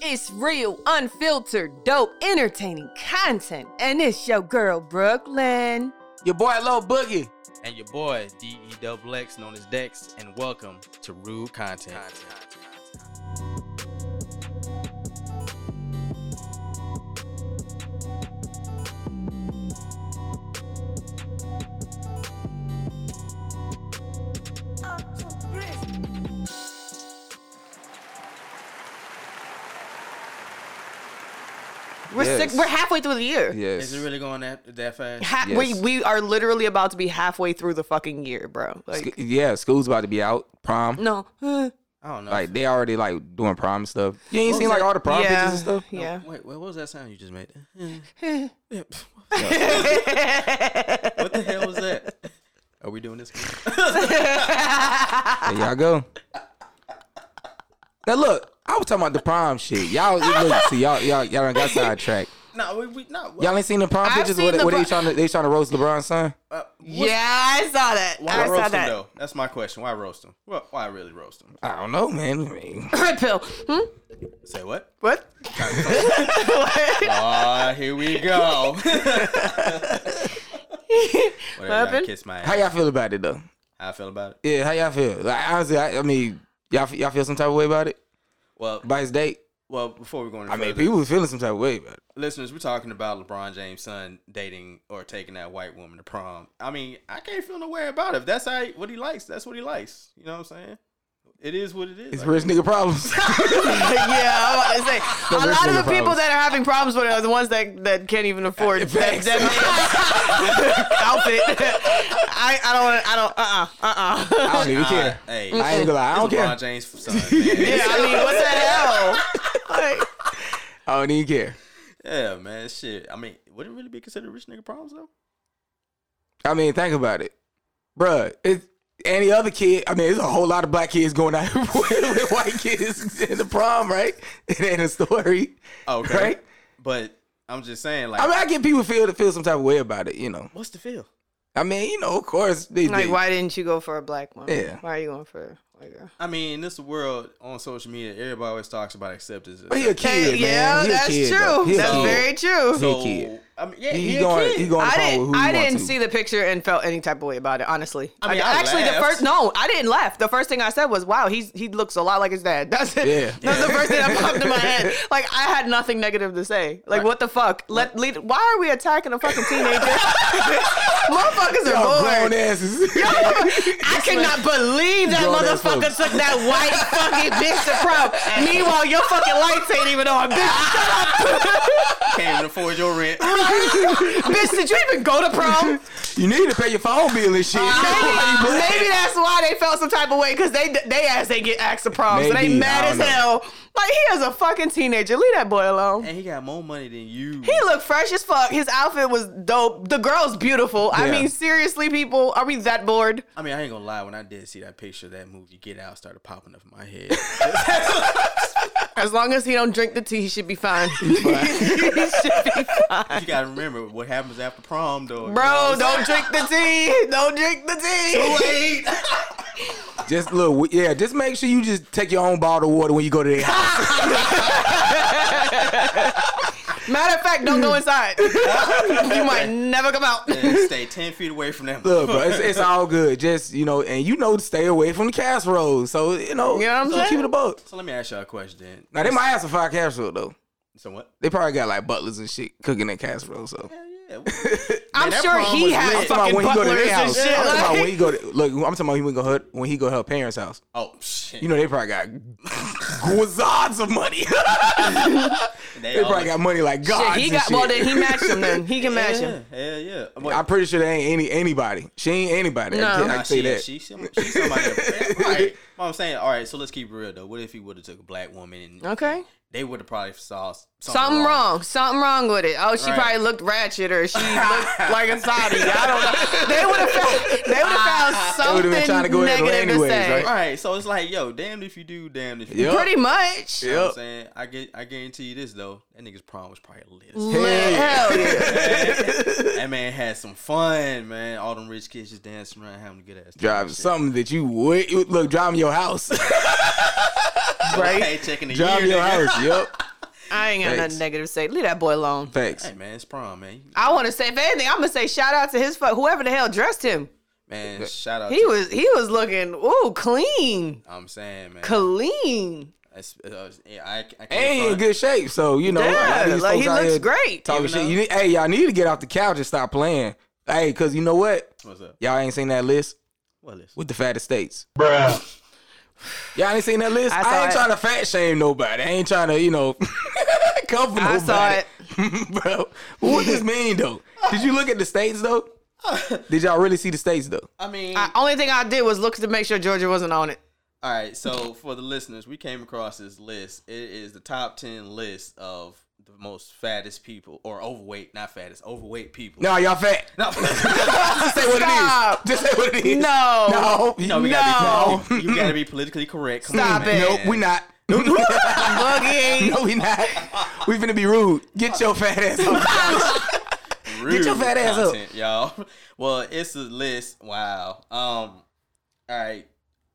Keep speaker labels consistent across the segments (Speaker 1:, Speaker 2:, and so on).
Speaker 1: It's real, unfiltered, dope, entertaining content. And it's your girl, Brooklyn.
Speaker 2: Your boy Low Boogie.
Speaker 3: and your boy DE Double X, known as Dex, and welcome to Rude Content.
Speaker 1: We're
Speaker 2: Yes.
Speaker 1: six, we're halfway through the year.
Speaker 2: Yes.
Speaker 3: Is it really going that that fast?
Speaker 1: Ha-
Speaker 2: Yes.
Speaker 1: we, we are literally about to be halfway through the fucking year,
Speaker 2: Sc-
Speaker 1: bro. Like,
Speaker 2: yeah, school's about to be out. Prom.
Speaker 1: no. Uh,
Speaker 3: I don't know.
Speaker 2: Like they already like doing prom stuff. You ain't
Speaker 3: What
Speaker 2: seen
Speaker 3: was
Speaker 2: like
Speaker 3: that?
Speaker 2: all the prom
Speaker 1: yeah,
Speaker 2: pictures and stuff.
Speaker 1: Yeah.
Speaker 3: Oh, Wait, what was that sound you just made?
Speaker 1: what
Speaker 3: what the hell was that? Are we doing this?
Speaker 2: There y'all go. Now look, I was talking about the prom shit. Y'all it look, see y'all y'all y'all done got sidetracked.
Speaker 3: no, we, we not.
Speaker 2: Y'all ain't seen the prom
Speaker 1: I've
Speaker 2: pictures.
Speaker 1: seen
Speaker 2: What,
Speaker 1: the
Speaker 2: what they
Speaker 1: pro-
Speaker 2: trying to they trying to roast LeBron's son?
Speaker 3: uh, what's-
Speaker 1: yeah, I saw that.
Speaker 3: Why
Speaker 1: I saw
Speaker 3: roast him
Speaker 1: that.
Speaker 3: though? That's my question. Why roast him? Well, why really roast him?
Speaker 2: I don't know, man. I mean,
Speaker 1: Red pill. Hmm?
Speaker 3: Say what?
Speaker 1: What?
Speaker 3: Ah, here we go. Whatever, y'all
Speaker 1: happened?
Speaker 3: kiss my
Speaker 2: How
Speaker 3: ass.
Speaker 2: y'all feel about it though?
Speaker 3: How I feel about it?
Speaker 2: Yeah, how y'all feel? Like honestly, I, I mean, y'all y'all feel some type of way about it?
Speaker 3: Well,
Speaker 2: About his date?
Speaker 3: well, before we go any
Speaker 2: I mean,
Speaker 3: further,
Speaker 2: people was feeling some type of way about it.
Speaker 3: listeners, we're talking about LeBron James' son dating or taking that white woman to prom. I mean, I can't feel no way about it. If that's how he- what he likes, that's what he likes. You know what I'm saying? It is what it is.
Speaker 2: It's
Speaker 3: I
Speaker 2: rich
Speaker 3: guess.
Speaker 2: nigga problems.
Speaker 1: yeah, I'm about to say
Speaker 2: The
Speaker 1: a
Speaker 2: rich
Speaker 1: lot of
Speaker 2: nigga
Speaker 1: the people
Speaker 2: problems.
Speaker 1: that are having problems with it are the ones that, that can't even afford that,
Speaker 2: Facts.
Speaker 1: that man's outfit. I, I don't want to. I don't. Uh uh-uh, uh.
Speaker 2: I don't even care.
Speaker 3: I- hey,
Speaker 2: I ain't gonna lie. I don't
Speaker 3: it's LeBron
Speaker 2: care.
Speaker 3: James' son. Man.
Speaker 1: Yeah, I mean, what the hell? Like,
Speaker 2: I don't even care.
Speaker 3: yeah, man, shit. I mean, would it really be considered rich nigga problems though?
Speaker 2: I mean, think about it, bruh. It's any other kid. I mean, there's a whole lot of black kids going out with, with white kids in the prom, right? It ain't a story.
Speaker 3: Oh, Okay,
Speaker 2: Right?
Speaker 3: but I'm just saying, like,
Speaker 2: I mean, I get people feel to feel some type of way about it. You know,
Speaker 3: what's the feel?
Speaker 2: I mean, you know, of course, they,
Speaker 1: like,
Speaker 2: they-
Speaker 1: why didn't you go for a black one?
Speaker 2: Yeah.
Speaker 1: Why are you going for a white girl?
Speaker 3: I mean, in this world on social media, everybody always talks about acceptance.
Speaker 2: But he a kid,
Speaker 1: yeah,
Speaker 2: man. He a
Speaker 1: that's
Speaker 2: kid,
Speaker 1: true.
Speaker 2: though. He a
Speaker 1: That's
Speaker 2: kid.
Speaker 1: very true.
Speaker 2: So- kid.
Speaker 3: I mean, yeah,
Speaker 2: He,
Speaker 3: he, a
Speaker 2: going.
Speaker 3: kid.
Speaker 2: He going to
Speaker 1: I
Speaker 2: prom with
Speaker 1: didn't.
Speaker 2: who he
Speaker 1: I
Speaker 2: want
Speaker 1: didn't
Speaker 2: to.
Speaker 1: see the picture and felt any type of way about it. Honestly,
Speaker 3: I mean, I
Speaker 1: actually, the
Speaker 3: laughed.
Speaker 1: first no, I didn't laugh. The first thing I said was, "Wow, he's he looks a lot like his dad." That's it.
Speaker 2: Yeah.
Speaker 1: That's the first thing that popped in my head. Like I had nothing negative to say. Like what the fuck? Let lead, Why are we attacking a fucking teenager? Motherfuckers
Speaker 2: Y'all
Speaker 1: are
Speaker 2: grown
Speaker 1: bored.
Speaker 2: asses.
Speaker 1: I cannot believe that
Speaker 2: Grown ass
Speaker 1: motherfucker
Speaker 2: folks.
Speaker 1: took that white fucking bitch to prom. Meanwhile, your fucking lights ain't even on, bitch.
Speaker 3: Can't even afford your rent.
Speaker 1: bitch, did you even go to prom?
Speaker 2: you need to pay your phone bill and shit.
Speaker 1: Maybe, maybe that's why they felt some type of way because they they ass they get asked to prom, so they
Speaker 2: Maybe,
Speaker 1: mad
Speaker 2: I
Speaker 1: as
Speaker 2: don't know.
Speaker 1: hell. Like he is a fucking teenager. Leave that boy alone.
Speaker 3: and he got more money than you.
Speaker 1: He looked fresh as fuck. His outfit was dope. The girl's beautiful. I
Speaker 2: Yeah.
Speaker 1: mean, seriously, people, are we that bored?
Speaker 3: I mean, I ain't gonna lie. When I did see that picture, of that movie Get Out started popping up in my head.
Speaker 1: As long as he don't drink the tea, he should be fine. he should be fine.
Speaker 3: you gotta remember what happens after prom, though.
Speaker 1: Bro, don't drink the tea. Don't drink the tea.
Speaker 3: wait.
Speaker 2: Just look, yeah. Just make sure you just take your own bottle of water when you go to their house.
Speaker 1: Matter of fact, don't go inside. you might never come out.
Speaker 3: Stay ten feet away from that.
Speaker 2: Look, bro,
Speaker 3: motherfucker.
Speaker 2: it's, it's all good. Just you know, and you know, to stay away from the casserole. So you know,
Speaker 1: You know what I'm
Speaker 2: so
Speaker 1: saying?
Speaker 2: keep it a buck.
Speaker 3: So let me ask y'all a question.
Speaker 2: Now they might have some fire casserole though.
Speaker 3: So what?
Speaker 2: They probably got like butlers and shit cooking that casserole. So
Speaker 3: Hell yeah.
Speaker 1: I'm
Speaker 3: Man, that
Speaker 1: sure
Speaker 3: prom
Speaker 1: he
Speaker 3: was
Speaker 1: had
Speaker 3: lit.
Speaker 2: I'm talking about when
Speaker 1: fucking
Speaker 2: he go to
Speaker 1: butlers
Speaker 2: their
Speaker 1: and
Speaker 2: house.
Speaker 1: shit.
Speaker 2: I'm talking about
Speaker 1: like-
Speaker 2: when he go to look. I'm talking about when he go her when he go to her parents' house.
Speaker 3: Oh shit.
Speaker 2: You know they probably got guazards of money.
Speaker 3: they
Speaker 2: they
Speaker 3: all-
Speaker 2: probably got money like God.
Speaker 1: Shit, he got well. Then he matched him. Then he can
Speaker 3: Yeah,
Speaker 1: match
Speaker 3: yeah,
Speaker 1: him.
Speaker 3: yeah, yeah. I'm like,
Speaker 2: I'm pretty sure there ain't any anybody. She ain't anybody. I can, I
Speaker 1: No.
Speaker 2: can
Speaker 3: nah,
Speaker 2: say
Speaker 3: she,
Speaker 2: that.
Speaker 3: She, she, she somebody. right. But I'm saying, all right. So let's keep it real though. What if he would have took a black woman? And
Speaker 1: Okay.
Speaker 3: They would have probably saw something,
Speaker 1: Something wrong. Something wrong with it. Oh, she
Speaker 3: Right.
Speaker 1: probably looked ratchet, or she looked like a Saudi. I don't know. They would have found. They would have found
Speaker 2: They
Speaker 1: something
Speaker 2: would've been trying to go at her
Speaker 1: negative
Speaker 2: anyways,
Speaker 1: to say.
Speaker 2: right?
Speaker 3: Right. So it's like, yo, damned if you do, damned if you
Speaker 2: Yep.
Speaker 1: Pretty much.
Speaker 3: You know what
Speaker 2: Yep.
Speaker 3: I'm saying? I get I guarantee you this though. That nigga's prom was probably lit. as
Speaker 1: Hell, hell yeah.
Speaker 3: hell. that man had some fun, man. All them rich kids just dancing around having a good ass time.
Speaker 2: Drive
Speaker 3: Shit.
Speaker 2: something that you would look. Drive 'em your house.
Speaker 3: Nobody ain't checking the
Speaker 2: Drive
Speaker 3: year,
Speaker 2: your
Speaker 3: nigga.
Speaker 2: house. Yep.
Speaker 1: I ain't got
Speaker 2: Thanks.
Speaker 1: nothing negative to say. Leave that boy alone.
Speaker 2: Thanks.
Speaker 3: Hey man, it's prom, man. You-
Speaker 1: I want to say, if anything, I'm gonna say shout out to his fuck whoever the hell dressed him.
Speaker 3: Man, shout out.
Speaker 1: He
Speaker 3: to,
Speaker 1: was he was looking ooh clean,
Speaker 3: I'm saying, man.
Speaker 1: clean.
Speaker 3: It's- uh, yeah, I, I can't
Speaker 2: And he in
Speaker 3: front.
Speaker 2: good shape, so you know. a lot of
Speaker 1: yeah,
Speaker 2: Oh, these
Speaker 1: like
Speaker 2: folks
Speaker 1: he
Speaker 2: out
Speaker 1: looks
Speaker 2: here
Speaker 1: great.
Speaker 2: Talking
Speaker 3: Even
Speaker 2: shit.
Speaker 3: though-
Speaker 2: You need, hey, y'all need to get off the couch and stop playing. Hey, cause you know what?
Speaker 3: What's up?
Speaker 2: Y'all ain't seen that list
Speaker 3: What is?
Speaker 2: with the fattest states. Bruh. Y'all ain't seen that list?
Speaker 1: I
Speaker 2: I,
Speaker 1: saw
Speaker 2: ain't
Speaker 1: it.
Speaker 2: trying to fat shame nobody. I ain't trying to, you know, comfort
Speaker 1: I
Speaker 2: nobody.
Speaker 1: saw it.
Speaker 2: Bro, what does this mean though? Did you look at the states though? Did y'all really see the states though?
Speaker 3: I mean,
Speaker 1: I, only thing I did was look to make sure Georgia wasn't on it.
Speaker 3: all right. So for the listeners, we came across this list. It is the top ten list of the most fattest people or overweight, not fattest, overweight people.
Speaker 2: No, y'all fat.
Speaker 3: no,
Speaker 2: Just say what
Speaker 1: Stop.
Speaker 2: it is. Just say what it is.
Speaker 1: No.
Speaker 2: No.
Speaker 3: no, we
Speaker 1: No.
Speaker 3: gotta be. You gotta be politically correct. Come on,
Speaker 1: Stop it.
Speaker 3: man.
Speaker 2: Nope, we not. no,
Speaker 1: Boogie.
Speaker 2: we not. We finna be rude. Get your fat ass off.
Speaker 3: Rude
Speaker 2: your fat ass up.
Speaker 3: content, y'all. Well, it's a list. Wow. Um. All right.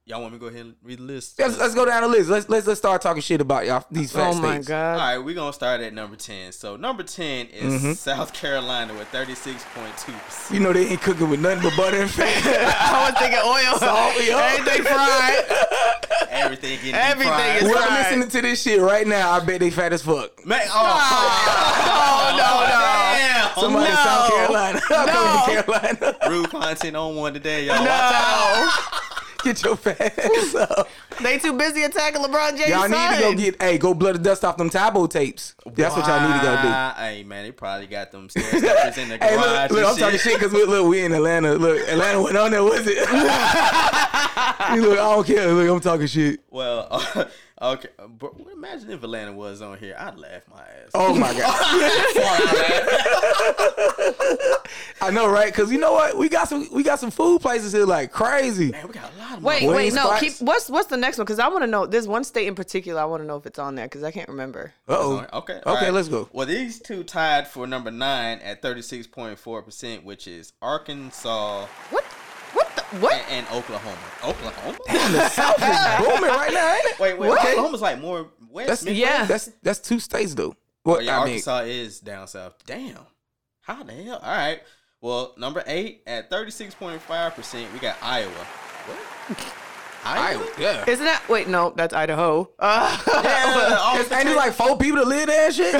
Speaker 3: Y'all want me to go ahead and read the list?
Speaker 2: let's, let's go down the list. Let's let's let's start talking shit about y'all these fat
Speaker 1: Oh
Speaker 2: states.
Speaker 1: my god.
Speaker 3: All right, we're gonna start at number ten. So number ten is
Speaker 2: Mm-hmm.
Speaker 3: South Carolina with thirty six point two percent.
Speaker 2: You know they ain't cooking with nothing but butter and fat.
Speaker 1: I was thinking oil.
Speaker 2: Salt, yeah.
Speaker 1: Everything fried.
Speaker 3: Everything getting
Speaker 1: Everything
Speaker 3: deep fried.
Speaker 1: is-
Speaker 2: Whoever
Speaker 1: Right.
Speaker 2: listening to this shit right now, I bet they fat as fuck.
Speaker 3: Man, oh,
Speaker 1: Oh,
Speaker 3: no, no.
Speaker 2: Somebody in
Speaker 1: No.
Speaker 2: South Carolina. I'm
Speaker 1: No.
Speaker 2: coming to Carolina.
Speaker 3: Rude content on one today, y'all.
Speaker 1: No.
Speaker 2: Get your fat ass up.
Speaker 1: They too busy attacking LeBron James.
Speaker 2: Y'all need to go
Speaker 1: son.
Speaker 2: get hey, go blow the dust off them Tybo tapes. That's what y'all need to go do.
Speaker 3: Why? Hey man, they probably got them stair steppers in the garage.
Speaker 2: Hey, look, look,
Speaker 3: and
Speaker 2: I'm talking shit because look, look, we in Atlanta. Look, Atlanta went on there, was it? You look, I don't care. Look, I'm talking shit.
Speaker 3: Well, okay. But imagine if Atlanta was on here, I'd laugh my ass.
Speaker 2: Oh my god, I know, right? Because you know what, we got some, we got some food places here like crazy.
Speaker 3: Man, we got a lot of
Speaker 1: Wait,
Speaker 3: money.
Speaker 1: wait,
Speaker 2: Wings
Speaker 1: no.
Speaker 2: spots.
Speaker 1: Keep what's what's the next one? Because I want to know. There's one state in particular. I want to know if it's on there because I can't remember.
Speaker 2: Uh oh.
Speaker 3: Okay. Okay.
Speaker 2: Okay,
Speaker 3: all right.
Speaker 2: let's go.
Speaker 3: Well, these two tied for number nine at thirty six point four percent, which is Arkansas
Speaker 1: What? What? The, what?
Speaker 3: and, and Oklahoma. Oklahoma.
Speaker 2: The South is booming right now, ain't it?
Speaker 3: wait, wait.
Speaker 2: What?
Speaker 3: Oklahoma's like more west.
Speaker 2: That's
Speaker 3: Midwest?
Speaker 1: yeah.
Speaker 2: That's that's two states though. Well,
Speaker 3: Oh, yeah,
Speaker 2: I mean,
Speaker 3: Arkansas is down south. Damn. How the hell? All right. Well, number eight at thirty six point five percent, we got Iowa. What? Iowa.
Speaker 2: Iowa, yeah.
Speaker 1: Isn't that? Wait, no. That's Idaho. Uh,
Speaker 3: Yeah, all
Speaker 2: It's,
Speaker 3: between-
Speaker 2: ain't it like four people that live there and shit?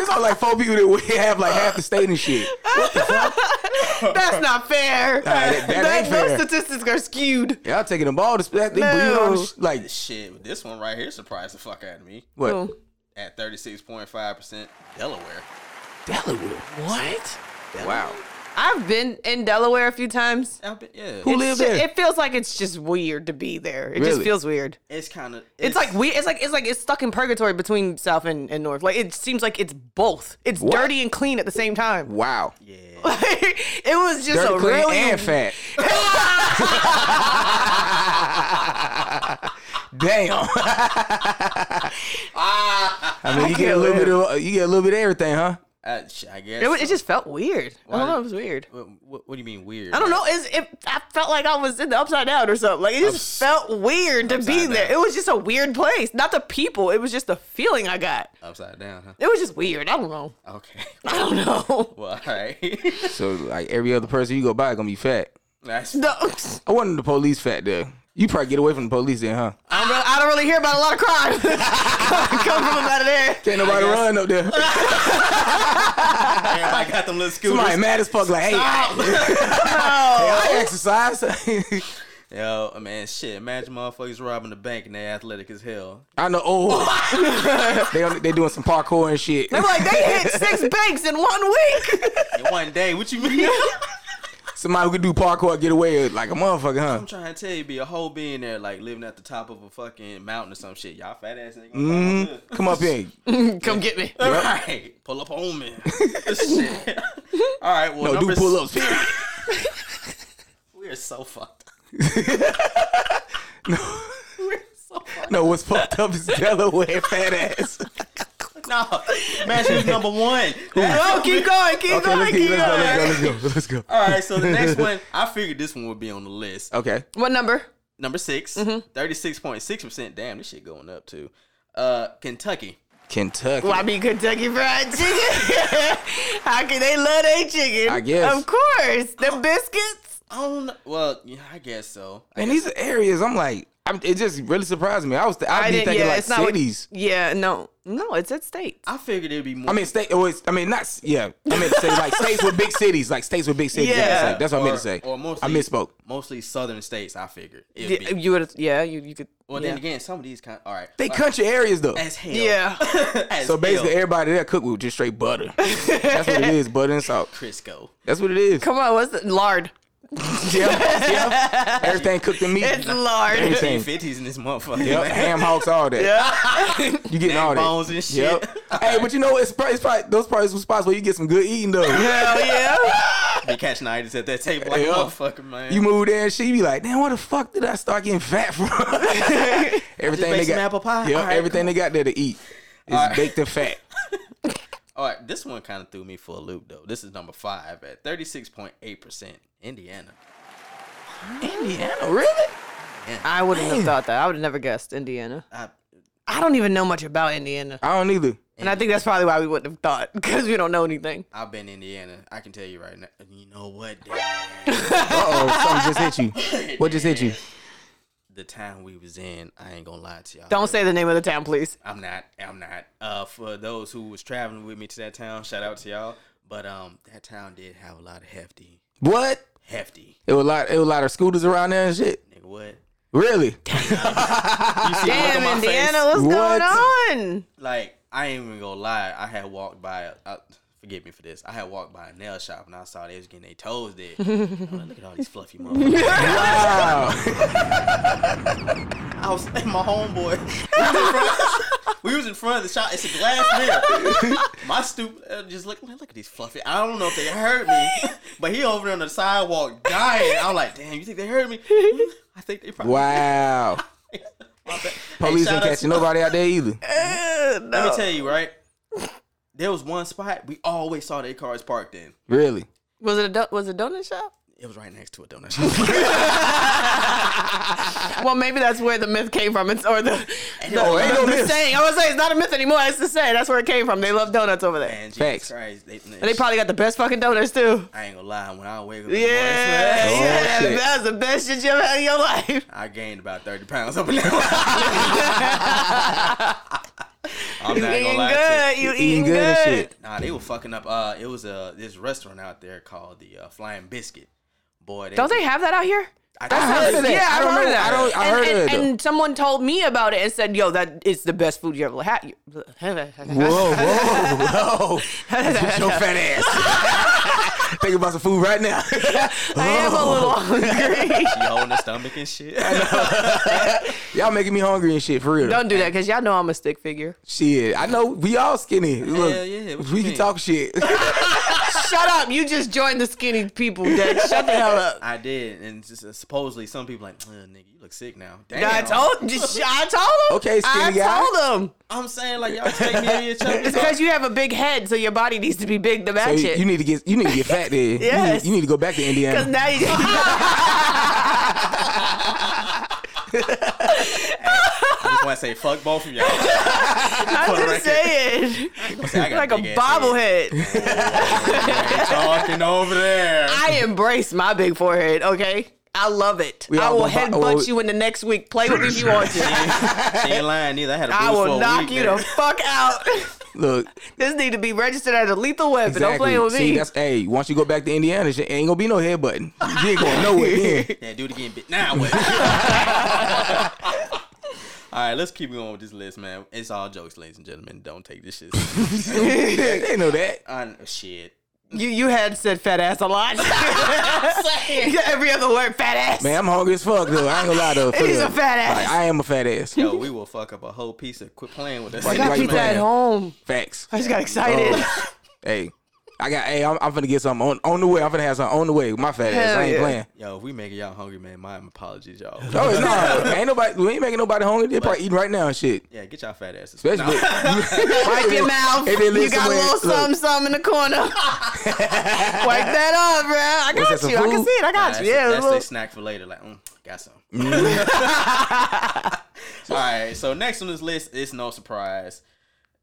Speaker 2: it's all like four people that we have like half the state and shit.
Speaker 1: that's not fair.
Speaker 2: that- that ain't
Speaker 1: those
Speaker 2: fair.
Speaker 1: statistics are skewed.
Speaker 2: Y'all taking them all to sp- they bleed on
Speaker 1: No.
Speaker 2: the sh- like
Speaker 3: shit. This one right here surprised the fuck out of me.
Speaker 2: what?
Speaker 1: Oh.
Speaker 3: At thirty six point five percent, Delaware.
Speaker 2: Delaware. What? Wow.
Speaker 1: I've been in Delaware a few times.
Speaker 3: I've been- yeah.
Speaker 2: Who
Speaker 1: It's
Speaker 2: lives
Speaker 1: ju-
Speaker 2: there?
Speaker 1: It feels like it's just weird to be there. It just
Speaker 2: Really?
Speaker 1: feels weird.
Speaker 3: it's kind of
Speaker 1: It's, like we. It's like it's like it's stuck in purgatory between South and, and North. Like it seems like it's both. It's
Speaker 2: What?
Speaker 1: dirty and clean at the same time.
Speaker 2: wow.
Speaker 3: yeah
Speaker 1: it was just
Speaker 2: Dirty,
Speaker 1: a
Speaker 2: clean,
Speaker 1: really
Speaker 2: and fat. Damn.
Speaker 3: Uh,
Speaker 2: I mean, you get a little bit of you get a little bit of everything, huh?
Speaker 3: I, sh- I guess
Speaker 1: It, wa- it just felt weird. I
Speaker 3: Why-
Speaker 1: don't know. It was weird.
Speaker 3: what, what, what do you mean weird
Speaker 1: I don't know. It's, it I felt like I was in the upside down or something. Like it just felt weird to be
Speaker 3: upside
Speaker 1: there.
Speaker 3: down.
Speaker 1: It was just a weird place. Not the people. It was just the feeling I got.
Speaker 3: upside down huh
Speaker 1: It was just weird. I don't know.
Speaker 3: okay
Speaker 1: I don't know.
Speaker 3: well all right
Speaker 2: So like every other person you go by gonna be fat.
Speaker 3: that's
Speaker 1: No,
Speaker 2: I wanted the police fat there. You probably get away from the police then, huh?
Speaker 1: I don't, really, I don't really hear about a lot of crime. Come from out of there.
Speaker 2: Can't nobody run up there.
Speaker 3: everybody got them little
Speaker 2: Somebody
Speaker 3: scooters
Speaker 2: mad as fuck. Like, hey, I exercise.
Speaker 3: yo man shit imagine motherfuckers robbing the bank and they're athletic as hell
Speaker 2: I know. Oh, they on- they doing some parkour and shit.
Speaker 1: I'm like they hit six banks in one week.
Speaker 3: in one day what you mean
Speaker 2: Somebody who could do parkour get away like a motherfucker, huh?
Speaker 3: I'm trying to tell you be a whole being there like living at the top of a fucking mountain or some shit y'all fat ass ain't gonna
Speaker 1: Mm-hmm.
Speaker 3: find no good.
Speaker 2: Come up here.
Speaker 1: Come get me.
Speaker 3: All right, pull up on me. Shit. All right,
Speaker 2: No,
Speaker 3: well,
Speaker 2: do
Speaker 3: number s-
Speaker 2: pull ups.
Speaker 3: We are so fucked.
Speaker 2: no, what's fucked up is Delaware fat ass.
Speaker 3: No, imagine who's number one.
Speaker 1: No, Oh, keep going. Keep
Speaker 2: Okay,
Speaker 1: going.
Speaker 2: let's,
Speaker 1: Keep
Speaker 2: keep,
Speaker 1: going.
Speaker 2: let's go. Let's go. Let's go. Let's go.
Speaker 3: All right, so the next one, I figured this one would be on the list.
Speaker 2: Okay.
Speaker 1: What number?
Speaker 2: Mm-hmm.
Speaker 3: Number 6 36.6 percent. Damn, this shit going up too. Uh, Kentucky.
Speaker 2: Kentucky.
Speaker 1: Well, I mean Kentucky Fried Chicken. How can they love their chicken?
Speaker 2: I guess.
Speaker 1: Of course, the biscuits.
Speaker 3: I don't know. Well, yeah, I guess so. I
Speaker 2: and
Speaker 3: guess-
Speaker 2: these are areas I'm like, I'm, it just really surprised me. I was, th- I'd be thinking like
Speaker 1: what-
Speaker 2: cities.
Speaker 1: yeah, no, no, it's at states.
Speaker 3: I figured it'd be more.
Speaker 2: I mean, state. Or it's, I mean, not. s- Yeah, I meant to say like states with big cities, like states with big cities.
Speaker 1: Yeah.
Speaker 2: Yeah, that's what I meant to say.
Speaker 3: or- Or mostly,
Speaker 2: I misspoke.
Speaker 3: Mostly southern states. I figured. It'd
Speaker 1: Yeah,
Speaker 3: be.
Speaker 1: you would, yeah, you, you could.
Speaker 3: Well,
Speaker 1: yeah.
Speaker 3: then again, some of these kind. All right.
Speaker 2: They
Speaker 3: Like,
Speaker 2: country areas though.
Speaker 3: as hell.
Speaker 1: Yeah.
Speaker 3: as
Speaker 2: So basically,
Speaker 3: hell.
Speaker 2: everybody there cook with just straight butter. that's what it is, butter and salt.
Speaker 3: Crisco.
Speaker 2: That's what it is.
Speaker 1: Come on, what's the lard?
Speaker 2: yeah, yeah. Everything cooked in meat.
Speaker 1: It's lard.
Speaker 2: Everything.
Speaker 3: Fifties in this motherfucker.
Speaker 2: Yep,
Speaker 3: man.
Speaker 2: ham hocks, all that. You getting all that.
Speaker 3: bones and shit.
Speaker 2: Yep. hey, but you know what? It's probably, it's probably those probably some spots where you get some good eating though.
Speaker 1: Hell yeah.
Speaker 3: Be catching items at that table like
Speaker 2: Yeah.
Speaker 3: a motherfucker, man.
Speaker 2: You move there and she be like, damn, where the fuck did I start getting fat from? everything
Speaker 3: make
Speaker 2: they
Speaker 3: some
Speaker 2: got,
Speaker 3: apple pie?
Speaker 2: Yep,
Speaker 3: All right,
Speaker 2: everything they got there to eat is
Speaker 3: All right.
Speaker 2: baked in fat.
Speaker 3: All right, this one kind of threw me for a loop though. This is number five at thirty six point eight percent, Indiana.
Speaker 2: Indiana, really?
Speaker 1: I wouldn't have thought that. I would have never guessed Indiana.
Speaker 3: I,
Speaker 1: I don't even know much about Indiana.
Speaker 2: I don't either.
Speaker 1: And I think that's probably why we wouldn't have thought because we don't know anything.
Speaker 3: I've been to Indiana. I can tell you right now. You know what? Dad?
Speaker 2: Uh oh, something just hit you. What just hit you?
Speaker 3: the town we was in, I ain't gonna lie to y'all.
Speaker 1: Don't say the name of the town, please.
Speaker 3: I'm not. I'm not. Uh, for those who was traveling with me to that town, shout out to y'all. But um, that town did have a lot of hefty,
Speaker 2: What?
Speaker 3: hefty.
Speaker 2: It was a lot. It was a lot of scooters around there and shit.
Speaker 3: Nigga, what?
Speaker 2: Really?
Speaker 3: You see the look on
Speaker 1: Damn,
Speaker 3: my
Speaker 1: Indiana,
Speaker 3: face?
Speaker 1: what's
Speaker 2: What?
Speaker 1: going on?
Speaker 3: Like I ain't even gonna lie. I had walked by. a- Uh, forgive me for this. I had walked by a nail shop and I saw they was getting their toes did. look at all these fluffy motherfuckers.
Speaker 2: Wow.
Speaker 3: I was and my homeboy. We was, in front, we was in front of the shop. It's a glass mirror. My stupid uh, just look. Man, look at these fluffy. I don't know if they heard me, but he over there on the sidewalk dying. I'm like, damn. You think they heard me? Mm, I think they probably.
Speaker 2: wow.
Speaker 3: My bad. Hey,
Speaker 2: Police
Speaker 3: shout
Speaker 2: ain't
Speaker 3: out
Speaker 2: catching
Speaker 3: to-
Speaker 2: nobody out there either.
Speaker 1: Uh, no.
Speaker 3: Let me tell you, right? There was one spot we always saw their cars parked in.
Speaker 2: Really?
Speaker 1: Was it a do- was it a donut shop?
Speaker 3: It was right next to a donut shop.
Speaker 1: Well, maybe that's where the myth came from. It's or the the,
Speaker 2: Oh, ain't no
Speaker 1: the
Speaker 2: myth.
Speaker 1: saying. I was say it's not a myth anymore. It's the saying. That's where it came from. They love donuts over there.
Speaker 3: And Jesus
Speaker 2: Facts.
Speaker 3: Christ, they,
Speaker 1: And they probably got the best fucking donuts too.
Speaker 3: I ain't gonna lie. When I wake up, in the
Speaker 1: Yeah,
Speaker 3: morning, I swear,
Speaker 1: yeah.
Speaker 2: shit.
Speaker 1: That was the best shit you ever had in your life.
Speaker 3: I gained about thirty pounds up in there. I'm not
Speaker 1: You
Speaker 3: gonna
Speaker 1: eating
Speaker 3: lie.
Speaker 1: good. You eating,
Speaker 2: Eating good and shit.
Speaker 3: To you. Nah, they were fucking up. Uh, it was uh, this restaurant out there called the uh, Flying Biscuit. Boy, they,
Speaker 1: Don't they have that out here?
Speaker 3: I,
Speaker 2: I heard of that.
Speaker 1: Yeah,
Speaker 2: I
Speaker 1: I've
Speaker 2: don't know.
Speaker 1: heard of that.
Speaker 2: I don't. I
Speaker 1: and,
Speaker 2: heard
Speaker 1: and,
Speaker 2: of it. though.
Speaker 1: and someone told me about it and said, "Yo, that it's the best food you ever had."
Speaker 2: Whoa, whoa, whoa. Get your fat ass. Think about some food right now.
Speaker 1: I am a little hungry.
Speaker 3: She holding her stomach and shit.
Speaker 2: Y'all making me hungry and shit for real.
Speaker 1: Don't do that because y'all know I'm a stick figure.
Speaker 2: Shit, I know we all skinny. Look,
Speaker 3: yeah, what you
Speaker 2: we can
Speaker 3: mean?
Speaker 2: talk shit.
Speaker 1: Shut up! You just joined the skinny people, Dad. Shut the hell up.
Speaker 3: I did, and just, uh, supposedly some people like, "Uh, nigga, you look sick now. Damn.
Speaker 1: I told, just, I told them.
Speaker 2: Okay, skinny
Speaker 1: I
Speaker 2: guy.
Speaker 1: told them.
Speaker 3: I'm saying like y'all take me to your chubby.
Speaker 1: It's because you have a big head, so your body needs to be big to
Speaker 2: So
Speaker 1: match
Speaker 2: you,
Speaker 1: it.
Speaker 2: you need to get you need to get fat there. You need-
Speaker 1: Yes.
Speaker 2: you, need, to go back to
Speaker 1: Because
Speaker 2: Indiana.
Speaker 1: now you.
Speaker 3: I just want to say fuck both of y'all. I'm
Speaker 1: I'm just saying, like a bobblehead.
Speaker 3: Talking over there.
Speaker 1: I embrace my big forehead. Okay, I love it.
Speaker 2: We
Speaker 1: I
Speaker 2: all
Speaker 1: will
Speaker 2: gonna
Speaker 1: headbutt
Speaker 2: bo- well,
Speaker 1: you in the next week. Play with me if you want to.
Speaker 3: she ain't lying neither. I had a bruise
Speaker 1: I
Speaker 3: for
Speaker 1: will
Speaker 3: a
Speaker 1: knock
Speaker 3: week
Speaker 1: you
Speaker 3: there.
Speaker 1: the fuck out.
Speaker 2: Look,
Speaker 1: this need to be registered as a lethal weapon.
Speaker 2: exactly.
Speaker 1: Don't play with
Speaker 2: See,
Speaker 1: me.
Speaker 2: that's hey. Once you go back to Indiana, shit ain't gonna be no headbutting. You ain't going nowhere then.
Speaker 3: Yeah, do it again. But now what? All right, let's keep going with this list, man. It's all jokes, ladies and gentlemen. Don't take this shit. serious.
Speaker 2: they know that.
Speaker 3: Un- shit.
Speaker 1: You you had said fat ass a lot. Every other word, fat ass.
Speaker 2: Man, I'm hungry as fuck though. I ain't gonna lie though. for
Speaker 1: He's
Speaker 2: real.
Speaker 1: a fat ass.
Speaker 2: Like, I am a fat ass.
Speaker 3: Yo, we will fuck up a whole piece of. Quit playing with us.
Speaker 2: Why
Speaker 1: I got
Speaker 2: you
Speaker 1: pizza
Speaker 2: playing?
Speaker 1: at home.
Speaker 2: Facts.
Speaker 1: I just got excited.
Speaker 2: Oh, hey, I got. Hey, I'm, I'm finna get something on, on the way. I'm finna have something on the way. My fat ass.
Speaker 1: Hell
Speaker 2: I ain't
Speaker 1: yeah.
Speaker 2: playing.
Speaker 3: Yo, if we making y'all hungry, man. My apologies, y'all.
Speaker 2: Oh it's not. ain't nobody. We ain't making nobody hungry. They probably eating right now and shit.
Speaker 3: Yeah, get y'all fat asses.
Speaker 2: Especially.
Speaker 3: No.
Speaker 1: Wipe your mouth.
Speaker 2: If they live
Speaker 1: You got a
Speaker 2: somewhere-
Speaker 1: little
Speaker 2: look.
Speaker 1: something, something in the corner. Wipe that up, bro. I
Speaker 2: Was that
Speaker 1: got
Speaker 2: some
Speaker 1: you. I can
Speaker 2: food?
Speaker 1: see it. I got
Speaker 3: That's,
Speaker 1: you. Yeah, it was
Speaker 3: that's
Speaker 1: a
Speaker 3: their
Speaker 1: little- Mm-hmm.
Speaker 3: snack for later. Like, mm, got some. All right. So next on this list is no surprise.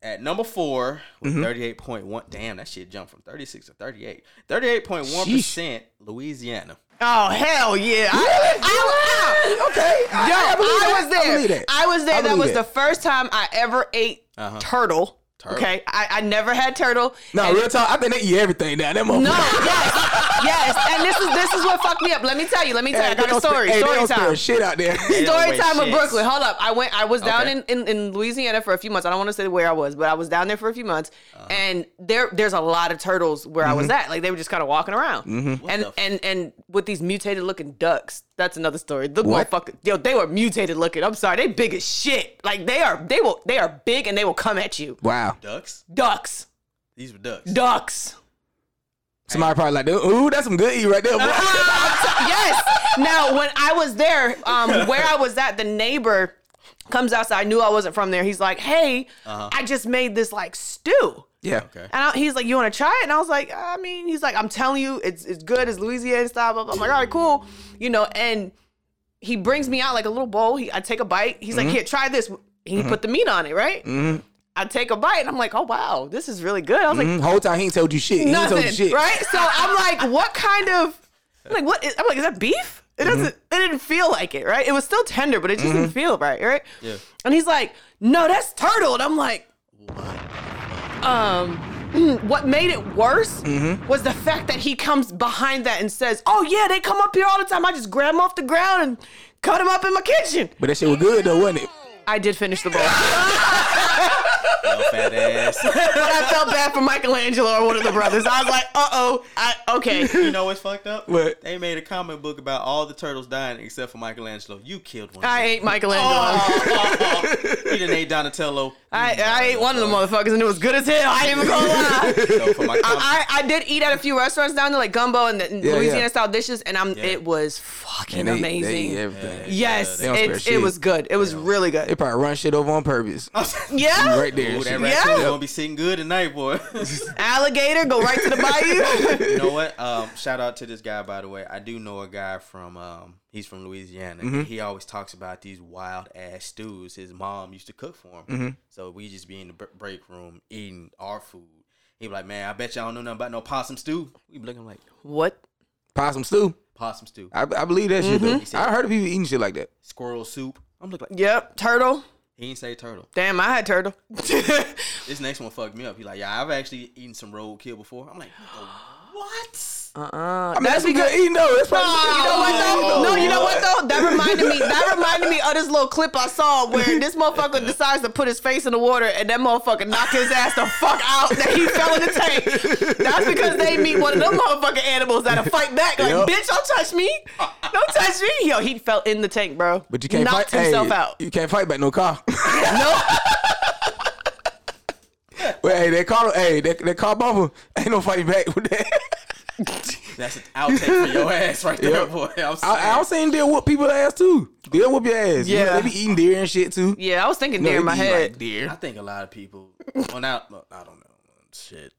Speaker 3: At number four, with
Speaker 1: Mm-hmm.
Speaker 3: 38.1. Damn, that shit jumped from 36 to 38. 38.1% Louisiana.
Speaker 1: Oh hell yeah! I, I, I,
Speaker 2: Okay.
Speaker 1: yo, I,
Speaker 2: believe that.
Speaker 1: was
Speaker 2: I believe
Speaker 1: there.
Speaker 2: that.
Speaker 1: I, was there.
Speaker 2: I
Speaker 1: that
Speaker 2: believe
Speaker 1: was
Speaker 2: that.
Speaker 1: the first time I ever ate
Speaker 3: Uh-huh.
Speaker 1: turtle.
Speaker 3: Turtle.
Speaker 1: Okay, I, I never had turtle.
Speaker 2: No,
Speaker 1: And-
Speaker 2: real talk. I think they eat everything now. That motherfucker.
Speaker 1: No, yes, yes, and this is this is what fucked me up. Let me tell you. Let me tell you.
Speaker 2: Hey,
Speaker 1: I
Speaker 2: they
Speaker 1: got a
Speaker 2: don't spare-
Speaker 1: story.
Speaker 2: hey, they
Speaker 1: story
Speaker 2: don't spare
Speaker 1: time.
Speaker 2: Shit out there.
Speaker 3: Yeah.
Speaker 1: Story
Speaker 3: Wait,
Speaker 1: time in
Speaker 3: shit.
Speaker 1: Brooklyn. Hold up. I went. I was down
Speaker 3: Okay.
Speaker 1: in, in, in Louisiana for a few months. I don't want to say where I was, but I was down there for a few months. And there there's a lot of turtles where I was at. Like they were just kind of walking around. And
Speaker 3: the f-
Speaker 1: and and with these mutated looking ducks. That's another story. The
Speaker 2: What?
Speaker 1: motherfucker. Yo, they were mutated looking. I'm sorry. They big as shit. Like they are. They will. They are big and they will come at you.
Speaker 2: Wow.
Speaker 3: Ducks?
Speaker 1: Ducks.
Speaker 3: These were ducks.
Speaker 1: Ducks.
Speaker 2: Somebody probably like, ooh, that's some good eat right there. boy."
Speaker 1: yes. Now, when I was there, um, where I was at, the neighbor comes outside. Knew I wasn't from there. He's like, "Hey, I just made this like stew."
Speaker 2: yeah.
Speaker 3: Okay.
Speaker 1: And I, he's like, "You want to try it?" And I was like, "I mean," he's like, "I'm telling you, it's it's good. It's Louisiana style." Blah, blah. I'm like, "All right, cool," you know. And he brings me out like a little bowl. He, I take a bite. He's like, "Here, try this." He put the meat on it, right? I take a bite, and I'm like, "Oh wow, this is really good." I was like,
Speaker 2: Mm, whole time he ain't told you shit. he ain't told you
Speaker 1: nothing,
Speaker 2: shit.
Speaker 1: right? So I'm like, what kind of I'm like what? Is, I'm like, is that beef?
Speaker 2: Mm-hmm.
Speaker 1: It doesn't. It didn't feel like it, right? It was still tender, but it just didn't feel right, right?
Speaker 3: Yeah.
Speaker 1: And he's like, no, that's turtle, and I'm like, um. What made it worse
Speaker 2: Mm-hmm.
Speaker 1: was the fact that he comes behind that and says, "Oh yeah, they come up here all the time. I just grab them off the ground and cut them up in my kitchen."
Speaker 2: But that shit was good though, wasn't it?
Speaker 1: I did finish the bowl.
Speaker 3: Little fat ass.
Speaker 1: but I felt bad for Michelangelo or one of the brothers. I was like, "Uh oh, I okay."
Speaker 3: You know what's fucked up?
Speaker 2: What?
Speaker 3: They made a comic book about all the turtles dying except for Michelangelo. You killed one.
Speaker 1: I ate Michelangelo.
Speaker 2: Oh.
Speaker 3: He didn't ate Donatello.
Speaker 1: I, I ate one of the motherfuckers and it was good as hell. I ain't even gonna lie.
Speaker 3: So for my com-
Speaker 1: I, I did eat at a few restaurants down there, like gumbo and the and
Speaker 2: Yeah, yeah.
Speaker 1: Louisiana style dishes, and I'm
Speaker 3: Yeah.
Speaker 1: it was fucking
Speaker 2: And they-
Speaker 1: amazing.
Speaker 2: They eat everything.
Speaker 1: yes,
Speaker 2: They don't spare
Speaker 1: it, it
Speaker 2: shit.
Speaker 1: was good. Oh, It was really
Speaker 2: They
Speaker 1: good.
Speaker 2: probably run shit over on purpose.
Speaker 1: Yeah,
Speaker 2: Right there.
Speaker 3: Ooh, that
Speaker 1: Yeah.
Speaker 3: raccoon's gonna be sitting good tonight, boy.
Speaker 1: alligator, go right to the bayou.
Speaker 3: you know what? Um, shout out to this guy, by the way. I do know a guy from um, he's from Louisiana.
Speaker 2: Mm-hmm.
Speaker 3: He always talks about these wild ass stews his mom used to cook for him.
Speaker 2: Mm-hmm.
Speaker 3: So we just be in the br- break room eating our food. He be like, man, I bet y'all don't know nothing about no possum stew. We be looking like
Speaker 1: what?
Speaker 2: Possum stew.
Speaker 3: possum stew,
Speaker 2: I, I believe that shit
Speaker 1: Mm-hmm.
Speaker 2: though. I heard of people eating shit like that.
Speaker 3: squirrel soup. I'm looking like
Speaker 1: Yep, turtle.
Speaker 3: he ain't say turtle.
Speaker 1: Damn, I had turtle.
Speaker 3: This next one fucked me up. He like, yeah, I've actually eaten some roadkill before. I'm like, "Oh, what?
Speaker 2: I mean, that's, because good eating though. That's probably
Speaker 1: You know what though?
Speaker 3: Oh,
Speaker 1: Uh, No, you know what though? That reminded me. That reminded me of this little clip I saw where this motherfucker decides to put his face in the water and that motherfucker knocked his ass the fuck out that he fell in the tank. That's because they meet one of them motherfucking animals that'll fight back. Like,
Speaker 2: Yep.
Speaker 1: bitch, don't touch me. Don't touch me. Yo, he fell in the tank, bro.
Speaker 2: But you can't
Speaker 1: knocked
Speaker 2: fight
Speaker 1: himself
Speaker 2: hey,
Speaker 1: out.
Speaker 2: You can't fight back no car.
Speaker 1: No,
Speaker 2: well, hey, they call hey, they, they call Bubba. Ain't no fighting back with that.
Speaker 3: That's an outtake for your ass right there,
Speaker 2: Yep.
Speaker 3: boy. I'm saying.
Speaker 2: I, I don't seen deal whoop people ass too. Deal whoop your ass. You know,
Speaker 1: Yeah.
Speaker 2: they be eating deer and shit too.
Speaker 1: yeah, I was thinking there
Speaker 2: they
Speaker 1: in my
Speaker 2: be eating,
Speaker 1: head.
Speaker 2: Like deer.
Speaker 3: I think a lot of people. Well, not. well, I don't know. Shit.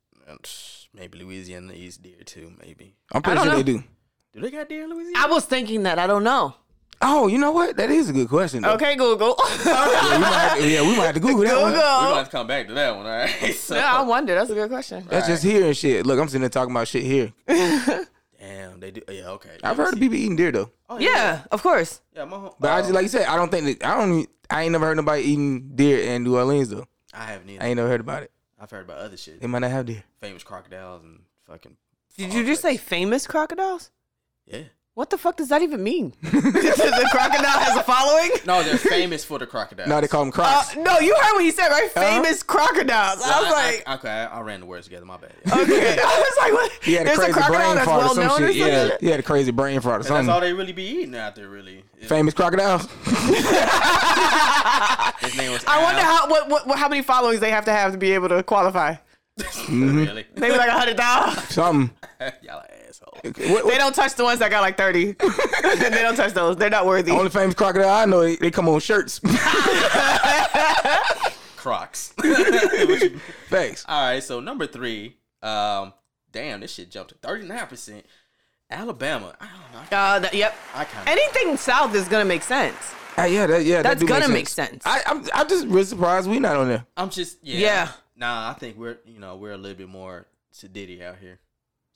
Speaker 3: Maybe Louisiana eats deer too. Maybe.
Speaker 2: I'm pretty
Speaker 1: I
Speaker 2: sure
Speaker 1: don't
Speaker 2: they do.
Speaker 3: Do they got deer in Louisiana?
Speaker 1: I was thinking that. I don't know.
Speaker 2: Oh, you know what? That is a good question. Though.
Speaker 1: Okay, Google.
Speaker 2: Yeah, we might have to, yeah, we might have to Google that one.
Speaker 3: We're gonna
Speaker 1: Google.
Speaker 3: have to come back to that one. All right. So,
Speaker 1: Yeah, I wonder. That's a good question.
Speaker 2: That's just here and shit. Look, I'm sitting there talking about shit here.
Speaker 3: Damn, they do. Yeah. Okay.
Speaker 2: I've heard of people eating deer though,
Speaker 3: Oh,
Speaker 1: Yeah, of course.
Speaker 3: Yeah. My um, home,
Speaker 2: but I just like you said, I don't think that I don't. e- I ain't never heard nobody eating deer in New Orleans though.
Speaker 3: I haven't
Speaker 2: I
Speaker 3: either.
Speaker 2: ain't never heard about it.
Speaker 3: I've heard about other shit.
Speaker 2: They might not have deer.
Speaker 3: Famous crocodiles and fucking.
Speaker 1: Did you just say famous crocodiles?
Speaker 3: Yeah.
Speaker 1: What the fuck does that even mean? the crocodile has a following?
Speaker 3: No, they're famous for the crocodiles.
Speaker 2: No, they call them
Speaker 1: Uh,
Speaker 2: crocs.
Speaker 1: no, you heard what he said, right?
Speaker 2: Uh-huh.
Speaker 1: Famous crocodiles. I
Speaker 3: I-
Speaker 1: was
Speaker 3: I-
Speaker 1: like, Oh.
Speaker 3: okay, I, I ran the words together. My bad.
Speaker 1: okay. I was like, what?
Speaker 2: he had a
Speaker 1: There's a
Speaker 2: crazy
Speaker 1: crocodile
Speaker 2: brain
Speaker 1: that's
Speaker 2: fart
Speaker 1: well
Speaker 2: or
Speaker 1: known
Speaker 2: some
Speaker 1: or
Speaker 2: shit.
Speaker 1: something?
Speaker 2: Yeah, he had a crazy brain fart or
Speaker 3: That's all
Speaker 2: something.
Speaker 3: they really be eating out there, really. His,
Speaker 2: Famous crocodiles.
Speaker 3: his name was.
Speaker 1: I wonder
Speaker 3: Al.
Speaker 1: how what, what, what how many followings they have to have to be able to qualify.
Speaker 3: really.
Speaker 1: Maybe like a hundred thousand.
Speaker 2: Something.
Speaker 3: Y'all are assholes.
Speaker 2: What,
Speaker 1: They
Speaker 2: what,
Speaker 1: don't touch the ones that got like thirty. they don't touch those. They're not worthy.
Speaker 2: only famous crocodile I know, they, they come on shirts.
Speaker 3: Crocs.
Speaker 2: Thanks.
Speaker 1: Uh,
Speaker 3: All right, so number three. Um, damn, this shit jumped to thirty nine percent. Alabama. I don't know.
Speaker 1: Uh, that, yep.
Speaker 3: I kinda-
Speaker 1: Anything south is gonna make sense.
Speaker 2: Ah, yeah, that, yeah, that
Speaker 1: That's
Speaker 2: do
Speaker 1: gonna make
Speaker 2: make
Speaker 1: sense.
Speaker 2: I, I'm, I'm just real surprised we not on there.
Speaker 3: I'm just yeah.
Speaker 1: Yeah.
Speaker 3: Nah, I think we're you know we're a little bit more sedity out here,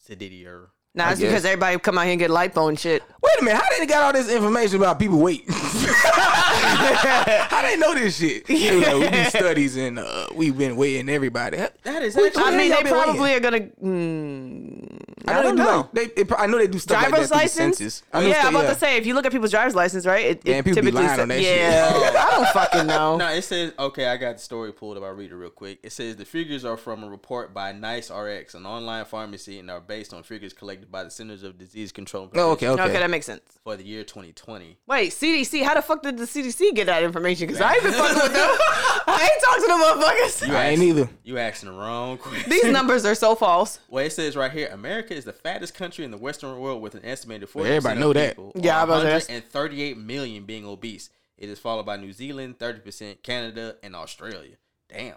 Speaker 3: seditier.
Speaker 1: Nah,
Speaker 2: I
Speaker 1: that's because
Speaker 2: guess.
Speaker 1: everybody come out here and get lipo and shit.
Speaker 2: Wait a minute, how they got all this information about people weight? how they know this shit? They was like, we do studies and uh, we've been weighing everybody. I
Speaker 3: That is
Speaker 2: We-
Speaker 1: I
Speaker 2: Yeah,
Speaker 3: actually.
Speaker 1: mean,
Speaker 2: y'all
Speaker 1: they
Speaker 2: been
Speaker 1: probably
Speaker 2: waiting.
Speaker 1: are gonna. Mm, I,
Speaker 2: know
Speaker 1: don't
Speaker 2: they do,
Speaker 1: know.
Speaker 2: like, They, they, pro- I know they do stuff like that.
Speaker 1: driver's
Speaker 2: through the
Speaker 1: license.
Speaker 2: census. I know
Speaker 1: yeah,
Speaker 2: stuff-
Speaker 1: I'm about to say if you look at people's driver's license, right? It,
Speaker 2: Man,
Speaker 1: it
Speaker 2: people be
Speaker 1: typically
Speaker 2: lying on
Speaker 1: says-
Speaker 2: that shit.
Speaker 1: yeah. I don't fucking know.
Speaker 3: No, it says okay. I got the story pulled up. I'll read it real quick. It says the figures are from a report by Nice RX, an online pharmacy, and are based on figures collected by the Centers of Disease Control and
Speaker 2: Oh, okay, okay.
Speaker 1: Okay, that makes sense.
Speaker 3: for the year 2020.
Speaker 1: Wait, CDC, how the fuck did the CDC get that information? Because I ain't been fucking with them. I ain't talking to them motherfuckers.
Speaker 2: I ain't either.
Speaker 3: You asking the wrong question.
Speaker 1: These numbers are so false.
Speaker 3: Well, it says right here, America is the fattest country in the Western world with an estimated 40
Speaker 2: everybody know that.
Speaker 3: people,
Speaker 1: Yeah, I
Speaker 3: or
Speaker 1: was about to ask.
Speaker 3: 138 million being obese. It is followed by New Zealand, 30%, Canada, and Australia. Damn.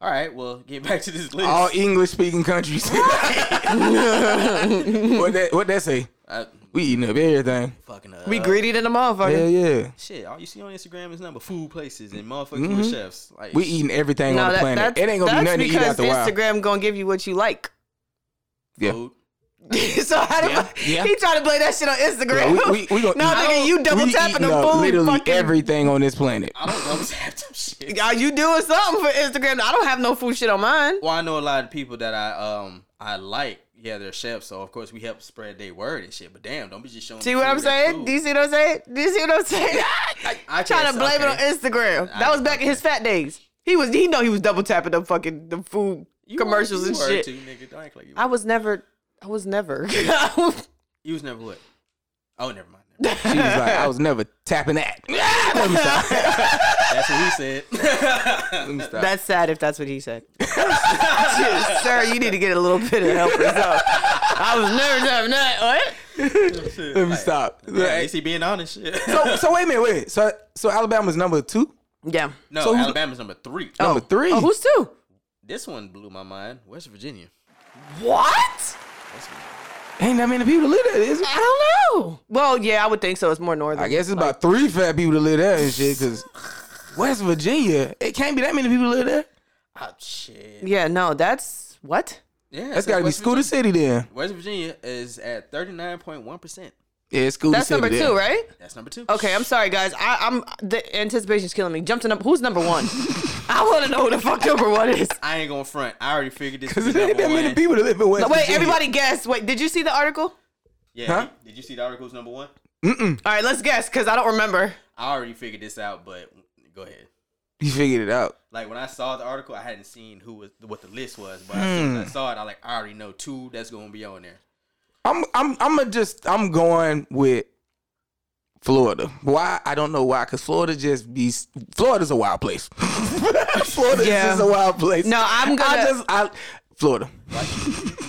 Speaker 3: All right, well, get back to this list.
Speaker 2: All English speaking countries. what that what that say?
Speaker 3: I,
Speaker 2: We eating up everything.
Speaker 3: fucking up.
Speaker 1: e- We greedy than a motherfucker.
Speaker 2: Uh, Hell yeah.
Speaker 3: Shit, all you see on Instagram is nothing but food places and motherfuckers with
Speaker 1: Mm-hmm.
Speaker 3: chefs. Like,
Speaker 2: We eating everything
Speaker 1: No,
Speaker 2: on the
Speaker 1: that,
Speaker 2: planet.
Speaker 1: that's,
Speaker 2: It ain't gonna be
Speaker 1: that's
Speaker 2: nothing to eat
Speaker 1: because
Speaker 2: out the wild.
Speaker 1: Instagram gonna give you what you like.
Speaker 2: Yeah.
Speaker 3: food.
Speaker 1: so how do
Speaker 2: Yeah,
Speaker 1: I,
Speaker 2: yeah.
Speaker 1: he trying to play that shit on
Speaker 2: Yeah,
Speaker 1: Instagram?
Speaker 2: we, we, we gonna
Speaker 1: no,
Speaker 2: eat-
Speaker 1: nigga, you double
Speaker 2: we
Speaker 1: tapping
Speaker 2: eating
Speaker 1: the
Speaker 2: up
Speaker 1: food.
Speaker 2: Literally
Speaker 1: fucking,
Speaker 2: everything on this planet.
Speaker 3: I don't know have them shit.
Speaker 1: Are you doing something for Instagram? I don't have no food shit on mine.
Speaker 3: Well, I know a lot of people that I um I like. Yeah, they're chefs, so of course we help spread their word and shit. But damn, don't be just showing.
Speaker 1: See
Speaker 3: the
Speaker 1: what
Speaker 3: food
Speaker 1: I'm
Speaker 3: as
Speaker 1: saying?
Speaker 3: food.
Speaker 1: Do you see what I'm saying? Do you see what I'm saying?
Speaker 3: I
Speaker 1: trying
Speaker 3: guess,
Speaker 1: to blame
Speaker 3: okay.
Speaker 1: it on Instagram.
Speaker 3: I-
Speaker 1: that was back in his fat days. He was he know he was double tapping the fucking the food
Speaker 3: You were-
Speaker 1: commercials
Speaker 3: you
Speaker 1: and
Speaker 3: were
Speaker 1: shit.
Speaker 3: Too, nigga. Don't act like you.
Speaker 1: I
Speaker 3: were.
Speaker 1: was never I was never
Speaker 3: You was never what? Oh, never mind. Never mind.
Speaker 2: She was like, I was never tapping that. Let me stop.
Speaker 3: That's what he said.
Speaker 2: Let me stop.
Speaker 1: That's sad if that's what he said. Sir, you need to get a little bit of help yourself. I was never tapping that.
Speaker 3: Shit,
Speaker 2: Let me
Speaker 3: like,
Speaker 2: stop.
Speaker 3: Yeah, at least he being honest. Shit.
Speaker 2: So, so wait a minute, wait. a minute. So so Alabama's number two,
Speaker 1: What? Yeah.
Speaker 3: no,
Speaker 2: so who's-
Speaker 3: Alabama's number three.
Speaker 2: number three.
Speaker 1: Oh, who's two?
Speaker 3: This one blew my mind. West Virginia.
Speaker 1: What?
Speaker 3: That's
Speaker 2: Ain't that many people live there, is it?
Speaker 1: I don't know. Well, yeah, I would think so. It's more northern.
Speaker 2: I guess it's about three fat people that live there and shit. Cause West Virginia, it can't be that many people live there.
Speaker 3: oh, shit.
Speaker 1: Yeah, no, that's what?
Speaker 3: Yeah,
Speaker 2: That's got to be Scooter
Speaker 3: Virginia.
Speaker 2: City then.
Speaker 3: West Virginia is at thirty nine point one percent.
Speaker 2: Yeah, it's Scooter
Speaker 1: That's
Speaker 2: City.
Speaker 1: number
Speaker 2: then.
Speaker 1: two, right?
Speaker 3: That's number two.
Speaker 1: Okay, I'm sorry, guys. I, I'm the anticipation's killing me. Jumping up, who's number one? I want to know who the fuck number one is.
Speaker 3: I ain't gonna front. I already figured this.
Speaker 2: Cause
Speaker 3: was
Speaker 2: it ain't
Speaker 3: number
Speaker 2: that many
Speaker 3: one.
Speaker 2: people that live in West.
Speaker 1: No, wait,
Speaker 2: Virginia.
Speaker 1: everybody guess. Wait, did you see the article?
Speaker 3: Yeah.
Speaker 2: Huh?
Speaker 3: Did you see the article's number one?
Speaker 1: All right, let's guess because I don't remember.
Speaker 3: I already figured this out, but go ahead.
Speaker 2: You figured it out.
Speaker 3: Like when I saw the article, I hadn't seen who was what the list was, but as
Speaker 2: Hmm.
Speaker 3: soon as I saw it, I like I already know two that's gonna be on there.
Speaker 2: I'm I'm I'm a just I'm going with Florida. Why I don't know why, cause Florida just be Florida's a wild place. Florida
Speaker 1: Yeah.
Speaker 2: is just a wild place.
Speaker 1: No, I'm gonna-
Speaker 2: I just I Florida. Uh,
Speaker 3: Like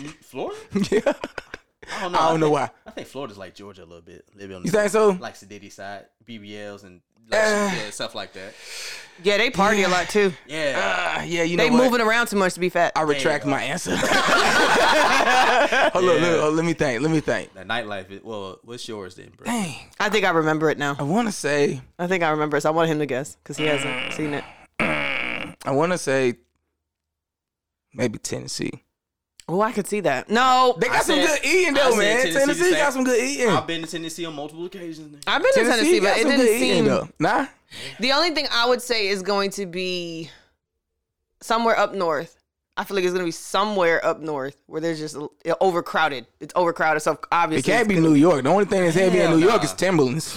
Speaker 3: you- Florida?
Speaker 2: yeah.
Speaker 3: I don't know.
Speaker 2: I don't know
Speaker 3: think-
Speaker 2: why.
Speaker 3: I think Florida's like Georgia a little bit. A little bit on
Speaker 2: You
Speaker 3: the-
Speaker 2: think so?
Speaker 3: Like Sedity side, BBLs and like
Speaker 2: Uh.
Speaker 3: shit, yeah, stuff like that.
Speaker 1: Yeah, they party a lot too.
Speaker 3: Yeah.
Speaker 2: Uh, yeah, you know
Speaker 1: They
Speaker 2: what?
Speaker 1: moving around too much to be fat.
Speaker 2: I retract my answer. hold on,
Speaker 3: Yeah.
Speaker 2: look, oh, let me think. Let me think.
Speaker 3: that nightlife is well, what's yours then, bro?
Speaker 2: Dang,
Speaker 1: I think I remember it
Speaker 2: I
Speaker 1: now.
Speaker 2: want to say,
Speaker 1: I think I remember it. So I want him to guess because he hasn't seen it.
Speaker 2: I want to say, maybe Tennessee.
Speaker 1: Oh, I could see that. No,
Speaker 2: They got
Speaker 3: I
Speaker 2: some
Speaker 3: said-
Speaker 2: good eating
Speaker 3: I
Speaker 2: though,
Speaker 3: said
Speaker 2: man.
Speaker 3: Tennessee
Speaker 2: Tennessee,
Speaker 3: the same.
Speaker 2: got some good eating.
Speaker 3: I've been to Tennessee on multiple occasions. nigga.
Speaker 1: I've been to Tennessee,
Speaker 2: got
Speaker 1: but it
Speaker 2: some good
Speaker 1: didn't
Speaker 2: eating,
Speaker 1: seem.
Speaker 2: though. Nah,
Speaker 1: The only thing I would say is going to be somewhere up north. I feel like it's going to be somewhere up north where there's just a- overcrowded. It's overcrowded. So obviously,
Speaker 2: It can't be New York. The only thing that's heavy in
Speaker 3: Hell
Speaker 2: New York
Speaker 3: nah.
Speaker 2: is Timberlands.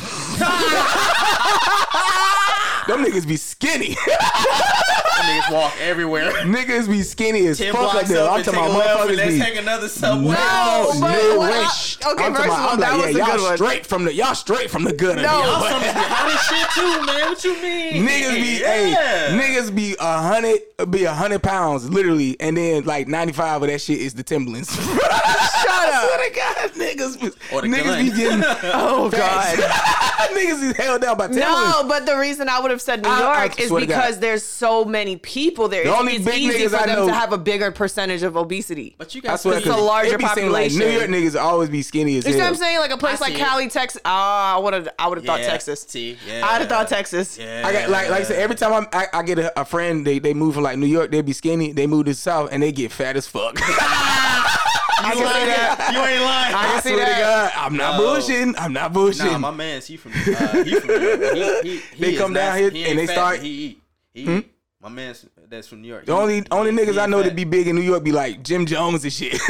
Speaker 2: Them niggas be skinny.
Speaker 3: I niggas walk everywhere.
Speaker 2: niggas be skinny as
Speaker 3: Ten
Speaker 2: fuck
Speaker 3: blocks
Speaker 2: like that.
Speaker 3: up
Speaker 2: I'm
Speaker 3: and
Speaker 2: talking
Speaker 3: take a
Speaker 2: about
Speaker 3: left and
Speaker 2: motherfuckers
Speaker 3: let's
Speaker 2: be.
Speaker 3: take another subway.
Speaker 1: No, but
Speaker 2: no
Speaker 1: what I-
Speaker 2: way. I'm
Speaker 1: okay,
Speaker 2: talking
Speaker 1: first of all,
Speaker 2: I'm
Speaker 1: that
Speaker 2: like,
Speaker 1: was a
Speaker 2: yeah,
Speaker 1: good
Speaker 2: y'all
Speaker 1: one.
Speaker 2: straight from the y'all straight from the gutter.
Speaker 1: No.
Speaker 2: Y'all
Speaker 1: Y'all
Speaker 3: Something's behind this shit too, man. What you mean?
Speaker 2: Niggas be
Speaker 3: Yeah.
Speaker 2: hey, niggas be a hundred be a hundred pounds literally, and then like ninety five of that shit is the Timberlands.
Speaker 1: Shut up.
Speaker 2: swear to God, niggas, was-
Speaker 3: Or the
Speaker 2: niggas be
Speaker 3: gun.
Speaker 2: getting.
Speaker 1: Oh God.
Speaker 2: niggas is held down by terrorists.
Speaker 1: No, but the reason I would have said New
Speaker 2: I- I
Speaker 1: York is
Speaker 2: swear to God.
Speaker 1: because there's so many people there.
Speaker 2: The
Speaker 1: It's-
Speaker 2: only
Speaker 1: it's
Speaker 2: big
Speaker 1: easy
Speaker 2: niggas
Speaker 1: for
Speaker 2: I
Speaker 1: them
Speaker 2: know-
Speaker 1: to have a bigger percentage of obesity.
Speaker 3: But you
Speaker 2: I
Speaker 3: guys,
Speaker 2: swear,
Speaker 1: It's
Speaker 3: see-
Speaker 1: a
Speaker 2: cause
Speaker 1: larger
Speaker 2: it be seem like New York
Speaker 1: population.
Speaker 2: niggas always be skinny as
Speaker 1: You see what
Speaker 2: hell.
Speaker 1: I'm saying? Like a place
Speaker 3: I
Speaker 1: like
Speaker 3: see
Speaker 1: Cali, Texas. Ah, I would have. I would have thought
Speaker 3: Yeah,
Speaker 1: Texas.
Speaker 3: see,
Speaker 1: I'd
Speaker 3: yeah.
Speaker 1: have thought Texas.
Speaker 3: yeah.
Speaker 2: I got like like I said, every time I'm, I I get a, a friend, they they move from like New York, they be skinny, they move to the south, and they get fat as fuck.
Speaker 3: you, ain't
Speaker 1: see that.
Speaker 3: lying. you ain't lying.
Speaker 2: I,
Speaker 1: can see
Speaker 2: swear to
Speaker 1: that.
Speaker 2: God, I'm not
Speaker 3: No.
Speaker 2: bullshitting. I'm not bullshitting.
Speaker 3: Nah, my man's he from uh, he from New York. He, he, he
Speaker 2: They
Speaker 3: is
Speaker 2: come down
Speaker 3: not-
Speaker 2: here
Speaker 3: he
Speaker 2: and
Speaker 3: ain't
Speaker 2: they
Speaker 3: fat,
Speaker 2: start- Hmm?
Speaker 3: but he eat. He eat. My man's that's from New York.
Speaker 2: the
Speaker 3: He-
Speaker 2: only
Speaker 3: he-
Speaker 2: only
Speaker 3: he
Speaker 2: niggas I
Speaker 3: ain't
Speaker 2: know
Speaker 3: fat.
Speaker 2: that be big in New York be like Jim Jones and shit.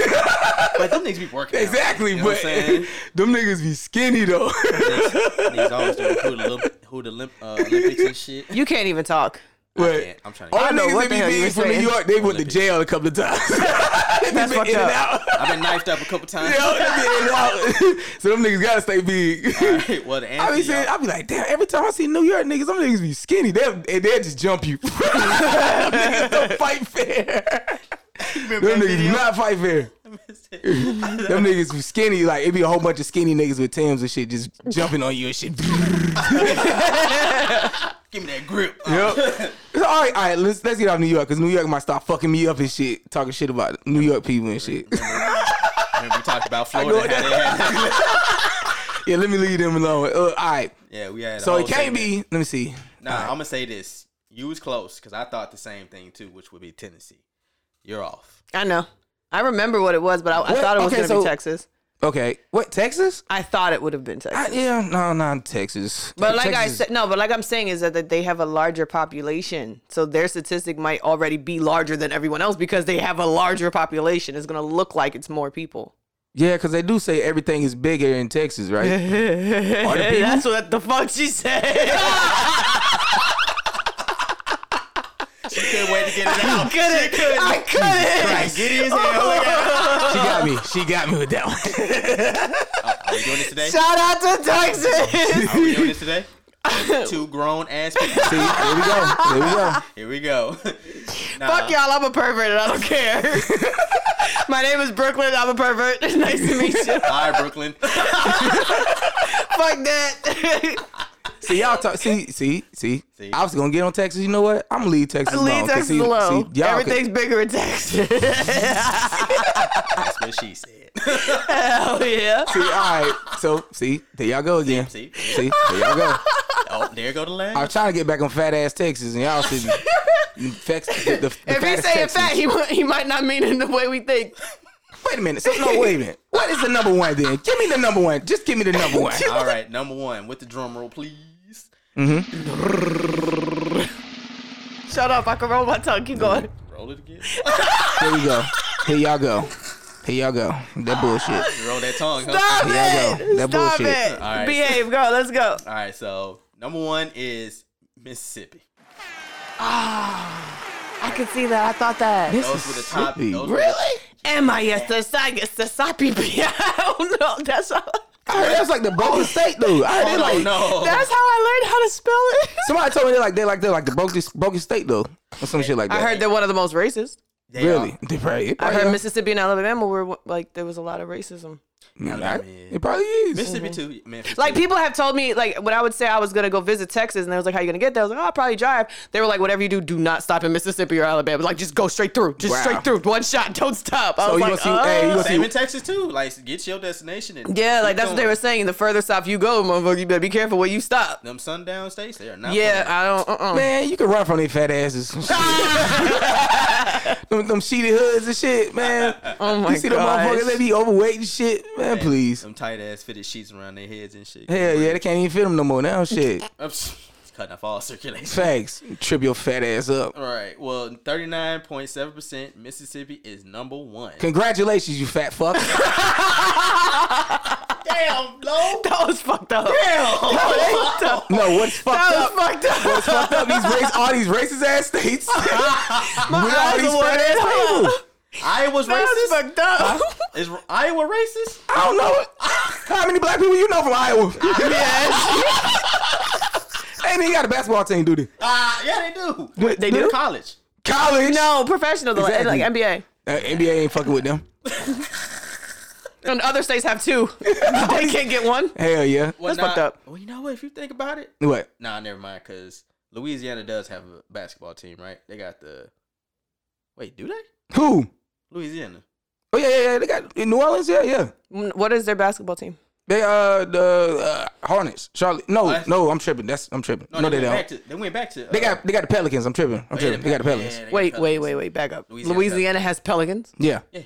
Speaker 3: but them niggas be working. out.
Speaker 2: exactly,
Speaker 3: You know
Speaker 2: but
Speaker 3: what I'm saying?
Speaker 2: them niggas be skinny though.
Speaker 3: niggas always doing who the limp, who the limp, uh, Olympics and shit.
Speaker 1: You can't even talk.
Speaker 2: but
Speaker 3: can't- I'm trying to-
Speaker 2: all
Speaker 3: I
Speaker 1: know
Speaker 2: niggas that
Speaker 1: what
Speaker 2: be
Speaker 1: the hell you
Speaker 2: big
Speaker 1: were
Speaker 2: from New
Speaker 1: saying.
Speaker 2: York, they went to jail a couple of times. they
Speaker 1: That's
Speaker 2: been
Speaker 1: fucked
Speaker 2: in and out.
Speaker 1: up.
Speaker 3: I've been knifed up a couple times.
Speaker 2: Yo, they be in and out. so them niggas gotta stay big.
Speaker 3: Alright, well, the answer,
Speaker 2: I be saying, I be like, damn. Every time I see New York niggas, them niggas be skinny. They they they just jump you. Them niggas don't fight fair. Them niggas not fight fair. Them niggas be skinny. Like it be a whole bunch of skinny niggas with Tims and shit just jumping on you and shit.
Speaker 3: Give me that grip.
Speaker 2: Yep. All right, all right. Let's let's get out of New York because New York might start fucking me up and shit, talking shit about New York people and shit.
Speaker 3: Remember we talked about
Speaker 2: go
Speaker 3: Florida. How they had,
Speaker 2: yeah, let me leave them alone. Uh, all right.
Speaker 3: yeah, we had. a
Speaker 2: So
Speaker 3: whole
Speaker 2: it can't
Speaker 3: segment.
Speaker 2: be. Let me see.
Speaker 3: Nah, I'm gonna say this. You was close because I thought the same thing too, which would be Tennessee. You're off.
Speaker 1: I know. I remember what it was, but I, I
Speaker 2: What?
Speaker 1: thought it was
Speaker 2: Okay,
Speaker 1: gonna
Speaker 2: so-
Speaker 1: be Texas.
Speaker 2: Okay. What Texas?
Speaker 1: I thought it would have been Texas.
Speaker 2: I, yeah, no, no, Texas.
Speaker 1: But like I
Speaker 2: Texas is-
Speaker 1: said, no. But like I'm saying is that, that they have a larger population, so their statistic might already be larger than everyone else because they have a larger population. It's gonna look like it's more people.
Speaker 2: Yeah, because they do say everything is bigger in Texas, right? Are the people?
Speaker 1: That's what the fuck she said.
Speaker 3: She couldn't wait to get it out.
Speaker 1: couldn't. I couldn't.
Speaker 3: Christ, giddy as hell. Look at her.
Speaker 2: She got me. She got me with that one.
Speaker 3: Oh, Are we doing this today?
Speaker 1: Shout out to Texas.
Speaker 3: Are we doing this today? Two grown ass people.
Speaker 2: See, there we go. There we go.
Speaker 3: Here we go. Nah,
Speaker 1: Fuck y'all. I'm a pervert and I don't care. My name is Brooklyn. I'm a pervert. nice to meet you.
Speaker 3: Hi, Brooklyn.
Speaker 1: fuck that.
Speaker 2: See y'all talk. See, see, see,
Speaker 3: See?
Speaker 2: I was gonna get on Texas. You know what? I'm gonna leave Texas alone.
Speaker 1: Leave
Speaker 2: 'cause
Speaker 1: Texas
Speaker 2: see-
Speaker 1: alone.
Speaker 2: see, y'all could-
Speaker 1: Everything's bigger in Texas.
Speaker 3: That's what she said.
Speaker 1: Hell yeah.
Speaker 2: see, all right. So see, there y'all go again.
Speaker 3: See?
Speaker 2: See, there y'all go.
Speaker 3: Oh, there go the
Speaker 2: I
Speaker 3: land.
Speaker 2: was trying to get back on fat ass Texas, and y'all should. Fex, the, the, the
Speaker 1: If he's
Speaker 2: fattest
Speaker 1: saying
Speaker 2: Texas.
Speaker 1: fat, he, mi- he might not mean it in the way we think.
Speaker 2: Wait a minute. So, no, wait a minute. What is the number one then? Give me the number one. Just give me the number one.
Speaker 3: All right, number one with the drum roll, please.
Speaker 1: Shut up. I can roll my tongue. Keep going.
Speaker 3: Roll it again.
Speaker 2: Here we go. Here y'all go. Here y'all go. That bullshit.
Speaker 3: Roll that tongue. Huh?
Speaker 1: Stop
Speaker 2: Yeah, I know.
Speaker 1: it.
Speaker 2: That
Speaker 1: Stop
Speaker 2: bullshit.
Speaker 1: it.
Speaker 3: All right.
Speaker 1: Behave. Go. Let's go.
Speaker 3: All right, so number one is Mississippi.
Speaker 1: I can see that. I thought that.
Speaker 3: Those were the top.
Speaker 2: Mississippi.
Speaker 3: Those Were
Speaker 2: Really?
Speaker 1: Am I yes the sagas the soppy pee? I don't know. That's how
Speaker 2: I heard that was like the Boca State dude. I heard
Speaker 3: the,
Speaker 2: they
Speaker 3: oh,
Speaker 2: like
Speaker 3: no.
Speaker 1: that's how I learned how to spell it.
Speaker 2: somebody told me they like they like they like the Boca, Boca State though or some shit like that.
Speaker 1: I heard they're one of the most racist.
Speaker 3: They are-
Speaker 2: really. They probably. It
Speaker 1: I
Speaker 2: probably
Speaker 1: heard
Speaker 2: is.
Speaker 1: Mississippi and Alabama were like there was a lot of racism.
Speaker 2: Yeah,
Speaker 3: I
Speaker 2: I-
Speaker 3: mean-
Speaker 2: It probably is.
Speaker 3: Mississippi too. Memphis
Speaker 1: Like
Speaker 3: too.
Speaker 1: people have told me, like when I would say I was gonna go visit Texas, and they was like, "How you gonna get there?" I was like, "Oh, I'll probably drive." They were like, "Whatever you do, do not stop in Mississippi or Alabama. Like just go straight through, just
Speaker 2: Wow.
Speaker 1: straight through, one shot, don't stop." I
Speaker 2: So
Speaker 1: was
Speaker 2: you
Speaker 1: like,
Speaker 2: gonna see? hey, you
Speaker 1: "Uh."
Speaker 2: gonna
Speaker 3: Same in
Speaker 2: see?
Speaker 3: Texas too. Like get your destination. And
Speaker 1: yeah,
Speaker 3: keep
Speaker 1: like that's what they
Speaker 3: going.
Speaker 1: were saying. The further south you go, motherfucker, you better be careful where you stop.
Speaker 3: Them sundown states. They are not.
Speaker 1: Yeah,
Speaker 3: playing.
Speaker 1: I don't. Uh-uh.
Speaker 2: Man, you can run from their fat asses. them, them sheety hoods and shit, man.
Speaker 1: oh my
Speaker 2: you see them
Speaker 1: god.
Speaker 2: motherfuckers? They be overweight and shit, man. Please.
Speaker 3: Some tight ass fitted sheets around their heads and shit.
Speaker 2: Hell yeah, they can't even fit them no more now. Shit,
Speaker 3: Oops. It's cutting off all circulation.
Speaker 2: facts. Trip your fat ass up.
Speaker 3: All right. Well, thirty nine point seven percent Mississippi is number one.
Speaker 2: Congratulations, you fat fuck.
Speaker 3: Damn, no.
Speaker 1: That was fucked up.
Speaker 2: no, what's fucked
Speaker 1: That
Speaker 2: up?
Speaker 1: was fucked up.
Speaker 2: What's fucked up? These race, all these racist ass states with all
Speaker 1: eyes
Speaker 2: these
Speaker 1: are
Speaker 2: fat ass
Speaker 1: watering.
Speaker 2: people.
Speaker 3: Iowa's
Speaker 1: That was
Speaker 3: racist.
Speaker 1: fucked up.
Speaker 3: Is Iowa racist?
Speaker 2: I don't know it. how many black people you know from Iowa.
Speaker 1: yes.
Speaker 2: Hey, they got a basketball team, do they?
Speaker 3: Ah, yeah, they do.
Speaker 1: They do?
Speaker 3: college.
Speaker 2: College.
Speaker 1: No, professional though,
Speaker 2: Exactly.
Speaker 1: like NBA.
Speaker 2: Uh, NBA ain't fucking with them.
Speaker 1: And other states have two. But they can't get one.
Speaker 2: Hell yeah.
Speaker 3: Well,
Speaker 1: That's fucked
Speaker 3: nah-
Speaker 1: up.
Speaker 3: Well, you know what? If you think about it,
Speaker 2: What?
Speaker 3: nah, never mind. Because Louisiana does have a basketball team, right? They got the. Wait, do they?
Speaker 2: Who?
Speaker 3: Louisiana.
Speaker 2: Oh yeah, yeah, yeah. They got in New Orleans. Yeah, yeah.
Speaker 1: Mm, What is their basketball team?
Speaker 2: They uh the uh, Hornets. Charlotte. No,
Speaker 3: that's-
Speaker 2: no. I'm tripping. That's I'm tripping. No, they, Oh,
Speaker 3: went
Speaker 2: don't.
Speaker 3: Back to, they went back to. uh,
Speaker 2: They got they got the Pelicans. I'm tripping. I'm tripping. They got the Pelicans.
Speaker 1: Wait, wait, wait, wait. Back up.
Speaker 3: Louisiana
Speaker 1: Louisiana, has Pelicans.
Speaker 2: Yeah.
Speaker 3: Yeah.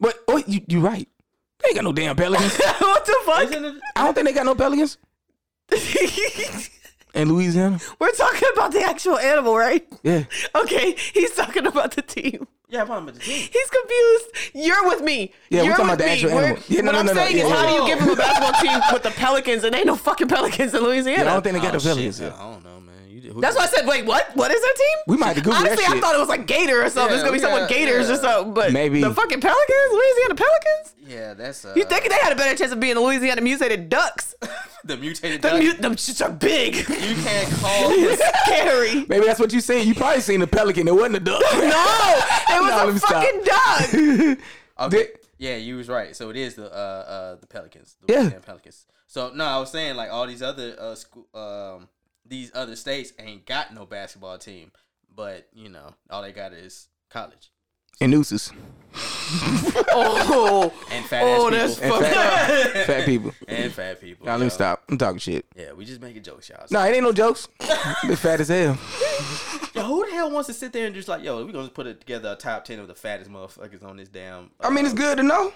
Speaker 2: But oh, you you right. They ain't got no damn Pelicans.
Speaker 1: what the fuck?
Speaker 3: Isn't it?
Speaker 2: I don't think they got no Pelicans in Louisiana.
Speaker 1: We're talking about the actual animal, right?
Speaker 2: Yeah.
Speaker 1: Okay, he's talking about the team.
Speaker 3: Yeah, I'm talking about the team.
Speaker 1: He's confused. You're with me.
Speaker 2: Yeah, we're
Speaker 1: You're
Speaker 2: talking
Speaker 1: with
Speaker 2: about the
Speaker 1: me.
Speaker 2: actual
Speaker 1: We're-
Speaker 2: animal. Yeah, no,
Speaker 1: what
Speaker 2: no,
Speaker 1: I'm
Speaker 2: no, no.
Speaker 1: saying is,
Speaker 2: Yeah,
Speaker 1: how
Speaker 2: yeah,
Speaker 1: do you
Speaker 3: yeah.
Speaker 1: give him a basketball team with the Pelicans and ain't no fucking Pelicans in Louisiana?
Speaker 2: I don't think they got
Speaker 3: Oh,
Speaker 2: the Pelicans.
Speaker 3: shit.
Speaker 2: yeah.
Speaker 3: I don't know, man. You did, who
Speaker 1: That's
Speaker 3: did-
Speaker 1: why I said, wait, what? What is their team?
Speaker 2: We might have to Google that
Speaker 1: Honestly, I
Speaker 2: shit.
Speaker 1: thought it was like Gator or something.
Speaker 3: Yeah,
Speaker 1: it's gonna be
Speaker 3: we
Speaker 1: someone
Speaker 3: got-
Speaker 1: Gators or
Speaker 3: yeah.
Speaker 1: something. But
Speaker 2: Maybe.
Speaker 1: the fucking Pelicans, Louisiana Pelicans.
Speaker 3: Yeah, that's. Uh,
Speaker 1: You thinking they had a better chance of being Louisiana mutated ducks?
Speaker 3: the mutated?
Speaker 1: The
Speaker 3: duck.
Speaker 1: mu- them shits are big.
Speaker 3: you can't call.
Speaker 1: It's scary.
Speaker 2: Maybe that's what you seen. You probably seen the Pelican. It wasn't a duck.
Speaker 1: No,
Speaker 2: No, let
Speaker 1: it was a
Speaker 2: me stop.
Speaker 1: fucking duck.
Speaker 3: Okay.
Speaker 2: Dick.
Speaker 3: Yeah, you was right. So it is the uh uh the Pelicans. The
Speaker 2: Yeah.
Speaker 3: Louisiana Pelicans. So no, I was saying like all these other uh school um these other states ain't got no basketball team, but you know all they got is college
Speaker 2: and nooses.
Speaker 1: Oh,
Speaker 3: and fat
Speaker 1: oh,
Speaker 3: ass
Speaker 1: that's
Speaker 3: people
Speaker 1: fucked up.
Speaker 2: Fat people.
Speaker 3: and fat people.
Speaker 2: Now let me
Speaker 3: yo.
Speaker 2: stop. I'm talking shit.
Speaker 3: Yeah, we just making jokes, y'all.
Speaker 2: No, it ain't no jokes. they fat as hell.
Speaker 3: Yo, who the hell wants to sit there and just like, yo, we gonna put it together a top ten of the fattest motherfuckers on this damn? uh,
Speaker 2: I mean, it's good to know.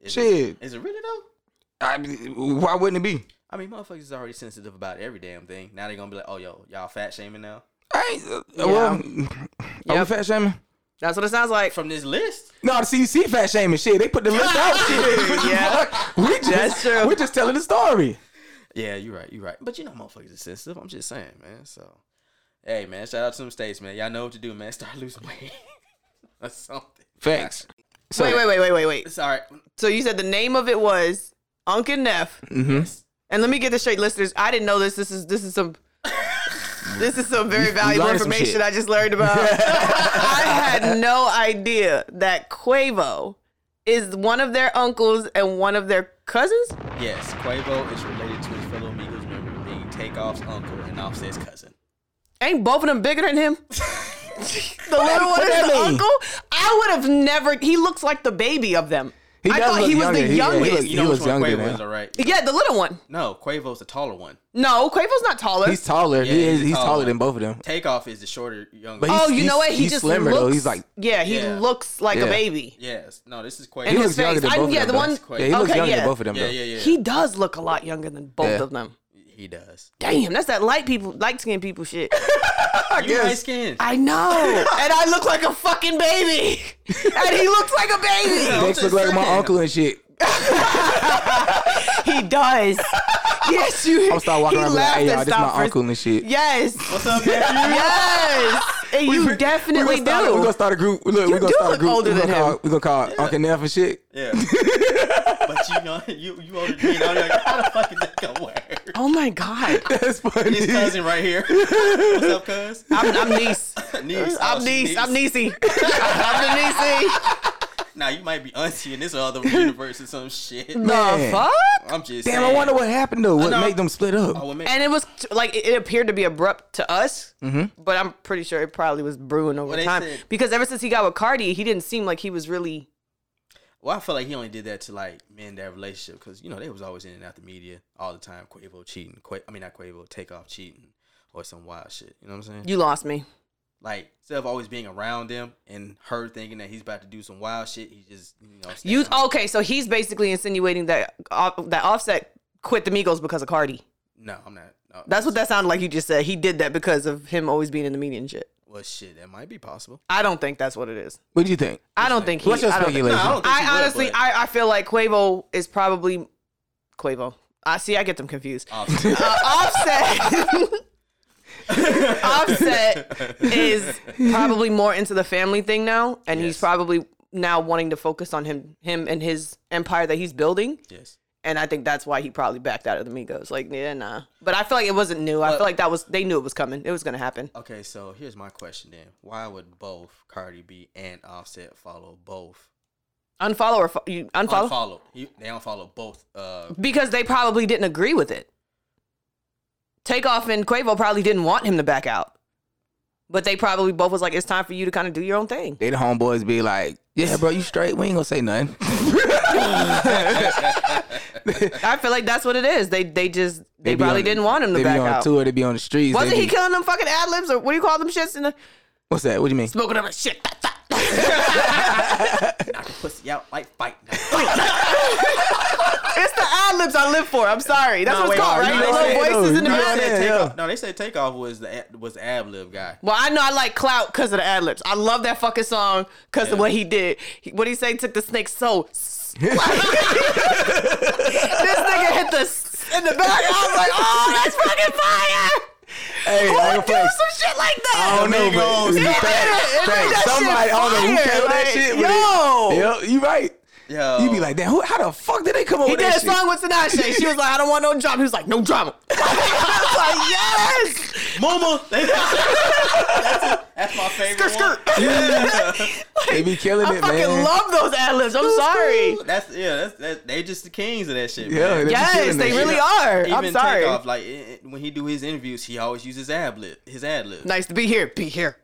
Speaker 3: is
Speaker 2: shit.
Speaker 3: It, is it really though?
Speaker 2: I, why wouldn't it be?
Speaker 3: I mean, motherfuckers is already sensitive about every damn thing. Now they gonna be like, oh, yo, y'all fat shaming now
Speaker 2: I ain't. Uh, Well, are we
Speaker 1: Yep.
Speaker 2: fat shaming?
Speaker 1: That's what it sounds like.
Speaker 3: from this list.
Speaker 2: No, the CDC fat shaming shit. They put the list out. Shit.
Speaker 1: Yeah.
Speaker 2: Fuck. We just
Speaker 1: That's true.
Speaker 2: we just telling the story.
Speaker 3: Yeah, you're right. You're right. But you know, motherfuckers are sensitive. I'm just saying, man. So, hey, man, shout out to them states, man. Y'all know what to do, man. Start losing weight or something.
Speaker 2: Facts. So,
Speaker 1: Wait, wait, wait, wait, wait, wait.
Speaker 3: It's all right.
Speaker 1: So you said the name of it was Unc and Neff.
Speaker 2: Mhm.
Speaker 1: And let me get this straight, listeners. I didn't know this. This is this is some. This is some very valuable
Speaker 2: learned some
Speaker 1: information
Speaker 2: shit.
Speaker 1: I just learned about. I had no idea that Quavo is one of their uncles and one of their cousins.
Speaker 3: Yes, Quavo is related to his fellow Migos member being Takeoff's uncle and Offset's cousin.
Speaker 1: Ain't both of them bigger than him? the little
Speaker 2: What
Speaker 1: one is
Speaker 2: that
Speaker 1: the
Speaker 2: mean?
Speaker 1: uncle. I would have never. He looks like the baby of them.
Speaker 2: He
Speaker 1: I
Speaker 2: does
Speaker 1: thought
Speaker 2: look
Speaker 1: he was
Speaker 2: younger.
Speaker 1: the
Speaker 2: He- yeah, he
Speaker 1: youngest.
Speaker 2: look-
Speaker 3: You know
Speaker 2: was
Speaker 3: which one
Speaker 2: younger,
Speaker 3: Quavo
Speaker 2: man.
Speaker 3: is, all right?
Speaker 1: yeah, the little one.
Speaker 3: No, Quavo's the taller one.
Speaker 1: No, Quavo's not taller.
Speaker 2: he's taller. he
Speaker 3: Yeah,
Speaker 2: is,
Speaker 3: he's
Speaker 2: he's
Speaker 3: taller.
Speaker 2: taller than both of them.
Speaker 3: Takeoff is the shorter, younger.
Speaker 2: But
Speaker 1: oh,
Speaker 2: he's-
Speaker 1: you know
Speaker 2: he's-
Speaker 1: what? He
Speaker 2: he's
Speaker 1: just
Speaker 2: slimmer,
Speaker 1: looks.
Speaker 2: though. He's like-
Speaker 1: yeah, he
Speaker 3: Yeah.
Speaker 1: looks like
Speaker 2: Yeah.
Speaker 1: a baby.
Speaker 3: yes. No, this is
Speaker 1: And
Speaker 2: He
Speaker 1: his
Speaker 3: Quavo.
Speaker 2: looks younger
Speaker 1: face.
Speaker 2: than
Speaker 1: I-
Speaker 2: both of
Speaker 1: yeah,
Speaker 2: them.
Speaker 1: the
Speaker 2: though.
Speaker 1: one-
Speaker 2: Yeah, he looks
Speaker 1: okay,
Speaker 2: younger
Speaker 1: yeah.
Speaker 2: than both of them.
Speaker 3: Yeah,
Speaker 2: though.
Speaker 3: yeah, yeah.
Speaker 1: He does look a lot younger than both
Speaker 2: Yeah.
Speaker 1: of them.
Speaker 3: he does.
Speaker 1: Damn, that's that light people, light skinned people shit.
Speaker 3: I you
Speaker 2: guess.
Speaker 3: light skinned.
Speaker 1: I know, and I look like a fucking baby, and he looks like a baby.
Speaker 2: Dex look like my
Speaker 3: saying.
Speaker 2: uncle and shit.
Speaker 1: He does. Yes, you.
Speaker 2: I'm start walking
Speaker 1: he
Speaker 2: around like,
Speaker 1: laughed
Speaker 2: hey, y'all,
Speaker 1: and
Speaker 2: this my
Speaker 1: stopped for-
Speaker 2: uncle and shit.
Speaker 1: Yes,
Speaker 3: What's up, nephew?
Speaker 1: yes, and you
Speaker 2: we
Speaker 1: definitely
Speaker 2: gonna
Speaker 1: do.
Speaker 2: Start, we gonna start a group. Look, we
Speaker 1: do
Speaker 2: gonna start
Speaker 1: look
Speaker 2: a group.
Speaker 1: older
Speaker 2: we gonna
Speaker 1: than
Speaker 2: call,
Speaker 1: him.
Speaker 2: We gonna call Uncle Neff and shit.
Speaker 3: Yeah. but you know, you you older than me. and I'm like, how the fuck is that gonna work?
Speaker 1: oh my god,
Speaker 2: That's funny.
Speaker 3: His cousin right here. What's up, cuz?
Speaker 1: I'm, I'm niece.
Speaker 3: Niece.
Speaker 1: I'm
Speaker 3: Oh,
Speaker 1: niece.
Speaker 3: niece.
Speaker 1: I'm niecey. I'm the niecey.
Speaker 3: Now you might be auntie in this other universe or some shit.
Speaker 1: The
Speaker 2: Man.
Speaker 1: fuck?
Speaker 3: I'm just
Speaker 2: Damn, I
Speaker 3: saying.
Speaker 2: wonder what happened though. What
Speaker 3: know.
Speaker 2: made them split up?
Speaker 3: Oh, well, man,
Speaker 1: And it was t- like it it appeared to be abrupt to us, but I'm pretty sure it probably was brewing over
Speaker 3: Well, they
Speaker 1: time
Speaker 3: said-
Speaker 1: because ever since he got with Cardi, he didn't seem like he was really.
Speaker 3: well, I feel like he only did that to like mend that relationship because you know they was always in and out the media all the time. Quavo cheating. Qua- I mean, not Quavo. Takeoff cheating or some wild shit. You know what I'm saying?
Speaker 1: You lost me.
Speaker 3: Like instead of always being around them and her thinking that he's about to do some wild shit, he just you know. staying
Speaker 1: You
Speaker 3: home.
Speaker 1: okay? So he's basically insinuating that uh, that Offset quit the Migos because of Cardi.
Speaker 3: No, I'm not. No.
Speaker 1: That's what that sounded like you just said. He did that because of him always being in the media and shit.
Speaker 3: well, shit, that might be possible.
Speaker 1: I don't think that's what it is.
Speaker 2: What do you think?
Speaker 1: I don't think he.
Speaker 2: What's your
Speaker 1: I don't think-
Speaker 2: speculation?
Speaker 3: No, I don't think
Speaker 1: I
Speaker 3: she would,
Speaker 1: honestly,
Speaker 3: but-
Speaker 1: I, I feel like Quavo is probably Quavo. I see. I get them confused.
Speaker 3: Offset.
Speaker 1: Uh, offset. offset is probably more into the family thing now, and he's
Speaker 3: Yes.
Speaker 1: probably now wanting to focus on him, him and his empire that he's building.
Speaker 3: Yes.
Speaker 1: And I think that's why he probably backed out of the Migos. Like, yeah, nah. But I feel like it wasn't new. I feel like that was they knew it was coming. It was gonna happen.
Speaker 3: Okay, so here's my question then. Why would both Cardi B and Offset follow both
Speaker 1: Unfollow or fo- you unfollow?
Speaker 3: Unfollow. He, they unfollow both. Uh,
Speaker 1: because they probably didn't agree with it. Takeoff and Quavo probably didn't want him to back out, but they probably both was like, "It's time for you to kind of do your own thing."
Speaker 2: They the homeboys be like, yeah, bro, you straight. We ain't gonna say nothing.
Speaker 1: I feel like that's what it is. They they just they,
Speaker 2: be
Speaker 1: probably
Speaker 2: on-
Speaker 1: didn't want him
Speaker 2: They
Speaker 1: to
Speaker 2: be
Speaker 1: back
Speaker 2: on
Speaker 1: out.
Speaker 2: tour. They be on the streets.
Speaker 1: Wasn't
Speaker 2: they
Speaker 1: he
Speaker 2: be-
Speaker 1: killing them fucking ad libs or what do you call them shits in the
Speaker 2: What's that? What do you mean?
Speaker 1: smoking up a shit? ta, ta.
Speaker 3: knock the pussy out like fight.
Speaker 1: It's the ad libs I live for. I'm sorry. That's
Speaker 3: No,
Speaker 1: what's
Speaker 3: wait,
Speaker 1: called,
Speaker 3: no,
Speaker 1: right?
Speaker 3: you
Speaker 1: The
Speaker 3: know what?
Speaker 1: little voices in
Speaker 2: No,
Speaker 1: the
Speaker 2: you know
Speaker 1: back.
Speaker 2: what? Yeah, yeah.
Speaker 3: No, they say takeoff was the a- was the ab lib guy.
Speaker 1: Well, I know I like clout because of the ad libs. I love that fucking song because of what he did. He, what he say took the snake so. s- this nigga hit the s- in the back. I was like, oh, that's fucking fire.
Speaker 2: Hey,
Speaker 1: Who
Speaker 2: I
Speaker 1: would
Speaker 2: can
Speaker 1: do
Speaker 2: flex.
Speaker 1: some shit like
Speaker 2: I
Speaker 1: that?
Speaker 2: don't know,
Speaker 3: Amigos.
Speaker 2: but it's
Speaker 1: Yeah,
Speaker 2: fact,
Speaker 1: it made
Speaker 2: fact.
Speaker 1: that shit
Speaker 2: somebody I don't know who
Speaker 1: fire,
Speaker 2: came with that
Speaker 1: like,
Speaker 2: shit. With
Speaker 1: yo.
Speaker 3: Oh.
Speaker 2: it. Yep, you right.
Speaker 3: Yo.
Speaker 2: You be like, damn, who, how the fuck did they come up
Speaker 1: He
Speaker 2: with
Speaker 1: did
Speaker 2: that
Speaker 1: a
Speaker 2: shit?
Speaker 1: song with Tinashe. She was like, I don't want no drama. He was like, no drama. I was like, yes.
Speaker 3: Mama. that's, it. That's my favorite
Speaker 1: Skirt,
Speaker 3: one.
Speaker 2: They be killing
Speaker 1: I
Speaker 2: it,
Speaker 1: fucking
Speaker 2: man.
Speaker 1: love those ad libs. I'm sorry.
Speaker 3: That's yeah. That's that, they just the kings of that shit.
Speaker 2: Yeah,
Speaker 3: man.
Speaker 2: they be
Speaker 1: Yes,
Speaker 2: killing that
Speaker 1: they
Speaker 2: shit.
Speaker 1: really are.
Speaker 3: Even
Speaker 1: I'm sorry.
Speaker 3: Takeoff, like i- i- when he do his interviews, he always uses ad lib. His ad lib.
Speaker 1: Nice to be here. Be here.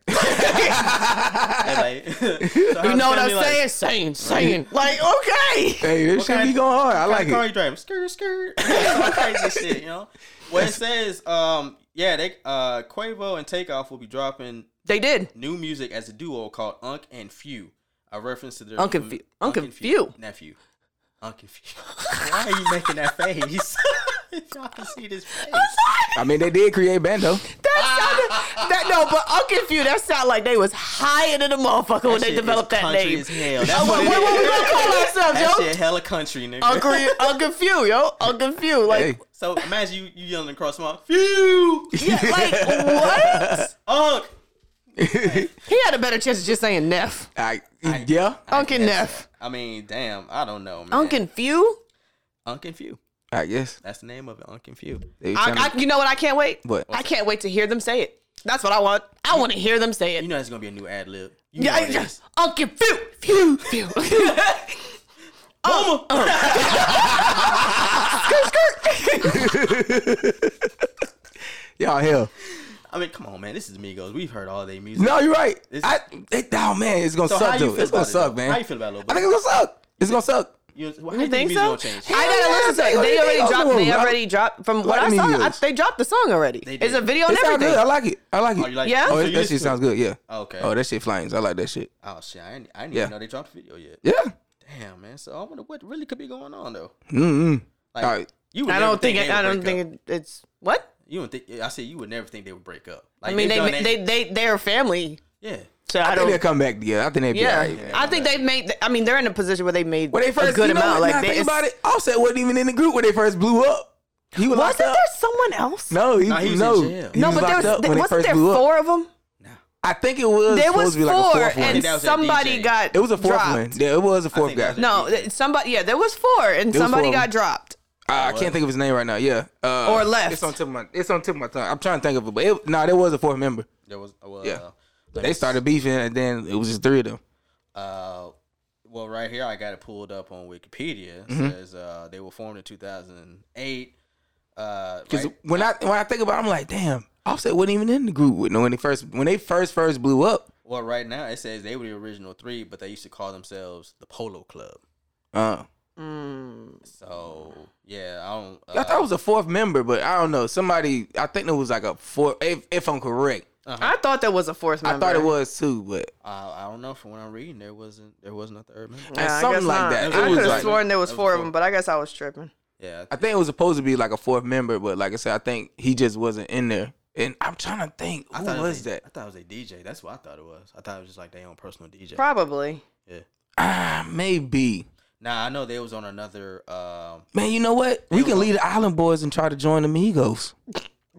Speaker 3: Like,
Speaker 1: You know what I'm saying? Saying, saying. Like, okay.
Speaker 2: Hey, this
Speaker 3: What
Speaker 2: shit
Speaker 3: kind-
Speaker 2: be going hard. I
Speaker 3: What
Speaker 2: like
Speaker 3: kind of car
Speaker 2: it.
Speaker 3: you driving? Skirt, skirt. All crazy shit, you know. Well, it says, um, yeah, they uh, Quavo and Takeoff will be dropping
Speaker 1: They did.
Speaker 3: new music as a duo called Unk and Few. A reference to their
Speaker 1: Unk and Few- Unk and Few.
Speaker 3: nephew. Unk and Few. Why are you making that face? Y'all can see this face.
Speaker 2: I mean, they did create Bando.
Speaker 1: That sounded that no, but I'll give you that sound like they was high into the motherfucker when
Speaker 3: That
Speaker 1: they
Speaker 3: shit is
Speaker 1: developed that
Speaker 3: country
Speaker 1: name.
Speaker 3: As hell. That's
Speaker 1: Oh,
Speaker 3: what
Speaker 1: what,
Speaker 3: it
Speaker 1: what, what we
Speaker 3: is.
Speaker 1: gonna call ourselves,
Speaker 3: That
Speaker 1: yo?
Speaker 3: shit hella country, nigga.
Speaker 1: Uncle, Uncle Few, yo, Uncle Few, like,
Speaker 3: So imagine you, you yelling across my Few
Speaker 1: yeah, like what?
Speaker 3: Unk.
Speaker 1: He had a better chance of just saying Neff,
Speaker 2: I, yeah,
Speaker 1: Uncle Neff,
Speaker 3: I mean, damn, I don't know, man.
Speaker 1: Uncle Few.
Speaker 3: Unk and Few.
Speaker 2: I guess.
Speaker 3: That's the name of it, Unk and Few.
Speaker 2: They was trying
Speaker 1: I,
Speaker 2: to-
Speaker 1: I, you know what? I can't wait.
Speaker 2: What?
Speaker 1: I can't wait to hear them say it. That's what I want. I want to hear them say it.
Speaker 3: You know it's gonna be a new ad lib. You know
Speaker 1: Yeah,
Speaker 3: it
Speaker 1: yeah.
Speaker 3: is.
Speaker 1: Uncle Few, Few, Few. Uh,
Speaker 3: Mama.
Speaker 2: y'all hell.
Speaker 3: I mean, come on, man. This is Migos. We've heard all their music.
Speaker 2: No, you're right.
Speaker 3: It's-
Speaker 2: I, it, oh man, it's gonna
Speaker 3: So how
Speaker 2: suck,
Speaker 3: you
Speaker 2: dude.
Speaker 3: feel
Speaker 2: It's gonna
Speaker 3: about it,
Speaker 2: suck,
Speaker 3: though?
Speaker 2: man.
Speaker 3: How you feel about Lil
Speaker 2: I think it's gonna suck. It's gonna suck.
Speaker 3: You, how you
Speaker 1: think
Speaker 3: the music
Speaker 1: so?
Speaker 3: gonna change?
Speaker 1: I
Speaker 2: Hell yeah,
Speaker 1: gotta listen to it.
Speaker 2: they
Speaker 1: They
Speaker 2: gonna
Speaker 1: already
Speaker 2: be awesome,
Speaker 1: dropped. They
Speaker 2: bro.
Speaker 1: already dropped. From what I
Speaker 2: Lightning
Speaker 1: saw, I,
Speaker 2: years.
Speaker 1: they dropped the song already.
Speaker 3: did.
Speaker 1: It's a video and
Speaker 2: It sounds
Speaker 1: everything.
Speaker 2: good. I like it. I like it.
Speaker 3: Oh, you like?
Speaker 1: Yeah.
Speaker 2: Oh,
Speaker 1: So
Speaker 2: that,
Speaker 3: you
Speaker 2: that
Speaker 3: listen
Speaker 2: shit
Speaker 3: to-
Speaker 2: sounds good. Yeah.
Speaker 3: Okay.
Speaker 2: Oh, that shit flames. I like that shit.
Speaker 3: Oh shit! I didn't, I didn't
Speaker 2: Yeah.
Speaker 3: even know they dropped the video yet.
Speaker 2: Yeah.
Speaker 3: Damn, man. So I wonder what really could be going on though.
Speaker 2: Mm-hmm.
Speaker 3: Like,
Speaker 2: All right.
Speaker 3: you would
Speaker 1: I
Speaker 3: never
Speaker 1: don't think.
Speaker 3: they
Speaker 1: I
Speaker 3: would
Speaker 1: don't
Speaker 3: break up.
Speaker 1: think it, it's what.
Speaker 3: You don't think? I said you would never think they would break up. Like,
Speaker 1: I mean,
Speaker 3: they've
Speaker 1: they
Speaker 3: done
Speaker 1: they,
Speaker 3: that-
Speaker 1: they they they're a family,
Speaker 3: yeah.
Speaker 1: so I,
Speaker 2: I think
Speaker 1: don't.
Speaker 2: they'll come back together. I think they'll be
Speaker 1: yeah,
Speaker 2: all right, man.
Speaker 1: I think they've made. I mean, they're in a position where they made
Speaker 2: When they first
Speaker 1: a good
Speaker 2: you know
Speaker 1: amount.
Speaker 2: what? Now
Speaker 1: like
Speaker 2: I think
Speaker 1: they,
Speaker 2: about it. Offset wasn't even in the group when they first blew up. He was
Speaker 1: wasn't
Speaker 2: locked
Speaker 1: there
Speaker 2: up.
Speaker 1: someone else?
Speaker 2: No, he,
Speaker 3: Nah, he was in
Speaker 2: no,
Speaker 3: jail.
Speaker 2: He
Speaker 1: No,
Speaker 2: was
Speaker 1: but there
Speaker 2: locked
Speaker 1: was
Speaker 2: up when they
Speaker 1: wasn't
Speaker 2: first
Speaker 1: there
Speaker 2: blew up.
Speaker 1: four of them.
Speaker 2: I think it was
Speaker 1: There
Speaker 2: supposed
Speaker 1: was
Speaker 2: to be like a
Speaker 1: four,
Speaker 2: fourth one.
Speaker 1: and
Speaker 3: that was at
Speaker 1: somebody
Speaker 3: DJ.
Speaker 1: got.
Speaker 2: It was a fourth
Speaker 1: dropped.
Speaker 2: one. Yeah, it was a fourth
Speaker 3: think that
Speaker 2: guy.
Speaker 3: was at-
Speaker 1: No, th- somebody. Yeah, there was four, and
Speaker 2: There was
Speaker 1: somebody
Speaker 2: four of
Speaker 1: got
Speaker 2: them.
Speaker 1: dropped.
Speaker 2: I, I can't think of his name right now. Yeah, uh,
Speaker 1: Or left.
Speaker 2: It's on tip of my. It's on tip of my tongue. I'm trying to think of it, but it, nah, there was a fourth member.
Speaker 3: There was. Well,
Speaker 2: Yeah.
Speaker 3: uh,
Speaker 2: They started beefing, and then it was just three of them.
Speaker 3: Uh, well, right here I got it pulled up on Wikipedia. It
Speaker 2: Mm-hmm.
Speaker 3: Says uh, they were formed in 2008. Uh,
Speaker 2: Because
Speaker 3: right?
Speaker 2: when I when I think about, it, I'm like, damn, Offset wasn't even in the group with no when they first when they first first blew up.
Speaker 3: well, right now it says they were the original three, but they used to call themselves the Polo Club.
Speaker 2: Uh,
Speaker 3: So yeah, I don't. Uh,
Speaker 2: I thought it was a fourth member, but I don't know. Somebody, I think there was like a fourth. If, if I'm correct,
Speaker 1: I thought there was a fourth member.
Speaker 2: I thought it was too, but
Speaker 3: I, I don't know. From what I'm reading, there wasn't there was not the third member.
Speaker 2: and
Speaker 1: Yeah, I guess
Speaker 2: something like
Speaker 1: not.
Speaker 2: that.
Speaker 3: It
Speaker 1: I
Speaker 3: was
Speaker 1: could have
Speaker 3: like-
Speaker 1: sworn there was
Speaker 3: It was
Speaker 1: four of
Speaker 3: four.
Speaker 1: them, but I guess I was tripping.
Speaker 3: Yeah,
Speaker 2: I think it was supposed to be like a fourth member, but like I said, I think he just wasn't in there. And I'm trying to think,
Speaker 3: I
Speaker 2: who
Speaker 3: thought it
Speaker 2: was
Speaker 3: a,
Speaker 2: that?
Speaker 3: I thought it was a DJ. That's what I thought it was. I thought it was just like their own personal DJ.
Speaker 1: Probably.
Speaker 3: yeah.
Speaker 2: Ah, maybe.
Speaker 3: Nah, I know they was on another. Um,
Speaker 2: Man, you know what? We can leave the Island Boys and try to join the Migos.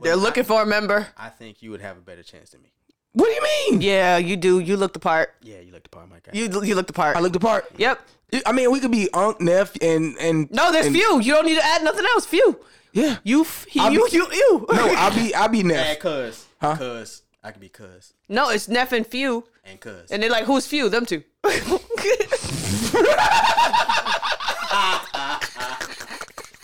Speaker 1: They're looking for a member.
Speaker 3: I think you would have a better chance than me.
Speaker 2: What do you mean?
Speaker 1: Yeah, you do. You look the part.
Speaker 3: Yeah, you looked apart, my guy.
Speaker 1: You you look the part.
Speaker 2: I looked apart.
Speaker 1: Yep.
Speaker 2: I mean, we could be Unc, Neff, and and
Speaker 1: No, there's
Speaker 2: and-
Speaker 1: few. You don't need to add nothing else. Few.
Speaker 2: Yeah.
Speaker 1: You f-
Speaker 2: I'll
Speaker 1: you,
Speaker 2: be-
Speaker 1: you you.
Speaker 2: No, I'll be I'll be Neff.
Speaker 3: And cuz. Cuz. I could be cuz.
Speaker 1: No, it's Neff and few,
Speaker 3: And cuz.
Speaker 1: and they're like, who's few? Them two.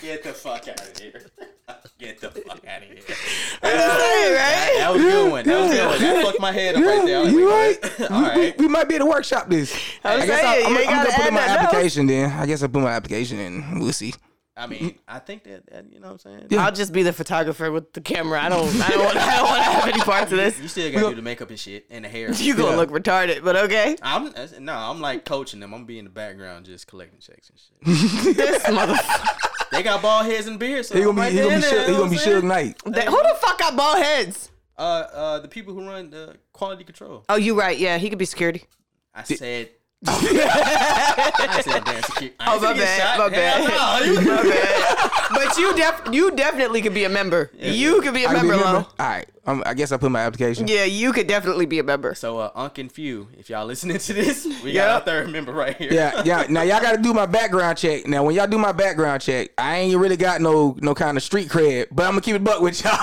Speaker 3: Get the fuck out of here. Get the fuck out of here.
Speaker 1: right?
Speaker 3: That was a good one. That was a good one. That fucked my head up right there. I was
Speaker 2: you
Speaker 3: like,
Speaker 2: right?
Speaker 3: wait, All
Speaker 2: We-
Speaker 3: right.
Speaker 2: We, we might be able to workshop this.
Speaker 1: I was
Speaker 2: guess
Speaker 1: saying,
Speaker 2: I, am
Speaker 1: you ain't
Speaker 2: gonna
Speaker 1: gotta
Speaker 2: put in
Speaker 1: add
Speaker 2: my
Speaker 1: nothing else.
Speaker 2: application then. I guess I put my application in. We'll see.
Speaker 3: I mean, I think that, that you know what I'm saying?
Speaker 2: Yeah.
Speaker 1: I'll just be the photographer with the camera. I don't. I don't. I don't want to have any parts of this.
Speaker 3: You still gotta do the makeup and shit and the hair.
Speaker 1: You gonna
Speaker 2: Yeah.
Speaker 1: look retarded, but okay.
Speaker 3: I'm no, I'm like coaching them. I'm gonna be in the background just collecting checks and shit.
Speaker 1: This motherfucker.
Speaker 3: They got bald heads and beards. So
Speaker 2: He
Speaker 3: I'm
Speaker 2: gonna
Speaker 3: right
Speaker 2: be he gonna
Speaker 3: there
Speaker 2: be
Speaker 3: in
Speaker 2: Suge-
Speaker 3: there,
Speaker 2: he
Speaker 3: you know
Speaker 2: gonna be
Speaker 3: what I'm saying?
Speaker 2: Suge Knight.
Speaker 1: Who the fuck got bald heads?
Speaker 3: Uh, uh, the people who run the quality control.
Speaker 1: Oh, you right. Yeah, he could be security.
Speaker 3: I said. I said dance security. I
Speaker 1: Oh,
Speaker 3: ain't
Speaker 1: my
Speaker 3: finna get shot.
Speaker 1: bad, my bad.
Speaker 3: Hell no, you-
Speaker 1: but you def you definitely could be a member. You could be a
Speaker 2: I can be
Speaker 1: member,
Speaker 2: a member?
Speaker 1: Lo.
Speaker 2: All right. Um, I guess I put my application.
Speaker 1: Yeah, you could definitely be a member.
Speaker 3: So, uh, Unc and Few, if y'all listening to this, we got
Speaker 1: Yep.
Speaker 3: our third member right here.
Speaker 2: Yeah, yeah. Now y'all gotta do my background check. Now when y'all do my background check, I ain't really got no no kind of street cred, but I'm gonna keep it buck with y'all.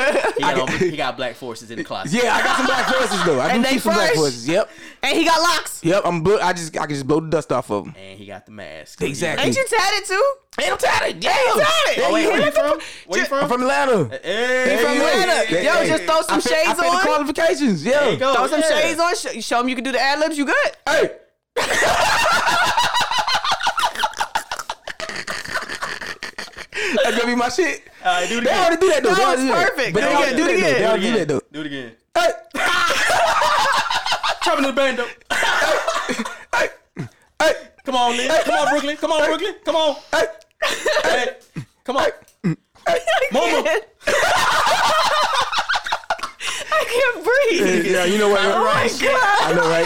Speaker 3: He got, he got black forces in the closet.
Speaker 2: yeah, I got some black horses though. I
Speaker 1: And
Speaker 2: do
Speaker 1: they
Speaker 2: keep some black
Speaker 1: fresh?
Speaker 2: horses. Yep,
Speaker 1: And he got locks.
Speaker 2: yep. I'm blow, I just I can just blow the dust off of them.
Speaker 3: And he got the mask.
Speaker 2: Exactly.
Speaker 1: Ain't you tatted too?
Speaker 2: Ain't I'm tatted. Yeah, I'm tatted.
Speaker 3: Oh, wait, where you from? Where
Speaker 2: I'm
Speaker 3: you from?
Speaker 2: from Atlanta.
Speaker 3: Hey,
Speaker 1: from
Speaker 2: you
Speaker 1: Atlanta.
Speaker 2: is.
Speaker 1: Yo, just throw some
Speaker 2: I fit-
Speaker 1: shades
Speaker 2: I fit
Speaker 1: on.
Speaker 2: The qualifications. Oh, Yeah.
Speaker 3: There you go.
Speaker 1: Throw some
Speaker 3: yeah.
Speaker 1: shades on. Show, show him you can do the ad libs. You good?
Speaker 2: Hey. That's gonna be my shit.
Speaker 3: All right, do it
Speaker 2: They
Speaker 3: again.
Speaker 2: already do that though.
Speaker 1: That
Speaker 2: they already
Speaker 1: was
Speaker 2: do that.
Speaker 1: perfect.
Speaker 2: But
Speaker 1: Do
Speaker 2: they
Speaker 1: it
Speaker 2: already
Speaker 1: again, do it
Speaker 2: that though. They
Speaker 1: again.
Speaker 2: already do that though.
Speaker 3: Do it again.
Speaker 2: Hey,
Speaker 3: Chopping the bando.
Speaker 2: hey,
Speaker 3: Come on, Lynn. Come on, Brooklyn. Come on, Brooklyn. Come on.
Speaker 2: hey.
Speaker 3: Hey, come on. Mama.
Speaker 1: I can't breathe.
Speaker 2: Yeah, you know what?
Speaker 1: Oh
Speaker 2: right?
Speaker 1: my god.
Speaker 2: I know,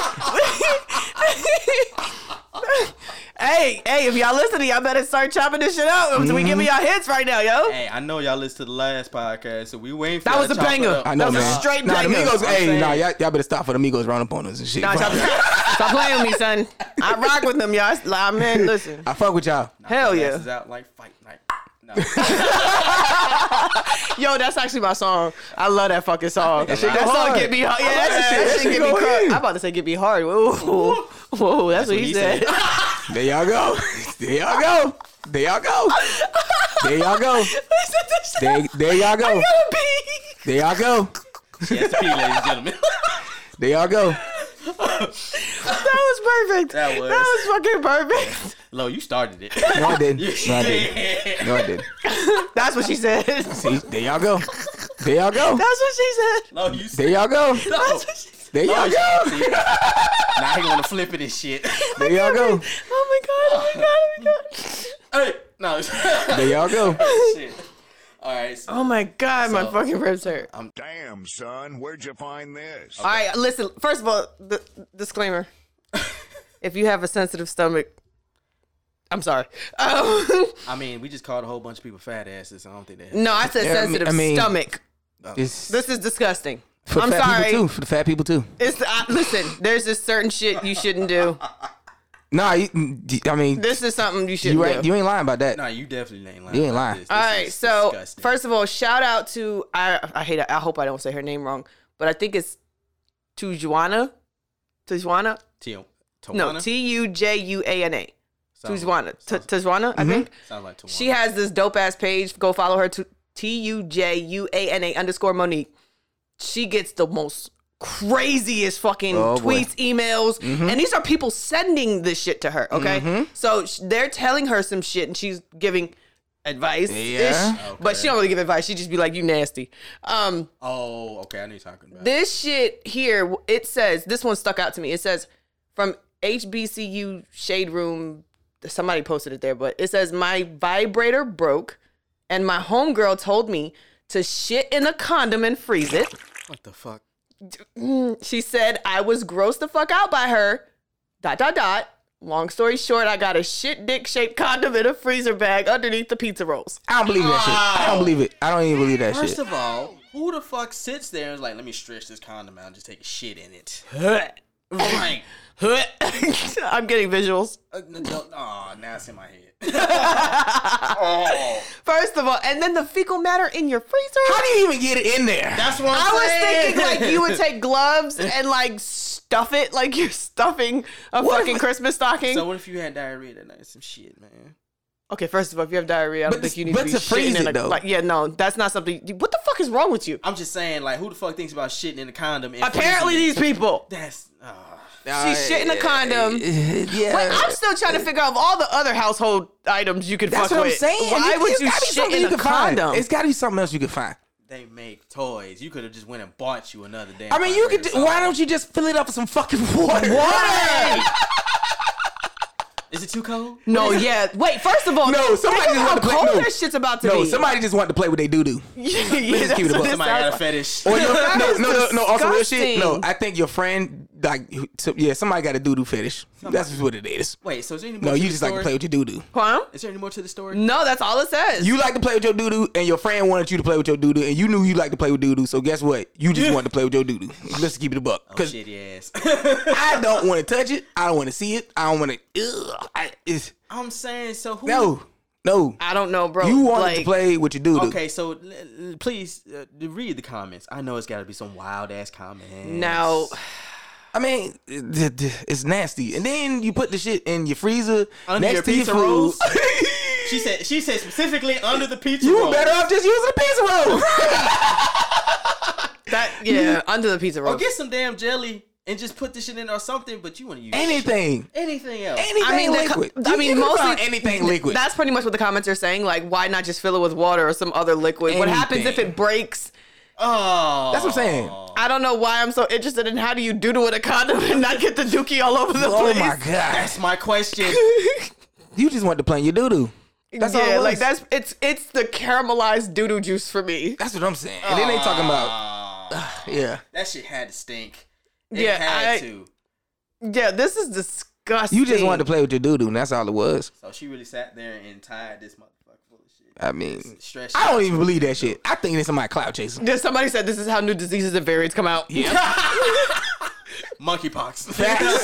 Speaker 2: right?
Speaker 1: hey, hey, if y'all listening, y'all better start chopping this shit up. We giving y'all hits right now, yo.
Speaker 3: Hey, I know y'all listened to the last podcast, so we waiting for
Speaker 1: That
Speaker 3: y'all
Speaker 1: was a
Speaker 3: to chop it
Speaker 1: banger.
Speaker 3: up.
Speaker 2: I know,
Speaker 1: That was a
Speaker 2: man.
Speaker 1: straight
Speaker 2: nah, the
Speaker 1: banger.
Speaker 2: Migos,
Speaker 1: I'm
Speaker 2: hey,
Speaker 3: saying.
Speaker 2: nah, y'all, y'all better stop for the Migos run up on us and shit.
Speaker 1: Nah,
Speaker 2: Fuck.
Speaker 1: stop, stop playing with me, son. I rock with them, y'all. I man, listen.
Speaker 2: I fuck with y'all.
Speaker 1: Hell
Speaker 3: Glasses
Speaker 1: yeah.
Speaker 3: out like fight night. No.
Speaker 1: Yo, that's actually my song. I love that fucking song. That,
Speaker 2: shit go
Speaker 1: song
Speaker 2: hard.
Speaker 1: get me hard. Yeah,
Speaker 2: I love
Speaker 1: that,
Speaker 2: that
Speaker 1: shit,
Speaker 2: shit.
Speaker 1: that
Speaker 2: That
Speaker 1: shit
Speaker 2: shit
Speaker 1: get me
Speaker 2: go
Speaker 1: hard.
Speaker 2: in.
Speaker 1: I'm about to say get me hard. Whoa, whoa, whoa that's, what, he said.
Speaker 2: There y'all go. There y'all go. There y'all go. There y'all go.
Speaker 1: He said that shit.
Speaker 2: There, there y'all go.
Speaker 1: gotta pee.
Speaker 2: There y'all go.
Speaker 3: Yes, P, ladies and gentlemen.
Speaker 2: There y'all go.
Speaker 1: That was perfect.
Speaker 3: That was.
Speaker 1: fucking perfect.
Speaker 3: Lo, you started it.
Speaker 2: No, I didn't.
Speaker 3: Yes,
Speaker 2: No, I
Speaker 3: you
Speaker 2: didn't.
Speaker 3: did.
Speaker 2: No, I didn't.
Speaker 1: That's what she said. That's
Speaker 2: See, there y'all go. There y'all go.
Speaker 1: what she said.
Speaker 3: Lo, you said.
Speaker 2: There y'all go.
Speaker 3: No.
Speaker 1: That's what she said.
Speaker 2: There y'all go.
Speaker 3: See? Now he wanna flip it and shit.
Speaker 2: There y'all go.
Speaker 1: Oh my god! Oh my god! Oh my god!
Speaker 3: Hey, no. shit.
Speaker 2: There y'all go.
Speaker 3: All right. So,
Speaker 1: Oh my god! my
Speaker 3: So-
Speaker 1: fucking ribs hurt.
Speaker 4: Damn, son, where'd you find this?
Speaker 1: All right, listen. First of all, the disclaimer: if you have a sensitive stomach, I'm sorry. Um,
Speaker 3: I mean, we just called a whole bunch of people fat asses. so I don't think that.
Speaker 1: no, I said
Speaker 2: Yeah, I mean-
Speaker 1: sensitive
Speaker 2: I mean-
Speaker 1: stomach.
Speaker 2: It's
Speaker 1: This is disgusting.
Speaker 2: for
Speaker 1: I'm
Speaker 2: fat
Speaker 1: sorry.
Speaker 2: people too. For the fat people too.
Speaker 1: It's I, listen. There's this certain shit you shouldn't do.
Speaker 2: Nah, you, I mean,
Speaker 1: This is something you shouldn't
Speaker 2: you ain't,
Speaker 1: do.
Speaker 2: you ain't lying about that.
Speaker 3: No, you definitely ain't lying.
Speaker 2: You ain't
Speaker 3: about
Speaker 2: lying.
Speaker 3: This.
Speaker 1: All
Speaker 3: This
Speaker 1: right,
Speaker 3: is
Speaker 1: so
Speaker 3: disgusting.
Speaker 1: first of all, shout out to I I hate I hope I don't say her name wrong, but I think it's Tujuana, Tujuana,
Speaker 3: T- Tawana?
Speaker 1: no T U J U A N A,
Speaker 3: Sounds-
Speaker 1: Tujuana, Tu-
Speaker 3: sounds-
Speaker 1: Tujuana,
Speaker 2: Mm-hmm.
Speaker 1: I think.
Speaker 3: Sounds like Tawana.
Speaker 1: She has this dope ass page. Go follow her to T U J U A N A underscore Monique. She gets the most craziest fucking
Speaker 2: Oh, boy. Mm-hmm.
Speaker 1: tweets, emails, and these are people sending this shit to her. Okay, so sh- they're telling her some shit, and she's giving advice ish,
Speaker 2: Yeah.
Speaker 1: but she don't really give advice. She just be like, "You nasty." Um,
Speaker 3: Oh, okay. I know you're talking about.
Speaker 1: this shit here, it says this one stuck out to me. It says from HBCU Shade Room. Somebody posted it there, but it says my vibrator broke, and my homegirl told me to shit in a condom and freeze it. Mm,
Speaker 3: what the fuck?
Speaker 1: She said I was grossed the fuck out by her. Dot dot dot. Long story short, I got a shit dick shaped condom in a freezer bag underneath the pizza rolls.
Speaker 2: I don't believe that shit. I don't believe it. I don't even believe that
Speaker 3: First
Speaker 2: shit.
Speaker 3: of all, who the fuck sits there and is like, let me stretch this condom out and just take a shit in it? I'm like,
Speaker 1: I'm getting visuals.
Speaker 3: Uh, no, no, aw, now it's in my head. oh,
Speaker 1: First of all, and then the fecal matter in your freezer.
Speaker 2: How do you even get it in there?
Speaker 3: that's what I'm
Speaker 1: I was
Speaker 3: saying.
Speaker 1: thinking like you would take gloves and like stuff it like you're stuffing a fucking Christmas stocking.
Speaker 3: So what if you had diarrhea that night? Some shit, man.
Speaker 1: okay, first of all, if you have diarrhea, I don't
Speaker 2: But
Speaker 1: think you need
Speaker 2: but
Speaker 1: to be
Speaker 2: to freeze
Speaker 1: shitting in
Speaker 2: it,
Speaker 1: a,
Speaker 2: though.
Speaker 1: Like, yeah, no, that's not something. What the fuck is wrong with you?
Speaker 3: I'm just saying, like, who the fuck thinks about shitting in a condom? and
Speaker 1: Apparently,
Speaker 3: freezing it?
Speaker 1: these people.
Speaker 3: that's ah.
Speaker 1: She's shitting a condom.
Speaker 2: Yeah.
Speaker 1: Wait, I'm still trying to figure out of all the other household items you could
Speaker 2: That's
Speaker 1: fuck
Speaker 2: what I'm
Speaker 1: with.
Speaker 2: saying.
Speaker 1: Why would
Speaker 2: it's
Speaker 1: you
Speaker 2: gotta be
Speaker 1: shit
Speaker 2: something
Speaker 1: in a
Speaker 2: can find.
Speaker 1: condom?
Speaker 2: It's got to be something else you can find.
Speaker 3: they make toys. You could have just went and bought you another damn.
Speaker 2: I mean, you
Speaker 3: vibrator
Speaker 2: could.
Speaker 3: or
Speaker 2: Do,
Speaker 3: something.
Speaker 2: why don't you just fill it up with some fucking water?
Speaker 1: Water!
Speaker 3: Is it too cold?
Speaker 1: No, yeah. Wait, first of all,
Speaker 2: No,
Speaker 1: think
Speaker 2: somebody
Speaker 1: of
Speaker 2: just
Speaker 1: how
Speaker 2: wanted to play-
Speaker 1: cold
Speaker 2: no.
Speaker 1: that shit's about to be.
Speaker 2: No, somebody just wanted to play with their doo doo.
Speaker 1: yeah,
Speaker 2: just keep it
Speaker 1: that's
Speaker 2: a
Speaker 1: what
Speaker 2: buck.
Speaker 1: it
Speaker 3: Somebody got
Speaker 1: sounds
Speaker 3: a
Speaker 1: like.
Speaker 3: fetish.
Speaker 2: Or your,
Speaker 1: That
Speaker 2: no,
Speaker 1: is
Speaker 2: no, no, no. Also, real shit. No,
Speaker 1: disgusting.
Speaker 2: I think your friend like, who- so, yeah, somebody got a doo doo fetish. That's just what it is.
Speaker 3: Wait, so is there any more?
Speaker 2: No,
Speaker 3: to
Speaker 2: you
Speaker 3: the
Speaker 2: just like to
Speaker 3: story?
Speaker 2: play with your doo doo.
Speaker 1: Huh?
Speaker 3: Is there any more to the story?
Speaker 1: No, that's all it says.
Speaker 2: You like to play with your doo doo, and your friend wanted you to play with your doo doo, and you knew you like to play with doo doo. So guess what? You just wanted to play with your doo doo. Let's keep it a buck.
Speaker 3: Oh,
Speaker 2: Because
Speaker 3: shitty ass.
Speaker 2: I don't want to touch it. I don't want to see it. I don't want to. Ugh, I, it's,
Speaker 3: I'm saying, so who?
Speaker 2: no, no.
Speaker 1: I don't know, bro.
Speaker 2: You wanted
Speaker 1: Like,
Speaker 2: to play with your doo doo.
Speaker 3: Okay, so l- l- please uh, read the comments. I know it's got to be some wild ass comments.
Speaker 1: Now,
Speaker 2: I mean, it- it- it's nasty. And then you put the shit in your freezer
Speaker 3: Under
Speaker 2: next
Speaker 3: your
Speaker 2: to your
Speaker 3: pizza
Speaker 2: food.
Speaker 3: rolls? she said she said specifically under the pizza.
Speaker 2: you
Speaker 3: roll.
Speaker 2: better off just using a pizza roll.
Speaker 1: that yeah, under the
Speaker 2: Oh,
Speaker 1: pizza roll.
Speaker 3: or get some damn jelly and just put this shit in or something. But you want to use
Speaker 2: anything.
Speaker 3: shit. anything else?
Speaker 2: Anything
Speaker 1: I mean, the co-
Speaker 2: liquid.
Speaker 1: I
Speaker 2: You-
Speaker 1: mean,
Speaker 2: you can
Speaker 1: mostly
Speaker 2: find anything liquid.
Speaker 1: That's pretty much what the comments are saying. Like, why not just fill it with water or some other liquid? What happens if
Speaker 2: Anything.
Speaker 1: it breaks?
Speaker 3: oh,
Speaker 2: That's what I'm saying.
Speaker 1: I don't know why I'm so interested in how do you doodle with a condom and not get the dookie all over the
Speaker 2: Oh
Speaker 1: place.
Speaker 2: my god!
Speaker 3: That's my question.
Speaker 2: You just wanted to play in your doo doo. That's all.
Speaker 1: yeah,
Speaker 2: it
Speaker 1: like
Speaker 2: was.
Speaker 1: that's it's it's the caramelized doodoo juice for me.
Speaker 2: That's what I'm saying. And then they talking about
Speaker 1: Oh.
Speaker 2: yeah.
Speaker 3: that shit had to stink. It
Speaker 1: Yeah,
Speaker 3: had
Speaker 1: I-
Speaker 3: to.
Speaker 1: Yeah, this is disgusting.
Speaker 2: You just wanted to play with your doo doo, and that's all it was.
Speaker 3: So she really sat there and tied this motherfucker full of shit.
Speaker 2: I mean,
Speaker 3: Stretched
Speaker 2: I
Speaker 3: out.
Speaker 2: don't even believe that shit. I think it's somebody cloud chasing.
Speaker 1: Yeah, somebody said this is how new diseases and variants come out.
Speaker 3: monkeypox.
Speaker 2: Facts.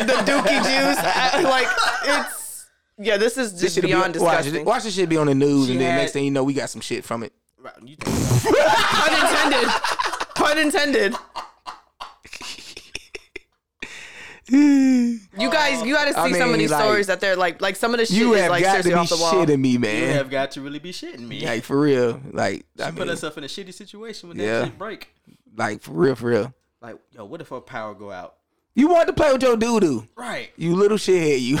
Speaker 1: the dookie juice, I- like it's yeah. This is just
Speaker 2: Shit'll be
Speaker 1: beyond
Speaker 2: on-
Speaker 1: disgusting.
Speaker 2: Watch, watch this shit be on the news,
Speaker 3: She
Speaker 2: and then
Speaker 3: had-
Speaker 2: next thing you know, we got some shit from it.
Speaker 3: Right, you think so.
Speaker 1: Pun intended. Pun intended. You guys, you got to see
Speaker 2: I
Speaker 1: some of
Speaker 2: mean,
Speaker 1: these
Speaker 2: like,
Speaker 1: stories that they're like, like some of the shit
Speaker 2: You
Speaker 1: is
Speaker 2: have
Speaker 1: like
Speaker 2: got to
Speaker 1: seriously
Speaker 2: be
Speaker 1: off the wall.
Speaker 2: shitting me,
Speaker 3: you
Speaker 2: man.
Speaker 3: have got to really be shitting me.
Speaker 2: Like for real, like I
Speaker 3: put
Speaker 2: mean,
Speaker 3: herself in a shitty situation when
Speaker 2: Yeah.
Speaker 3: that shit break.
Speaker 2: like for real, for real.
Speaker 3: Like, yo, what if her power go out?
Speaker 2: You wanted to play with your doo doo.
Speaker 3: Right.
Speaker 2: You little shithead, you.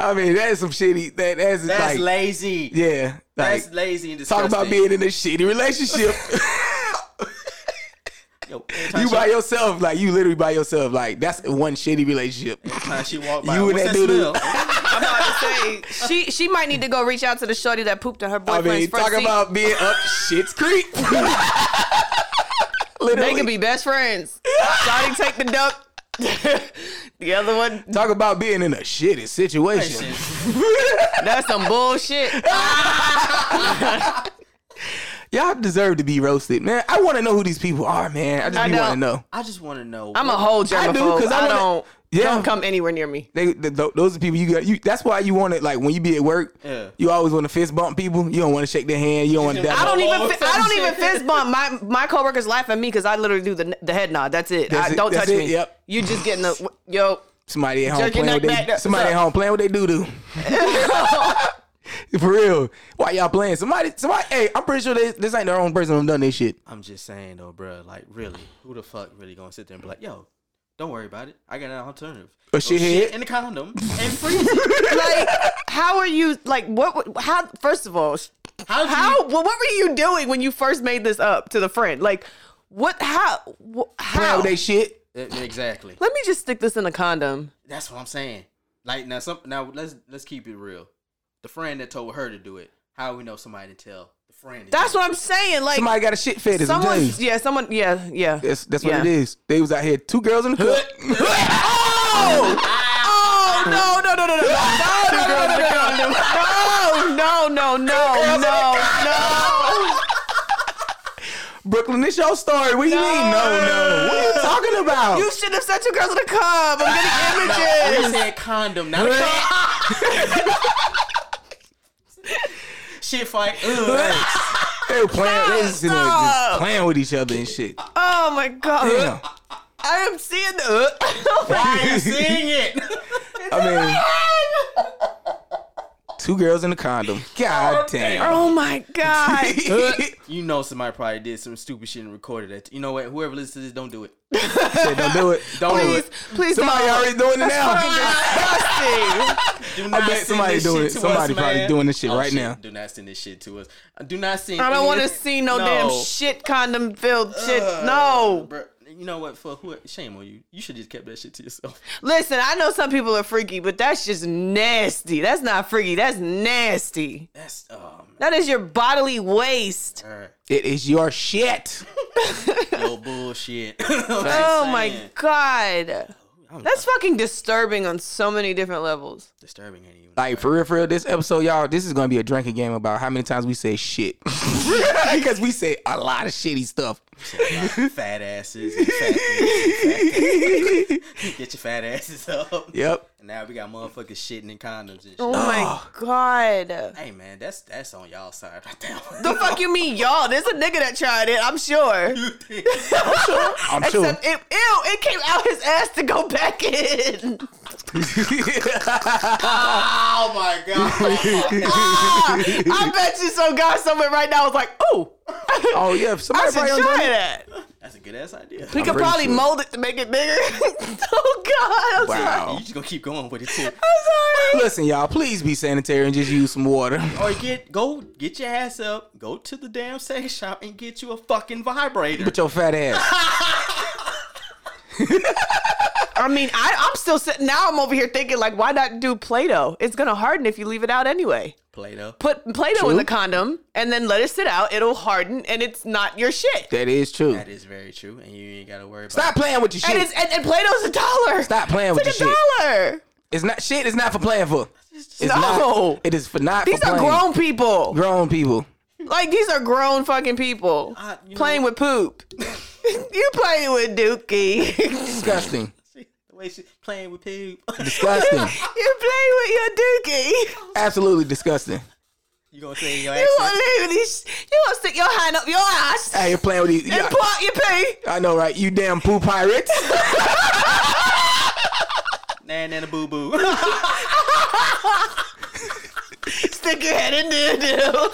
Speaker 2: I mean, that is some shitty. That that's,
Speaker 3: That's
Speaker 2: like,
Speaker 3: lazy.
Speaker 2: yeah, like
Speaker 3: That's lazy and
Speaker 2: talk
Speaker 3: disgusting.
Speaker 2: about being in a shitty relationship.
Speaker 3: Yo, every time
Speaker 2: you
Speaker 3: she-
Speaker 2: by yourself, like you literally by yourself, like that's one shitty relationship.
Speaker 3: time she walked by.
Speaker 2: You
Speaker 3: You
Speaker 2: and
Speaker 3: What's
Speaker 2: that
Speaker 3: that,
Speaker 2: dude-
Speaker 3: smell?
Speaker 1: I'm about to say she she might need to go reach out to the shorty that pooped in her
Speaker 2: I
Speaker 1: boyfriend's
Speaker 2: mean,
Speaker 1: first
Speaker 2: talk
Speaker 1: seat.
Speaker 2: about being up shit's creek.
Speaker 1: they
Speaker 2: literally,
Speaker 1: could be best friends. Shorty take the duck. the other one,
Speaker 2: talk about being in a shitty situation.
Speaker 1: that's some bullshit.
Speaker 2: Y'all deserve to be roasted, man. I want to know who these people are, man. I
Speaker 1: I
Speaker 2: just want to
Speaker 1: don't-
Speaker 2: know.
Speaker 3: I just want to know.
Speaker 1: I'm a
Speaker 3: what-
Speaker 1: whole
Speaker 2: I
Speaker 1: germaphobe. I,
Speaker 2: do, 'cause I wanna-
Speaker 1: don't.
Speaker 2: Yeah.
Speaker 1: Don't come anywhere near me.
Speaker 2: They, th th- those are people you got. You, that's why you want to like when you be at work.
Speaker 3: Yeah.
Speaker 2: You always want to fist bump people. You don't want to shake their hand. You don't want to.
Speaker 1: I don't
Speaker 3: Oh,
Speaker 1: even.
Speaker 3: oh,
Speaker 1: Fi- I don't even
Speaker 3: shit.
Speaker 1: fist bump. My my coworkers laugh at me because I literally do the the head nod. That's it.
Speaker 2: That's
Speaker 1: I,
Speaker 2: it.
Speaker 1: don't
Speaker 2: That's
Speaker 1: touch
Speaker 2: it.
Speaker 1: me.
Speaker 2: Yep.
Speaker 1: You just getting the yo.
Speaker 2: Somebody at home
Speaker 1: Jerk your
Speaker 2: playing
Speaker 1: neck
Speaker 2: with they,
Speaker 1: back up.
Speaker 2: Somebody at home playing with they doo doo. For real. Why y'all playing? Somebody. Somebody. Hey, I'm pretty sure they, this ain't their own person who done this shit.
Speaker 3: I'm just saying though, bruh, Like, really, who the fuck really gonna sit there and be like, yo? Don't worry about it. I got an alternative. Go
Speaker 2: shithead?
Speaker 3: shit in the condom and freeze it.
Speaker 1: Like, how are you? Like, what? would- How? First of all,
Speaker 3: How? do
Speaker 1: how?
Speaker 3: you-
Speaker 1: Well, what were you doing when you first made this up to the friend? Like, what? How? wh-
Speaker 2: Playing
Speaker 1: How?
Speaker 2: with they shit.
Speaker 3: E- Exactly.
Speaker 1: Let me just stick this in a condom.
Speaker 3: That's what I'm saying. Like now, some now let's let's keep it real. The friend that told her to do it. How we know somebody to tell the friend? to
Speaker 1: That's
Speaker 3: do
Speaker 1: what I'm saying. Like,
Speaker 2: Somebody got a shit fetish. I'm telling
Speaker 1: someone.
Speaker 2: you.
Speaker 1: Yeah. Someone. Yeah. Yeah.
Speaker 2: That's that's what
Speaker 1: yeah.
Speaker 2: it is. They was out here, two girls in the hood.
Speaker 1: Oh no no no no no no no no no no no no no no no no
Speaker 2: Brooklyn, this your story. What do you mean? No, no. What are you talking talking about?
Speaker 1: You should have said two girls in a cub. I'm getting
Speaker 3: We
Speaker 1: images.
Speaker 3: said condom, not a cat. Shit fight. Ugh.
Speaker 2: they were playing, they was sitting there just
Speaker 1: Stop.
Speaker 2: playing with each other and shit.
Speaker 1: Oh my god.
Speaker 2: Damn.
Speaker 1: I am seeing the. oh
Speaker 3: Why you seeing it?
Speaker 2: I mean, two girls in a condom. God damn.
Speaker 1: oh my god.
Speaker 3: You know somebody probably did some stupid shit and recorded it. You know what? Whoever listens to this, don't do it.
Speaker 2: Said, don't do it.
Speaker 3: Don't
Speaker 1: Please,
Speaker 3: do
Speaker 1: please
Speaker 2: Somebody
Speaker 1: don't.
Speaker 2: already doing it now.
Speaker 1: disgusting.
Speaker 3: it. Do
Speaker 2: I
Speaker 3: not
Speaker 2: bet
Speaker 3: send
Speaker 2: somebody
Speaker 3: this
Speaker 2: doing
Speaker 3: shit
Speaker 2: it.
Speaker 3: to
Speaker 2: Somebody
Speaker 3: us,
Speaker 2: probably
Speaker 3: man.
Speaker 2: doing this shit
Speaker 3: Oh,
Speaker 2: right
Speaker 3: shit.
Speaker 2: now.
Speaker 3: Do not send this shit to us. Uh, Do not send.
Speaker 1: I don't want to
Speaker 3: any-
Speaker 1: see no, damn shit condom filled shit. No.
Speaker 3: Bruh, You know what? For who? Shame on you. You should just kept that shit to yourself.
Speaker 1: Listen, I know some people are freaky, but that's just nasty. That's not freaky. That's nasty.
Speaker 3: That's oh man.
Speaker 1: That is your bodily waste.
Speaker 3: All right.
Speaker 2: It is your shit.
Speaker 3: No bullshit. oh
Speaker 1: Oh my god. That's fucking disturbing on so many different levels.
Speaker 3: Disturbing ain't even.
Speaker 2: Like for real, for real, this episode, y'all, this is gonna be a drinking game about how many times we say shit. Because we say a lot of shitty stuff.
Speaker 3: fat asses. and Fat, get your fat asses up.
Speaker 2: Yep.
Speaker 3: And now we got motherfuckers shitting in condoms and shit.
Speaker 1: Oh my god.
Speaker 3: Hey man, that's that's on y'all side right there.
Speaker 1: The fuck you mean, y'all? There's a nigga that tried it, I'm sure.
Speaker 2: I'm sure.
Speaker 1: Except it, ew, it came out his ass to go back in.
Speaker 3: oh my god.
Speaker 1: Ah, I bet you some guy somewhere right now was like, ooh,
Speaker 2: oh yeah, if
Speaker 1: I
Speaker 2: somebody
Speaker 1: should
Speaker 2: probably
Speaker 1: try
Speaker 2: done it.
Speaker 1: that.
Speaker 3: that's a good ass idea.
Speaker 1: We could
Speaker 2: pretty
Speaker 1: probably
Speaker 2: sure.
Speaker 1: mold it to make it bigger. oh God, I'm sorry.
Speaker 2: Wow.
Speaker 3: You just gonna keep going with it too.
Speaker 1: I'm sorry.
Speaker 2: Listen, y'all, please be sanitary and just use some water.
Speaker 3: Or get go get your ass up, go to the damn sex shop and get you a fucking vibrator.
Speaker 2: Put your fat ass.
Speaker 1: I mean, I, I'm still sitting. Now I'm over here thinking like, why not do Play-Doh? It's gonna harden if you leave it out anyway.
Speaker 3: Play doh.
Speaker 1: Put Play-Doh
Speaker 2: True.
Speaker 1: in the condom and then let it sit out. It'll harden and it's not your shit.
Speaker 2: That is true.
Speaker 3: That is very true, and you ain't gotta worry
Speaker 2: Stop playing with your
Speaker 1: And
Speaker 2: shit.
Speaker 1: it's and, and Play-Doh's a dollar.
Speaker 2: Stop playing with your
Speaker 1: It's like
Speaker 2: shit.
Speaker 1: a dollar.
Speaker 2: It's not shit. It's not for playing for. It's
Speaker 1: No.
Speaker 2: Not, it is for not.
Speaker 1: These
Speaker 2: for
Speaker 1: are
Speaker 2: playing.
Speaker 1: grown people.
Speaker 2: grown people.
Speaker 1: Like these are grown fucking people
Speaker 3: I- you know
Speaker 1: playing with poop. you playing with Dookie. You're
Speaker 2: Disgusting.
Speaker 3: about the way she's playing with poop.
Speaker 2: Disgusting.
Speaker 1: playing with your Dookie.
Speaker 2: Absolutely disgusting.
Speaker 3: you gonna say your
Speaker 1: You gonna
Speaker 3: accent?
Speaker 1: leave these? You gonna stick your hand up your ass
Speaker 2: Hey, you're playing with these.
Speaker 1: and
Speaker 2: yeah,
Speaker 1: part your pee?
Speaker 2: I know, right? You damn poo pirates.
Speaker 3: Nah, nah, nah, boo boo.
Speaker 1: Stick your head in there, dude.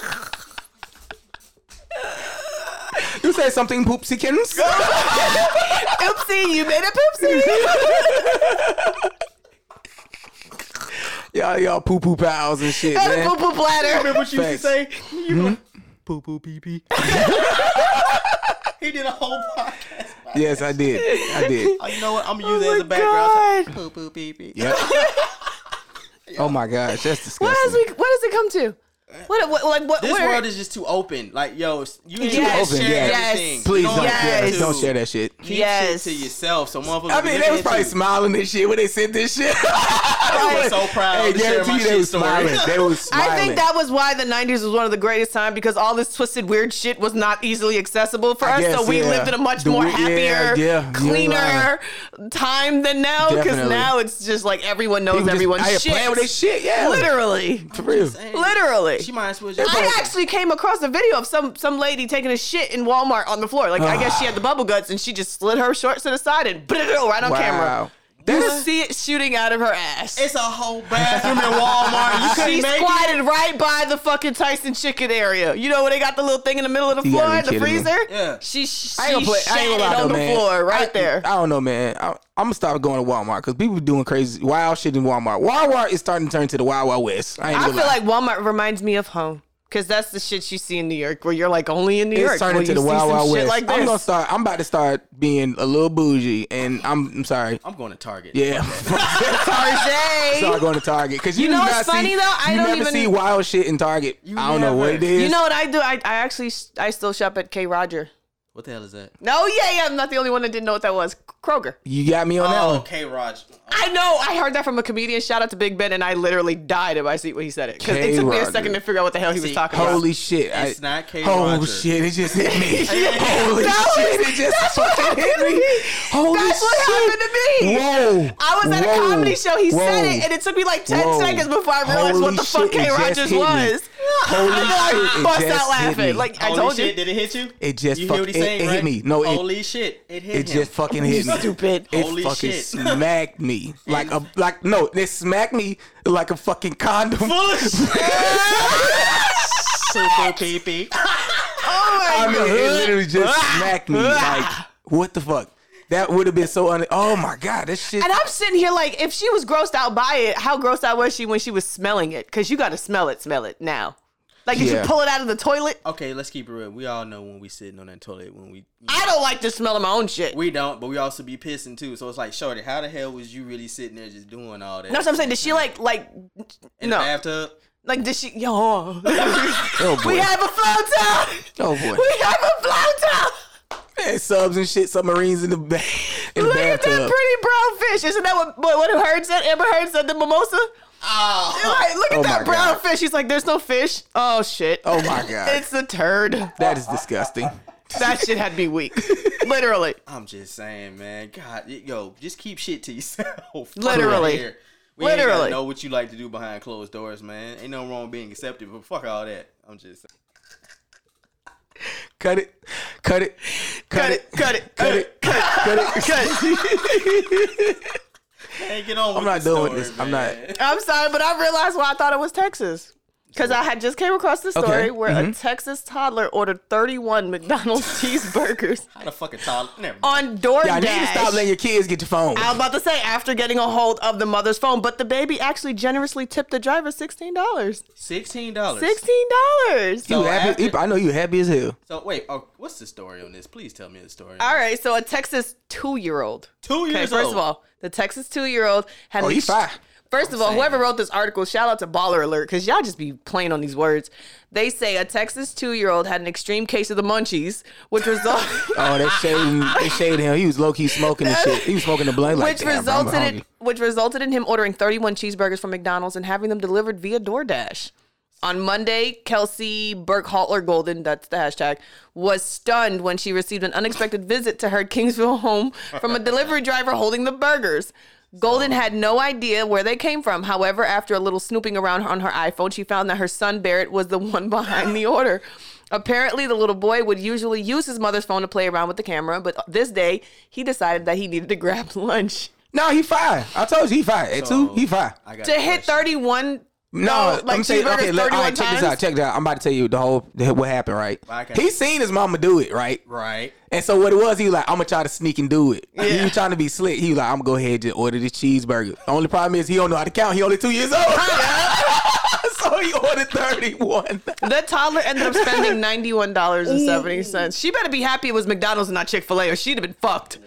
Speaker 2: you say something, poopsikins.
Speaker 1: Oopsie, you made a poopsie.
Speaker 2: y'all, y'all poo poo pals and shit,
Speaker 1: Got a
Speaker 2: man.
Speaker 1: poo poo bladder.
Speaker 3: Remember what you used to say?
Speaker 2: Facts.
Speaker 3: You like, poo poo pee pee. he did a whole podcast. about
Speaker 2: Yes, I did. I did.
Speaker 3: Oh, you know what? I'm gonna use it as a
Speaker 1: my
Speaker 3: background. Poo poo pee pee.
Speaker 2: Yep. Oh my gosh, that's disgusting.
Speaker 1: What has we? What does it come to? What? what like what?
Speaker 3: This
Speaker 1: where-
Speaker 3: world is just too open. Like, yo, you ain't
Speaker 1: Yes.
Speaker 3: gotta share
Speaker 2: Yes.
Speaker 3: everything.
Speaker 2: Please don't,
Speaker 1: Yes.
Speaker 2: share,
Speaker 3: to.
Speaker 2: that- don't share that shit.
Speaker 3: Keep
Speaker 1: Yes.
Speaker 3: shit to yourself. So motherfuckers.
Speaker 2: I mean, they was probably smiling and shit when they said this shit.
Speaker 3: I was so proud
Speaker 2: Hey,
Speaker 3: to share
Speaker 2: guarantee
Speaker 3: my
Speaker 2: you they
Speaker 3: shit
Speaker 2: was
Speaker 3: story.
Speaker 2: smiling. They was smiling.
Speaker 1: I think that was why the 90s was one of the greatest time because all this twisted weird shit was not easily accessible for
Speaker 2: I
Speaker 1: us.
Speaker 2: guess,
Speaker 1: so we
Speaker 2: yeah.
Speaker 1: lived in a much
Speaker 2: The
Speaker 1: more
Speaker 2: wi- yeah,
Speaker 1: happier,
Speaker 2: yeah, you're
Speaker 1: cleaner time than now because
Speaker 2: Definitely.
Speaker 1: now it's just like everyone
Speaker 2: People
Speaker 1: knows
Speaker 2: just
Speaker 1: everyone's
Speaker 2: out here
Speaker 1: shit.
Speaker 2: playing with their shit. Yeah,
Speaker 1: Literally.
Speaker 2: for real.
Speaker 3: Saying,
Speaker 1: Literally.
Speaker 3: She might as well just.
Speaker 1: I actually came across a video of some some lady taking a shit in Walmart on the floor. Like I guess she had the bubble guts and she just slid her shorts to the side and right on camera.
Speaker 2: Wow.
Speaker 1: You
Speaker 2: That's-
Speaker 1: see it shooting out of her ass.
Speaker 3: It's a whole bathroom in Walmart. You
Speaker 1: She
Speaker 3: couldn't make it.
Speaker 1: squatted right by the fucking Tyson chicken area. You know where they got the little thing in the middle of the
Speaker 2: You gotta
Speaker 1: floor,
Speaker 2: be
Speaker 1: the
Speaker 2: kidding me.
Speaker 1: freezer.
Speaker 3: Yeah.
Speaker 1: She, she
Speaker 2: I ain't gonna play. I ain't gonna lie
Speaker 1: shat it
Speaker 2: though,
Speaker 1: on the
Speaker 2: man.
Speaker 1: floor right
Speaker 2: I,
Speaker 1: there.
Speaker 2: I don't know, man. I, I'm gonna stop going to Walmart because people doing crazy wild shit in Walmart. Walmart is starting to turn to the Wild Wild West. I ain't
Speaker 1: I
Speaker 2: gonna
Speaker 1: feel
Speaker 2: lie.
Speaker 1: like Walmart reminds me of home because that's the shit you see in New York, where you're like only in New York.
Speaker 2: it's turning
Speaker 1: will
Speaker 2: to
Speaker 1: you
Speaker 2: the
Speaker 1: see
Speaker 2: Wild
Speaker 1: some
Speaker 2: Wild
Speaker 1: shit
Speaker 2: West.
Speaker 1: Like this.
Speaker 2: I'm gonna start. I'm about to start being a little bougie, and I'm, I'm sorry.
Speaker 3: I'm going to Target.
Speaker 2: Yeah,
Speaker 1: Tarjay.
Speaker 2: start going to Target because you,
Speaker 1: You know
Speaker 2: do
Speaker 1: what's
Speaker 2: not
Speaker 1: funny,
Speaker 2: see,
Speaker 1: though? I
Speaker 2: you
Speaker 1: don't
Speaker 2: never
Speaker 1: even-
Speaker 2: see wild shit in Target. I don't know what it
Speaker 3: never.
Speaker 2: is.
Speaker 1: You know what I do? I, I actually I still shop at K Roger.
Speaker 3: What the hell is that?
Speaker 1: No, yeah, yeah. I'm not the only one that didn't know what that was. Kroger.
Speaker 2: You got me on that
Speaker 3: Oh,
Speaker 2: one.
Speaker 3: okay, Raj.
Speaker 1: I know. I heard that from a comedian. Shout out to Big Ben, and I literally died in my seat when he said it because it took me a
Speaker 2: K-Roger.
Speaker 1: second to figure out what the hell he was
Speaker 3: See,
Speaker 1: talking about.
Speaker 2: Holy shit.
Speaker 3: It's
Speaker 2: I-
Speaker 3: not K.
Speaker 2: Oh
Speaker 3: Roger.
Speaker 2: shit, it just hit me. Holy
Speaker 1: That was-
Speaker 2: shit, it just
Speaker 1: that's what
Speaker 2: fucking hit me. Holy
Speaker 1: That's what happened to me.
Speaker 2: shit. Whoa.
Speaker 1: I was at a
Speaker 2: Whoa.
Speaker 1: comedy show. He said
Speaker 2: Whoa.
Speaker 1: it, and it took me like ten
Speaker 2: Whoa.
Speaker 1: seconds before I realized what
Speaker 2: Holy
Speaker 1: the fuck
Speaker 2: shit, it
Speaker 1: K.
Speaker 2: just
Speaker 1: Rogers
Speaker 2: hit me.
Speaker 1: was.
Speaker 2: Holy
Speaker 1: I know, I
Speaker 2: shit, it
Speaker 1: bust
Speaker 2: just
Speaker 1: out
Speaker 2: hit me.
Speaker 1: laughing. Like I
Speaker 3: Holy
Speaker 1: told
Speaker 3: shit,
Speaker 1: you,
Speaker 3: did it hit you?
Speaker 2: It just
Speaker 3: you
Speaker 2: fuck-
Speaker 3: hear what he's
Speaker 2: it-
Speaker 3: saying,
Speaker 2: it hit
Speaker 3: right?
Speaker 2: me. No, it-
Speaker 3: Holy shit, it hit
Speaker 2: It
Speaker 3: him.
Speaker 2: just fucking hit me.
Speaker 1: Stupid.
Speaker 2: It
Speaker 3: Holy
Speaker 2: fucking
Speaker 3: shit.
Speaker 2: smacked me. Like a like no, it smacked me like a fucking condom.
Speaker 3: full of shit. Super pee
Speaker 2: I mean, it literally just smacked me. Like, what the fuck? That would have been so un Oh my god, this shit
Speaker 1: and I'm sitting here like, if she was grossed out by it, how grossed out was she when she was smelling it? Because you got to smell it, smell it now. Like, did
Speaker 2: Yeah.
Speaker 1: you pull it out of the toilet?
Speaker 3: Okay, let's keep it real. We all know when we sitting on that toilet when we
Speaker 1: I don't like the smell of my own shit.
Speaker 3: we don't, but we also be pissing too. So it's like, shorty, how the hell was you really sitting there just doing all that?
Speaker 1: No, that's what I'm saying. Did she like like
Speaker 3: in
Speaker 1: no?
Speaker 3: the bathtub.
Speaker 1: Like did she? Yo, we
Speaker 2: Oh boy.
Speaker 1: have a float out.
Speaker 2: oh boy.
Speaker 1: We have a float out.
Speaker 2: Man, subs and shit, submarines in the ba- in the
Speaker 1: Look at that
Speaker 2: bathtub.
Speaker 1: pretty brown fish. Isn't that what what, what Heard said? Amber Heard said the mimosa.
Speaker 3: Oh,
Speaker 1: Like, look at
Speaker 2: Oh my
Speaker 1: that brown
Speaker 2: God.
Speaker 1: fish. He's like, there's no fish. Oh shit.
Speaker 2: Oh my god.
Speaker 1: It's a turd.
Speaker 2: That is disgusting.
Speaker 1: That shit had me weak. Literally.
Speaker 3: I'm just saying, man. God, y- yo, just keep shit to yourself.
Speaker 1: Literally.
Speaker 3: Here. We ain't gotta
Speaker 1: Literally.
Speaker 3: know what you like to do behind closed doors, man. Ain't no wrong being accepted, but fuck all that. I'm just
Speaker 2: Cut it. Cut it.
Speaker 1: Cut it. Cut it. Cut
Speaker 2: Cut it.
Speaker 1: it.
Speaker 2: Cut it.
Speaker 1: Cut it.
Speaker 3: Hey, get on.
Speaker 2: I'm not doing with this. I'm not.
Speaker 1: I'm sorry, but I realized why I thought it was Texas. Because I had just came across this
Speaker 2: Okay. Mm-hmm.
Speaker 1: story where a Texas toddler ordered 31 McDonald's cheeseburgers
Speaker 3: How the fuck a toddler? Never mind.
Speaker 1: on DoorDash.
Speaker 2: Y'all need to stop letting your kids get your phone.
Speaker 1: I was about to say after getting a hold of the mother's phone, but the baby actually generously tipped the driver sixteen dollars.
Speaker 2: Oh.
Speaker 3: Sixteen dollars.
Speaker 1: Sixteen dollars.
Speaker 2: you
Speaker 3: So
Speaker 2: happy?
Speaker 3: after-
Speaker 2: I know you happy as hell.
Speaker 3: So wait, oh, what's the story on this? Please tell me the story.
Speaker 2: Uh,
Speaker 1: All right, so a Texas two-year-old.
Speaker 3: Two
Speaker 1: Okay,
Speaker 3: years
Speaker 1: first
Speaker 3: old.
Speaker 1: of all, the Texas two-year-old had.
Speaker 2: Oh,
Speaker 1: an
Speaker 2: he's
Speaker 1: ex-
Speaker 2: fine.
Speaker 1: First of all, whoever wrote this article, shout out to Baller Alert, because y'all just be playing on these words. They say a Texas two-year-old had an extreme case of the munchies, which resulted.
Speaker 2: Oh, they shading, they shaded him. He was low key smoking and shit. He was smoking the blunt like
Speaker 1: Which
Speaker 2: "Damn, bro, I'm
Speaker 1: resulted in
Speaker 2: hungry."
Speaker 1: which resulted in him ordering 31 cheeseburgers from McDonald's and having them delivered via DoorDash. On Monday, Kelsey Burkhalter Golden, that's the hashtag, was stunned when she received an unexpected visit to her Kingsville home from a delivery driver holding the burgers. Golden had no idea where they came from. However, after a little snooping around on her iPhone, she found that her son Barrett was the one behind the order. Apparently, the little boy would usually use his mother's phone to play around with the camera, but this day he decided that he needed to grab lunch.
Speaker 2: No, he fine. I told you he fine. At two, he fine.
Speaker 3: I got
Speaker 1: To
Speaker 3: a
Speaker 1: hit
Speaker 3: question.
Speaker 1: 31
Speaker 2: No,
Speaker 1: like
Speaker 2: I'm saying
Speaker 1: cheeseburgers
Speaker 2: okay. Let, all
Speaker 1: 31
Speaker 2: right, check this
Speaker 1: times?
Speaker 2: out. Check that. out. I'm about to tell you the whole the, what happened. Right?
Speaker 3: Okay.
Speaker 2: He seen his mama do it. Right?
Speaker 3: Right.
Speaker 2: And so what it was, he was like, I'm gonna try to sneak and do it. He was trying to be slick. He was like, I'm gonna go ahead and just order this cheeseburger. The only problem is he don't know how to count. He only two years old. so he ordered 31.
Speaker 1: The toddler ended up spending $91.70. She better be happy it was McDonald's and not Chick-fil-A or she'd have been fucked.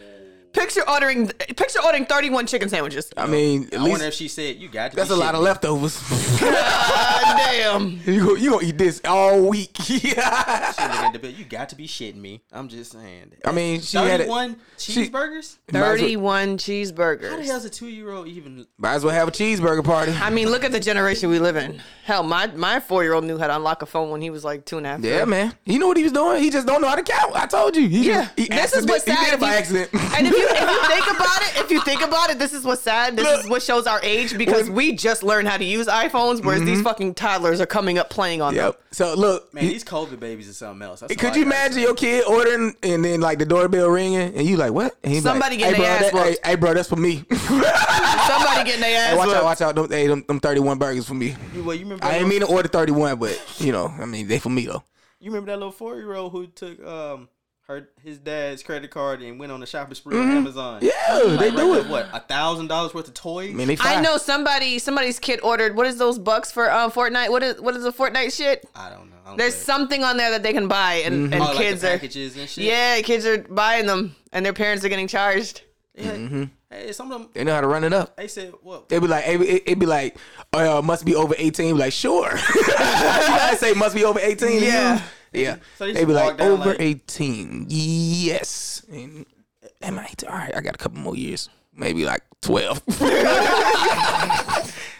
Speaker 1: Picture ordering picture ordering 31 chicken sandwiches.
Speaker 2: I mean, at
Speaker 3: I wonder if
Speaker 2: least
Speaker 3: she said you got to.
Speaker 2: that's
Speaker 3: be
Speaker 2: a lot of
Speaker 3: shitting me."
Speaker 2: leftovers.
Speaker 1: God damn.
Speaker 2: you go, you gonna eat this all week. Yeah.
Speaker 3: She looking at the bill. You got to be shitting me. I'm just saying.
Speaker 2: I mean, she had it.
Speaker 3: Thirty-one
Speaker 2: she-
Speaker 3: cheeseburgers.
Speaker 2: Might as well-
Speaker 1: 31
Speaker 3: How the
Speaker 1: cheeseburgers.
Speaker 3: hell's a two-year-old even?
Speaker 2: Might as well have a cheeseburger party.
Speaker 1: I mean, look at the generation we live in. Hell, my, my four year old knew how to unlock a phone when he was like two and a half.
Speaker 2: Yeah, man. He knew what he was doing. He just don't know how to count. I told you. He
Speaker 1: Yeah.
Speaker 2: just- he
Speaker 1: This is what's
Speaker 2: accident- He did
Speaker 1: sad
Speaker 2: it
Speaker 1: if
Speaker 2: by
Speaker 1: you-
Speaker 2: accident.
Speaker 1: And if you, if you think about it, if you think about it, this is what's sad. This is what shows our age because
Speaker 2: When- Mm-hmm.
Speaker 1: we just learned how to use iPhones, whereas these fucking toddlers are coming up playing on them.
Speaker 2: yep. So look,
Speaker 3: Man, these COVID babies are something else. That's all
Speaker 2: Could
Speaker 3: I
Speaker 2: you
Speaker 3: gotta
Speaker 2: imagine
Speaker 3: say.
Speaker 2: your kid ordering and then like the doorbell ringing and you like what? And he be
Speaker 1: Somebody
Speaker 2: like,
Speaker 1: getting
Speaker 2: hey, bro,
Speaker 1: their ass
Speaker 2: that- hey,
Speaker 1: whooped.
Speaker 2: hey, bro, that's for me. hey,
Speaker 1: Somebody getting their ass
Speaker 2: watch out,
Speaker 1: whooped.
Speaker 2: watch out. Them, hey, them, them 31 burgers for me.
Speaker 3: You, well, you remember?
Speaker 2: I
Speaker 3: that
Speaker 2: ain't
Speaker 3: little-
Speaker 2: mean to order 31, but you know, I mean, they for me though.
Speaker 3: You remember that little four-year-old who took um her his dad's credit card and went on a shopping spree on Amazon?
Speaker 2: Mm-hmm. Yeah,
Speaker 3: Like,
Speaker 2: they
Speaker 3: right
Speaker 2: do
Speaker 3: there,
Speaker 2: it.
Speaker 3: What a thousand dollars worth of toys.
Speaker 2: Man, they
Speaker 1: I
Speaker 2: fine.
Speaker 1: know somebody. Somebody's kid ordered. What is those bucks for uh, Fortnite? What is what is the Fortnite shit?
Speaker 3: I don't know. I don't
Speaker 1: There's
Speaker 3: play.
Speaker 1: something on there that they can buy, and,
Speaker 2: Mm-hmm.
Speaker 1: and
Speaker 3: Oh, like the
Speaker 1: kids are
Speaker 3: packages and shit.
Speaker 1: yeah, kids are buying them, and their parents are getting charged.
Speaker 3: Yeah.
Speaker 2: Mm-hmm.
Speaker 3: Hey, some of them.
Speaker 2: They know how to run it up.
Speaker 3: They said what?
Speaker 2: They be like, it, it, it be like, oh, yeah, must be over 18. Be like, sure. you gotta say must be over 18. to you.
Speaker 1: Yeah.
Speaker 2: Yeah.
Speaker 3: So they
Speaker 2: they
Speaker 3: just
Speaker 2: be
Speaker 3: walk
Speaker 2: like,
Speaker 3: down,
Speaker 2: over
Speaker 3: like-
Speaker 2: 18. Yes. And am I, all right, I got a couple more years. Maybe like 12.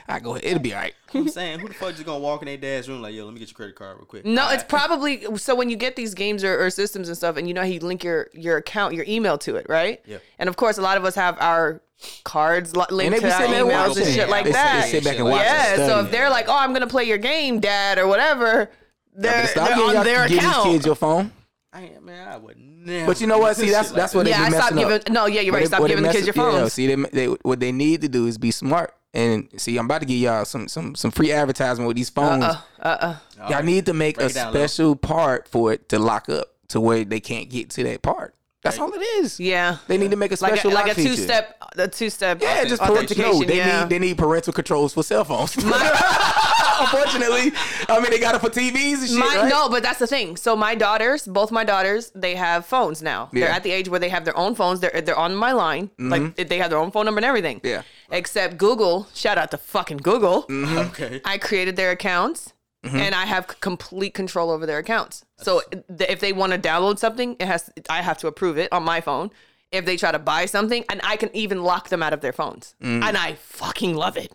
Speaker 2: I go ahead. It'll be all right.
Speaker 3: I'm saying, who the fuck just gonna walk in their dad's room like, yo, let me get your credit card real quick?
Speaker 1: No, it's probably so when you get these games or, or systems and stuff, and you know how you link your your account, your email to it, right?
Speaker 3: Yeah.
Speaker 1: And of course, a lot of us have our cards li-
Speaker 2: And they
Speaker 1: linked
Speaker 2: be
Speaker 1: to our
Speaker 2: sitting there
Speaker 1: emails
Speaker 2: watching
Speaker 1: and
Speaker 2: it.
Speaker 1: shit like
Speaker 2: They sit- they
Speaker 1: that.
Speaker 2: sit back and
Speaker 3: Yeah,
Speaker 2: watch
Speaker 1: yeah.
Speaker 2: and
Speaker 1: So
Speaker 2: study.
Speaker 1: if they're like, "Oh, I'm gonna play your game, Dad," or whatever, they're,
Speaker 2: Stop
Speaker 1: they're
Speaker 2: giving y'all-
Speaker 1: on their
Speaker 2: giving these
Speaker 1: account.
Speaker 2: kids your phone.
Speaker 3: I ain't, man, I would never.
Speaker 2: But you know what? See, that's that's what they
Speaker 1: Yeah, I
Speaker 2: be
Speaker 1: stopped
Speaker 2: messing up.
Speaker 1: giving. No, yeah, you're
Speaker 2: What
Speaker 1: right.
Speaker 2: they-
Speaker 1: Stop
Speaker 2: what they
Speaker 1: giving the kids your
Speaker 2: mess up- yeah,
Speaker 1: phones.
Speaker 2: see, they, they, what they need to do is be smart. And see, I'm about to give y'all some some some free advertisement with these phones.
Speaker 1: Uh, uh, uh.
Speaker 3: All
Speaker 2: Y'all
Speaker 3: right.
Speaker 2: need to make
Speaker 3: Break
Speaker 2: a
Speaker 3: it down, Lil.
Speaker 2: special part for it to lock up to where they can't get to that part. That's all it is.
Speaker 1: Yeah.
Speaker 2: They need to make a
Speaker 1: Like a,
Speaker 2: special
Speaker 1: like
Speaker 2: lock
Speaker 1: a
Speaker 2: feature.
Speaker 1: two step, a two step.
Speaker 2: Yeah, just parental.
Speaker 1: authentication.
Speaker 2: No, they
Speaker 1: yeah.
Speaker 2: need they need parental controls for cell phones. Unfortunately, I mean they got it for TVs and shit.
Speaker 1: My,
Speaker 2: right?
Speaker 1: No, but that's the thing. So my daughters, both my daughters, they have phones now. They're
Speaker 2: Yeah. Mm-hmm.
Speaker 1: at the age where they have their own phones. They're they're on my line. Like they have their own phone number and everything.
Speaker 2: Yeah.
Speaker 1: Except Google. Shout out to fucking Google.
Speaker 2: Mm-hmm.
Speaker 3: Okay.
Speaker 1: I created their accounts, and I have c- complete control over their accounts. So th- if they want to download something, it has I have to approve it on my phone. If they try to buy something, and I can even lock them out of their phones, and I fucking love it.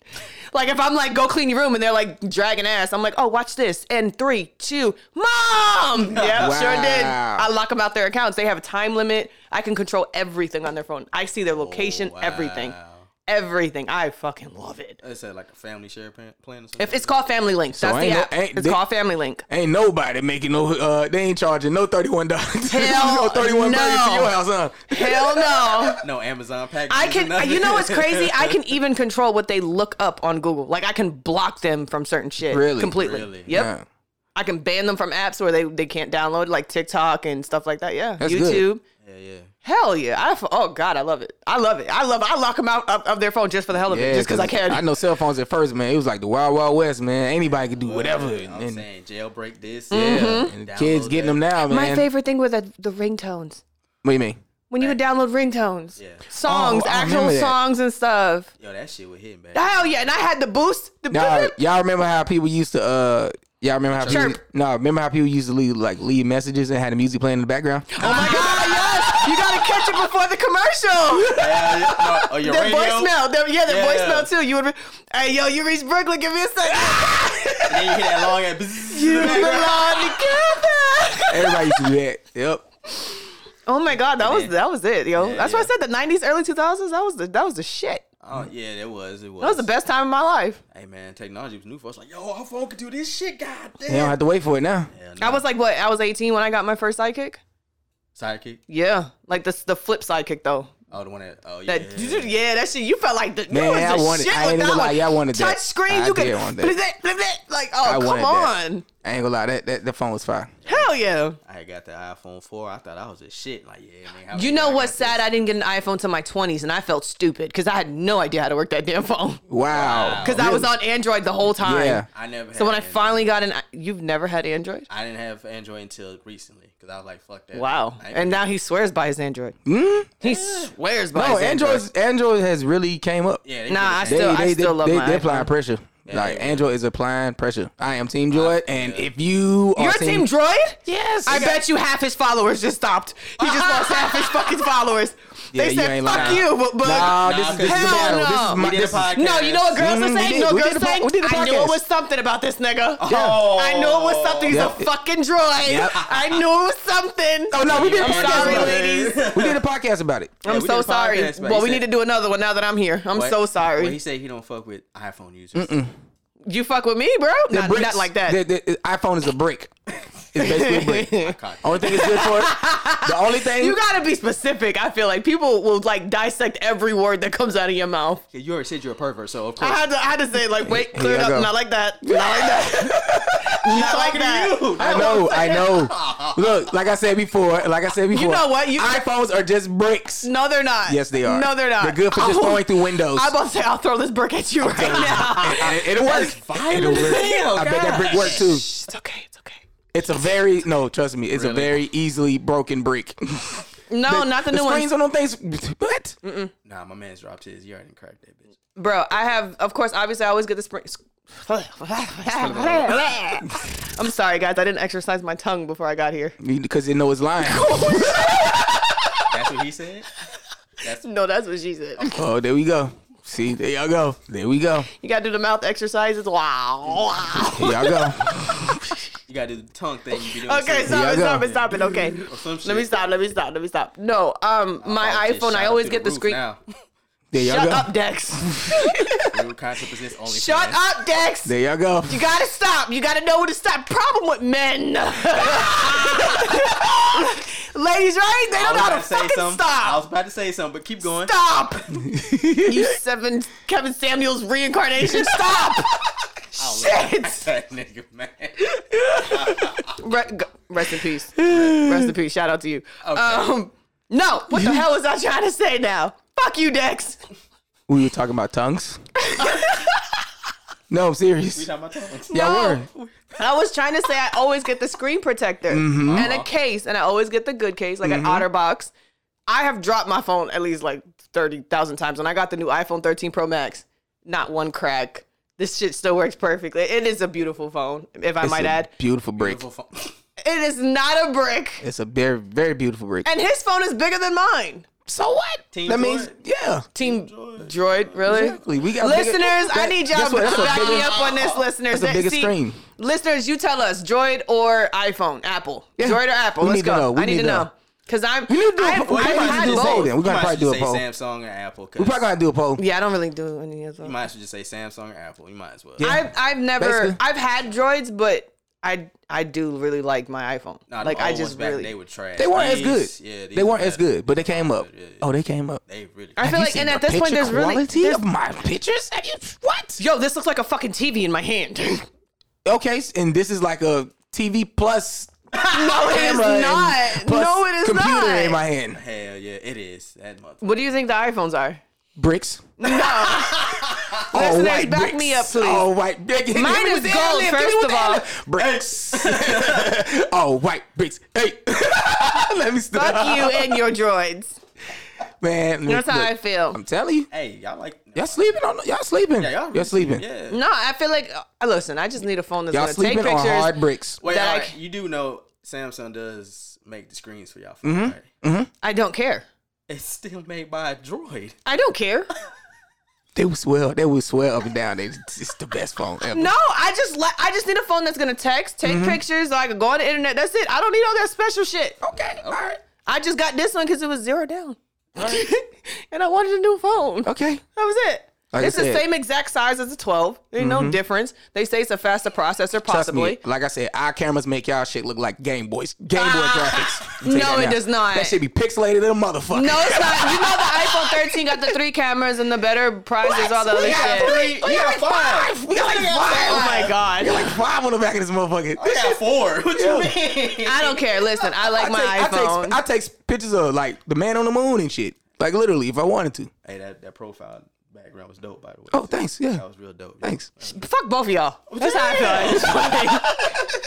Speaker 1: Like if I'm like, go clean your room, and they're like dragging ass, I'm like, oh, watch this, and three, two, mom, yeah, sure did.
Speaker 2: Wow.
Speaker 1: I lock them out their accounts. They have a time limit. I can control everything on their phone. I see their location, everything, everything. I fucking love it.
Speaker 3: Is that like a family share plan, plan or something?
Speaker 1: If it's called Family Link, that's the
Speaker 2: ain't no-
Speaker 1: app.
Speaker 2: ain't
Speaker 1: it's
Speaker 2: they-
Speaker 1: called Family Link.
Speaker 2: Ain't nobody making no. Uh, they ain't charging no thirty one dollars.
Speaker 1: Hell
Speaker 2: no thirty one dollars to
Speaker 1: no.
Speaker 2: your house, huh?
Speaker 1: Hell no.
Speaker 3: no Amazon package.
Speaker 1: I can. You know what's crazy? I can even control what they look up on Google. Like I can block them from certain shit
Speaker 2: Really?
Speaker 1: completely.
Speaker 3: Really?
Speaker 1: Yep.
Speaker 2: Yeah.
Speaker 1: I can ban them from apps where they, they can't download, like TikTok and stuff like that. Yeah.
Speaker 2: That's good.
Speaker 1: YouTube.
Speaker 3: yeah, yeah.
Speaker 1: Hell yeah. I f oh god, I love it. I love it. I love. I lock them out of, of their phone just for the hell of it, just because I can.
Speaker 2: I know cell phones at first, man. It was like the wild, wild west, man. Anybody could do whatever.
Speaker 3: I'm
Speaker 2: and,
Speaker 3: saying jailbreak this.
Speaker 2: yeah,
Speaker 1: Mm-hmm.
Speaker 2: and the kids
Speaker 3: Download
Speaker 2: getting
Speaker 3: that.
Speaker 2: them now, man.
Speaker 1: My favorite thing were the the ringtones.
Speaker 2: What do you mean?
Speaker 1: When you could download ringtones,
Speaker 3: Yeah.
Speaker 1: songs,
Speaker 2: Oh, I
Speaker 1: actual
Speaker 2: remember that.
Speaker 1: songs and stuff.
Speaker 3: Yo, that shit was hitting back.
Speaker 1: Hell yeah, and I had the boost. The
Speaker 2: Y'all, y'all remember how people used to? uh Y'all remember how people?
Speaker 1: Chirp.
Speaker 2: No, remember how people used to leave like leave messages and had the music playing in the background.
Speaker 1: Oh my god, yes! You gotta catch it before the commercial.
Speaker 3: Hell yeah. No, oh, your
Speaker 1: The
Speaker 3: radio.
Speaker 1: voicemail, the, yeah, the
Speaker 3: Yeah.
Speaker 1: voicemail too. You would, be, hey yo, you reached Brooklyn. Give me a second.
Speaker 3: And then you hit that long ass. bzzz in
Speaker 1: you
Speaker 3: the background.
Speaker 1: belong together.
Speaker 2: Everybody used to do that. Yep.
Speaker 1: Oh my god, that was
Speaker 3: Yeah.
Speaker 1: that was it, yo.
Speaker 3: Yeah,
Speaker 1: That's why I
Speaker 3: yeah.
Speaker 1: said the '90s, early 2000s. That was the that was the shit.
Speaker 3: Oh yeah, it was. It was.
Speaker 1: That was the best time of my life.
Speaker 3: Hey man, technology was new for us. Like, yo, our phone could do this shit. God
Speaker 2: They don't
Speaker 3: damn.
Speaker 2: have to wait for it now.
Speaker 3: Yeah,
Speaker 1: I was like, what? I was 18 when I got my first sidekick.
Speaker 3: sidekick.
Speaker 1: Yeah, like this the flip sidekick though.
Speaker 3: Oh, the one that. Oh yeah.
Speaker 1: That yeah. that shit. You felt like the you
Speaker 2: Man,
Speaker 1: was
Speaker 2: I
Speaker 1: the
Speaker 2: wanted-
Speaker 1: shit
Speaker 2: I
Speaker 1: with
Speaker 2: ain't
Speaker 1: that
Speaker 2: gonna lie,
Speaker 1: one.
Speaker 2: yeah, I wanted that.
Speaker 1: touch screen.
Speaker 2: I
Speaker 1: you could
Speaker 2: did want that.
Speaker 1: blah, blah, blah. like
Speaker 2: I
Speaker 1: oh come
Speaker 2: wanted that.
Speaker 1: on,
Speaker 2: I ain't gonna lie. That that, that phone was fire.
Speaker 1: hell yeah.
Speaker 3: I had got the iPhone 4. I thought I was a shit. Like, yeah, man. how
Speaker 1: You
Speaker 3: the
Speaker 1: know
Speaker 3: hell I
Speaker 1: what's
Speaker 3: got
Speaker 1: sad? I didn't get an iPhone till my twenties, and I felt stupid because I had no idea how to work that damn phone
Speaker 2: Wow.
Speaker 1: because I was on Android the whole time.
Speaker 2: Yeah.
Speaker 3: this? I never.
Speaker 1: So when I
Speaker 3: had
Speaker 1: finally got an, you've never had Android?
Speaker 3: Android. I didn't have Android until recently because I was like, fuck that.
Speaker 1: Wow.
Speaker 3: I ain't-
Speaker 1: And now he swears by his Android. He swears by
Speaker 2: Hmm? No,
Speaker 1: his Android.
Speaker 2: Android Android has really came up.
Speaker 3: yeah, they
Speaker 1: Nah,
Speaker 3: could've
Speaker 1: I
Speaker 3: changed
Speaker 2: They
Speaker 1: still-
Speaker 2: they they,
Speaker 1: love
Speaker 2: they,
Speaker 1: my
Speaker 2: they
Speaker 1: iPhone.
Speaker 2: applying pressure. like Android is applying pressure. I am Team Joy, and if you are
Speaker 1: Your team Droid?
Speaker 2: yes,
Speaker 1: I bet you half his followers just stopped. He just lost half his fucking followers.
Speaker 2: Yeah,
Speaker 1: they
Speaker 2: you
Speaker 1: said,
Speaker 2: ain't
Speaker 1: "Fuck
Speaker 2: lying.
Speaker 1: you," but, but
Speaker 2: Nah, this
Speaker 3: Nah,
Speaker 2: is this is the
Speaker 1: hell
Speaker 2: battle.
Speaker 1: no.
Speaker 2: This is
Speaker 1: We
Speaker 2: my,
Speaker 3: did a
Speaker 2: this is-
Speaker 3: podcast.
Speaker 1: No, you know what girls
Speaker 2: Mhm,
Speaker 1: are
Speaker 2: we
Speaker 1: saying?
Speaker 2: did-
Speaker 1: no,
Speaker 2: we
Speaker 1: girls
Speaker 2: did the po-
Speaker 1: saying,
Speaker 2: we did the
Speaker 1: I knew it
Speaker 2: podcast.
Speaker 1: was something about this nigga.
Speaker 3: Oh.
Speaker 1: I knew it was something. He's
Speaker 2: Yep.
Speaker 1: a fucking droid.
Speaker 2: Yep.
Speaker 1: I knew it was something.
Speaker 2: Oh no, we did a
Speaker 1: I'm
Speaker 2: podcast
Speaker 1: sorry,
Speaker 2: about it.
Speaker 1: ladies.
Speaker 2: We did a podcast about it.
Speaker 3: Yeah,
Speaker 1: I'm
Speaker 3: we
Speaker 1: so
Speaker 3: did a
Speaker 1: sorry.
Speaker 3: podcast, but
Speaker 1: well,
Speaker 3: he
Speaker 1: we
Speaker 3: said-
Speaker 1: need to do another one now that I'm here. I'm
Speaker 3: What?
Speaker 1: so
Speaker 3: Well, he
Speaker 1: sorry.
Speaker 3: said he don't fuck with iPhone users.
Speaker 1: You fuck with me, bro? Not,
Speaker 2: Bricks,
Speaker 1: not like that.
Speaker 2: The, the- iPhone is a brick. It's basically a brick.
Speaker 3: I caught
Speaker 2: Only thing it's good for. The only thing
Speaker 1: You gotta be specific. I feel like people will like dissect every word that comes out of your mouth.
Speaker 3: that. You already said you're a pervert, so of
Speaker 1: I
Speaker 3: course.
Speaker 1: had to, I had to say like, wait, clear it
Speaker 2: I
Speaker 1: up.
Speaker 2: go.
Speaker 1: Not like that. Not like that. not like
Speaker 3: Talking to
Speaker 1: that.
Speaker 3: you.
Speaker 2: I know, I know. Look, like I said before, like I said before,
Speaker 1: know what? You-
Speaker 2: iPhones are just bricks.
Speaker 1: No, they're not.
Speaker 2: Yes, they are.
Speaker 1: No, they're not. Oh.
Speaker 2: They're good for just
Speaker 1: I'll-
Speaker 2: throwing through windows.
Speaker 1: I'm about to say I'll throw this brick at you right now.
Speaker 2: And it, it'll work. It'll work.
Speaker 3: hell,
Speaker 2: I bet that brick worked too.
Speaker 1: Shh, it's okay. It's okay.
Speaker 2: It's a very no, trust me, it's a
Speaker 3: Really?
Speaker 2: very easily broken brick.
Speaker 1: No, not the,
Speaker 2: the
Speaker 1: new
Speaker 2: screens
Speaker 1: ones,
Speaker 2: on them things. What?
Speaker 3: Nah, my man's dropped his. You already cracked that bitch.
Speaker 1: bro. I have, of course, obviously, I always get the spring, I'm sorry, guys. I didn't exercise my tongue before I got here.
Speaker 2: because they know it's lying.
Speaker 3: That's what he said. That's
Speaker 1: No, that's what she said.
Speaker 2: oh, there we go. See, there y'all go. There we go.
Speaker 1: You gotta do the mouth exercises. Wow.
Speaker 2: There y'all go.
Speaker 3: you gotta do the tongue thing. You be doing
Speaker 1: Okay,
Speaker 3: something
Speaker 1: stop
Speaker 2: Yeah,
Speaker 1: it, stop
Speaker 2: go.
Speaker 1: it, stop it. Okay.
Speaker 3: or some shit.
Speaker 1: Let me stop. Let me stop. Let me stop. No, um, my
Speaker 3: Oh, shit,
Speaker 1: iPhone.
Speaker 3: shot
Speaker 1: I
Speaker 3: up
Speaker 1: always
Speaker 3: through
Speaker 1: get the
Speaker 3: roof
Speaker 1: screen.
Speaker 3: Now.
Speaker 2: There y'all
Speaker 1: Shut
Speaker 2: go.
Speaker 1: up, Dex.
Speaker 3: New concept is this only.
Speaker 1: Shut
Speaker 3: fans.
Speaker 1: up, Dex.
Speaker 2: There y'all go.
Speaker 1: You gotta stop. You gotta know when to stop. Problem with men. Ladies, right? They
Speaker 3: I
Speaker 1: don't
Speaker 3: was
Speaker 1: know how
Speaker 3: about
Speaker 1: to
Speaker 3: to say
Speaker 1: fucking
Speaker 3: something. I
Speaker 1: stop.
Speaker 3: was about to say something, but keep going.
Speaker 1: Stop. you seven Kevin Samuels reincarnation. Stop. Shit.
Speaker 3: That nigga, man.
Speaker 1: Re- g- rest in peace. Rest in peace. Shout out to you. Um, no. What the hell was I trying to say now? Fuck you, Dex.
Speaker 2: We were talking about tongues. no, I'm serious.
Speaker 3: You talking about tongues?
Speaker 2: Y'all were.
Speaker 1: I was trying to say I always get the screen protector
Speaker 2: Mm-hmm.
Speaker 1: and a case, and I always get the good case, like an OtterBox. I have dropped my phone at least like 30,000 times, and I got the new iPhone 13 Pro Max. Not one crack. This shit still works perfectly. It is a beautiful phone, if I
Speaker 2: It's
Speaker 1: might
Speaker 2: a
Speaker 1: add.
Speaker 2: Beautiful break.
Speaker 3: Beautiful phone.
Speaker 1: It is not a brick,
Speaker 2: It's a very, very beautiful break.
Speaker 1: and his phone is bigger than mine.
Speaker 2: so what?
Speaker 3: Team
Speaker 2: that means,
Speaker 3: Floyd.
Speaker 2: yeah.
Speaker 1: Team Droid, really?
Speaker 2: Exactly. We got
Speaker 1: Listeners,
Speaker 2: bigger-
Speaker 1: I
Speaker 2: that-
Speaker 1: need y'all
Speaker 2: that's what- that's
Speaker 1: to
Speaker 2: a
Speaker 1: back me
Speaker 2: bigger-
Speaker 1: up on this, listeners.
Speaker 2: that's a bigger
Speaker 1: See,
Speaker 2: screen.
Speaker 1: Listeners, you tell us, Droid or iPhone, Apple, Droid or Apple.
Speaker 2: We
Speaker 1: Let's
Speaker 2: need to
Speaker 1: go.
Speaker 2: know. We
Speaker 1: I need, to know because I'm.
Speaker 2: We need to do a-
Speaker 1: I've,
Speaker 2: we
Speaker 1: I've
Speaker 2: might
Speaker 1: had
Speaker 2: do a poll
Speaker 1: both.
Speaker 2: then. We're gonna
Speaker 3: You might
Speaker 2: probably do a
Speaker 3: as
Speaker 2: poll.
Speaker 3: well say Samsung or Apple.
Speaker 2: We probably gotta do a poll.
Speaker 1: Yeah, I don't really do any of those.
Speaker 3: You might as well just say Samsung or Apple. You might as well.
Speaker 2: Yeah.
Speaker 1: I've I've never
Speaker 2: Basically.
Speaker 1: I've had Droids, but I I do really like my iPhone.
Speaker 3: Nah, them
Speaker 1: like I
Speaker 3: old ones
Speaker 1: just
Speaker 3: back,
Speaker 1: really.
Speaker 3: they were trash.
Speaker 2: They weren't as
Speaker 3: These-
Speaker 2: good.
Speaker 3: Yeah, these
Speaker 2: they weren't
Speaker 3: were
Speaker 2: as
Speaker 3: better.
Speaker 2: good, but they came up.
Speaker 3: yeah, yeah.
Speaker 2: Oh, they came up.
Speaker 3: They really.
Speaker 1: I feel
Speaker 2: You
Speaker 1: like,
Speaker 2: seen
Speaker 1: and
Speaker 2: the
Speaker 1: at this point,
Speaker 2: picture
Speaker 1: there's really
Speaker 2: quality
Speaker 1: there's-
Speaker 2: of my pictures. Have you what?
Speaker 1: yo, this looks like a fucking TV in my hand. no,
Speaker 2: Okay, s- and this is like a TV plus
Speaker 1: it is
Speaker 2: camera and
Speaker 1: not.
Speaker 2: plus
Speaker 1: No, it is
Speaker 2: computer
Speaker 1: not.
Speaker 2: in my hand.
Speaker 3: Hell yeah, it is that mother.
Speaker 1: what do you think the iPhones are?
Speaker 2: Bricks.
Speaker 1: No.
Speaker 2: All
Speaker 1: Listeners,
Speaker 2: white
Speaker 1: back
Speaker 2: bricks.
Speaker 1: me up, please.
Speaker 2: All white bricks.
Speaker 1: Mine is gold, first of all.
Speaker 2: Bricks. All white bricks. Hey, let me stop.
Speaker 1: Fuck you and your droids.
Speaker 2: man.
Speaker 1: That's how
Speaker 2: look,
Speaker 1: I feel.
Speaker 2: I'm telling you,
Speaker 3: Hey, y'all like
Speaker 2: y'all sleeping on y'all sleeping.
Speaker 3: Yeah, y'all
Speaker 2: y'all
Speaker 3: really-
Speaker 2: sleeping. Mm-hmm.
Speaker 3: Yeah.
Speaker 1: No, I feel like uh, listen. I just need a phone that's
Speaker 2: Y'all
Speaker 1: gonna take
Speaker 2: sleeping on
Speaker 1: pictures.
Speaker 2: hard bricks.
Speaker 3: Wait,
Speaker 1: that I
Speaker 3: all right,
Speaker 1: c-
Speaker 3: you do know Samsung does make the screens for y'all.
Speaker 2: Mm-hmm.
Speaker 3: phone, right?
Speaker 1: I don't care.
Speaker 3: It's still made by a droid.
Speaker 1: I don't care.
Speaker 2: They will swell. They will swell up and down. They- It's just the best phone ever.
Speaker 1: No, I just li- I just need a phone that's gonna text, take
Speaker 2: Mm-hmm.
Speaker 1: pictures, so I can go on the internet. That's it. I don't need all that special shit.
Speaker 2: Okay. All right.
Speaker 1: I just got this one because it was zero down, and I wanted a new phone.
Speaker 2: Okay.
Speaker 1: That was it.
Speaker 2: Like I
Speaker 1: it's the
Speaker 2: said- Mm-hmm.
Speaker 1: same exact size as a 12. There's no difference. They say it's a faster processor,
Speaker 2: Trust
Speaker 1: possibly.
Speaker 2: me. Like I said, our cameras make y'all shit look like Game Boys. Game Boy graphics. I'm telling
Speaker 1: Ah, no,
Speaker 2: you
Speaker 1: it
Speaker 2: now.
Speaker 1: does not.
Speaker 2: That should be pixelated in a motherfucker.
Speaker 1: No, it's not. You know the iPhone 13 got the three cameras and the better prizes, all the
Speaker 2: We
Speaker 1: other
Speaker 2: got
Speaker 1: shit.
Speaker 2: three. We got five. We got like five.
Speaker 1: Oh my god.
Speaker 2: You're like five on the back of this motherfucker.
Speaker 3: I got four. What you mean?
Speaker 1: I don't care. Listen, I like
Speaker 2: I,
Speaker 1: my
Speaker 2: take, I,
Speaker 1: iPhone.
Speaker 2: take, I take pictures of like the man on the moon and shit. Like literally, if I wanted to.
Speaker 3: Hey, that, that profile background was dope, by the way.
Speaker 2: Oh, thanks. Yeah.
Speaker 3: That was real dope.
Speaker 2: Thanks.
Speaker 1: Fuck both of y'all. That's how I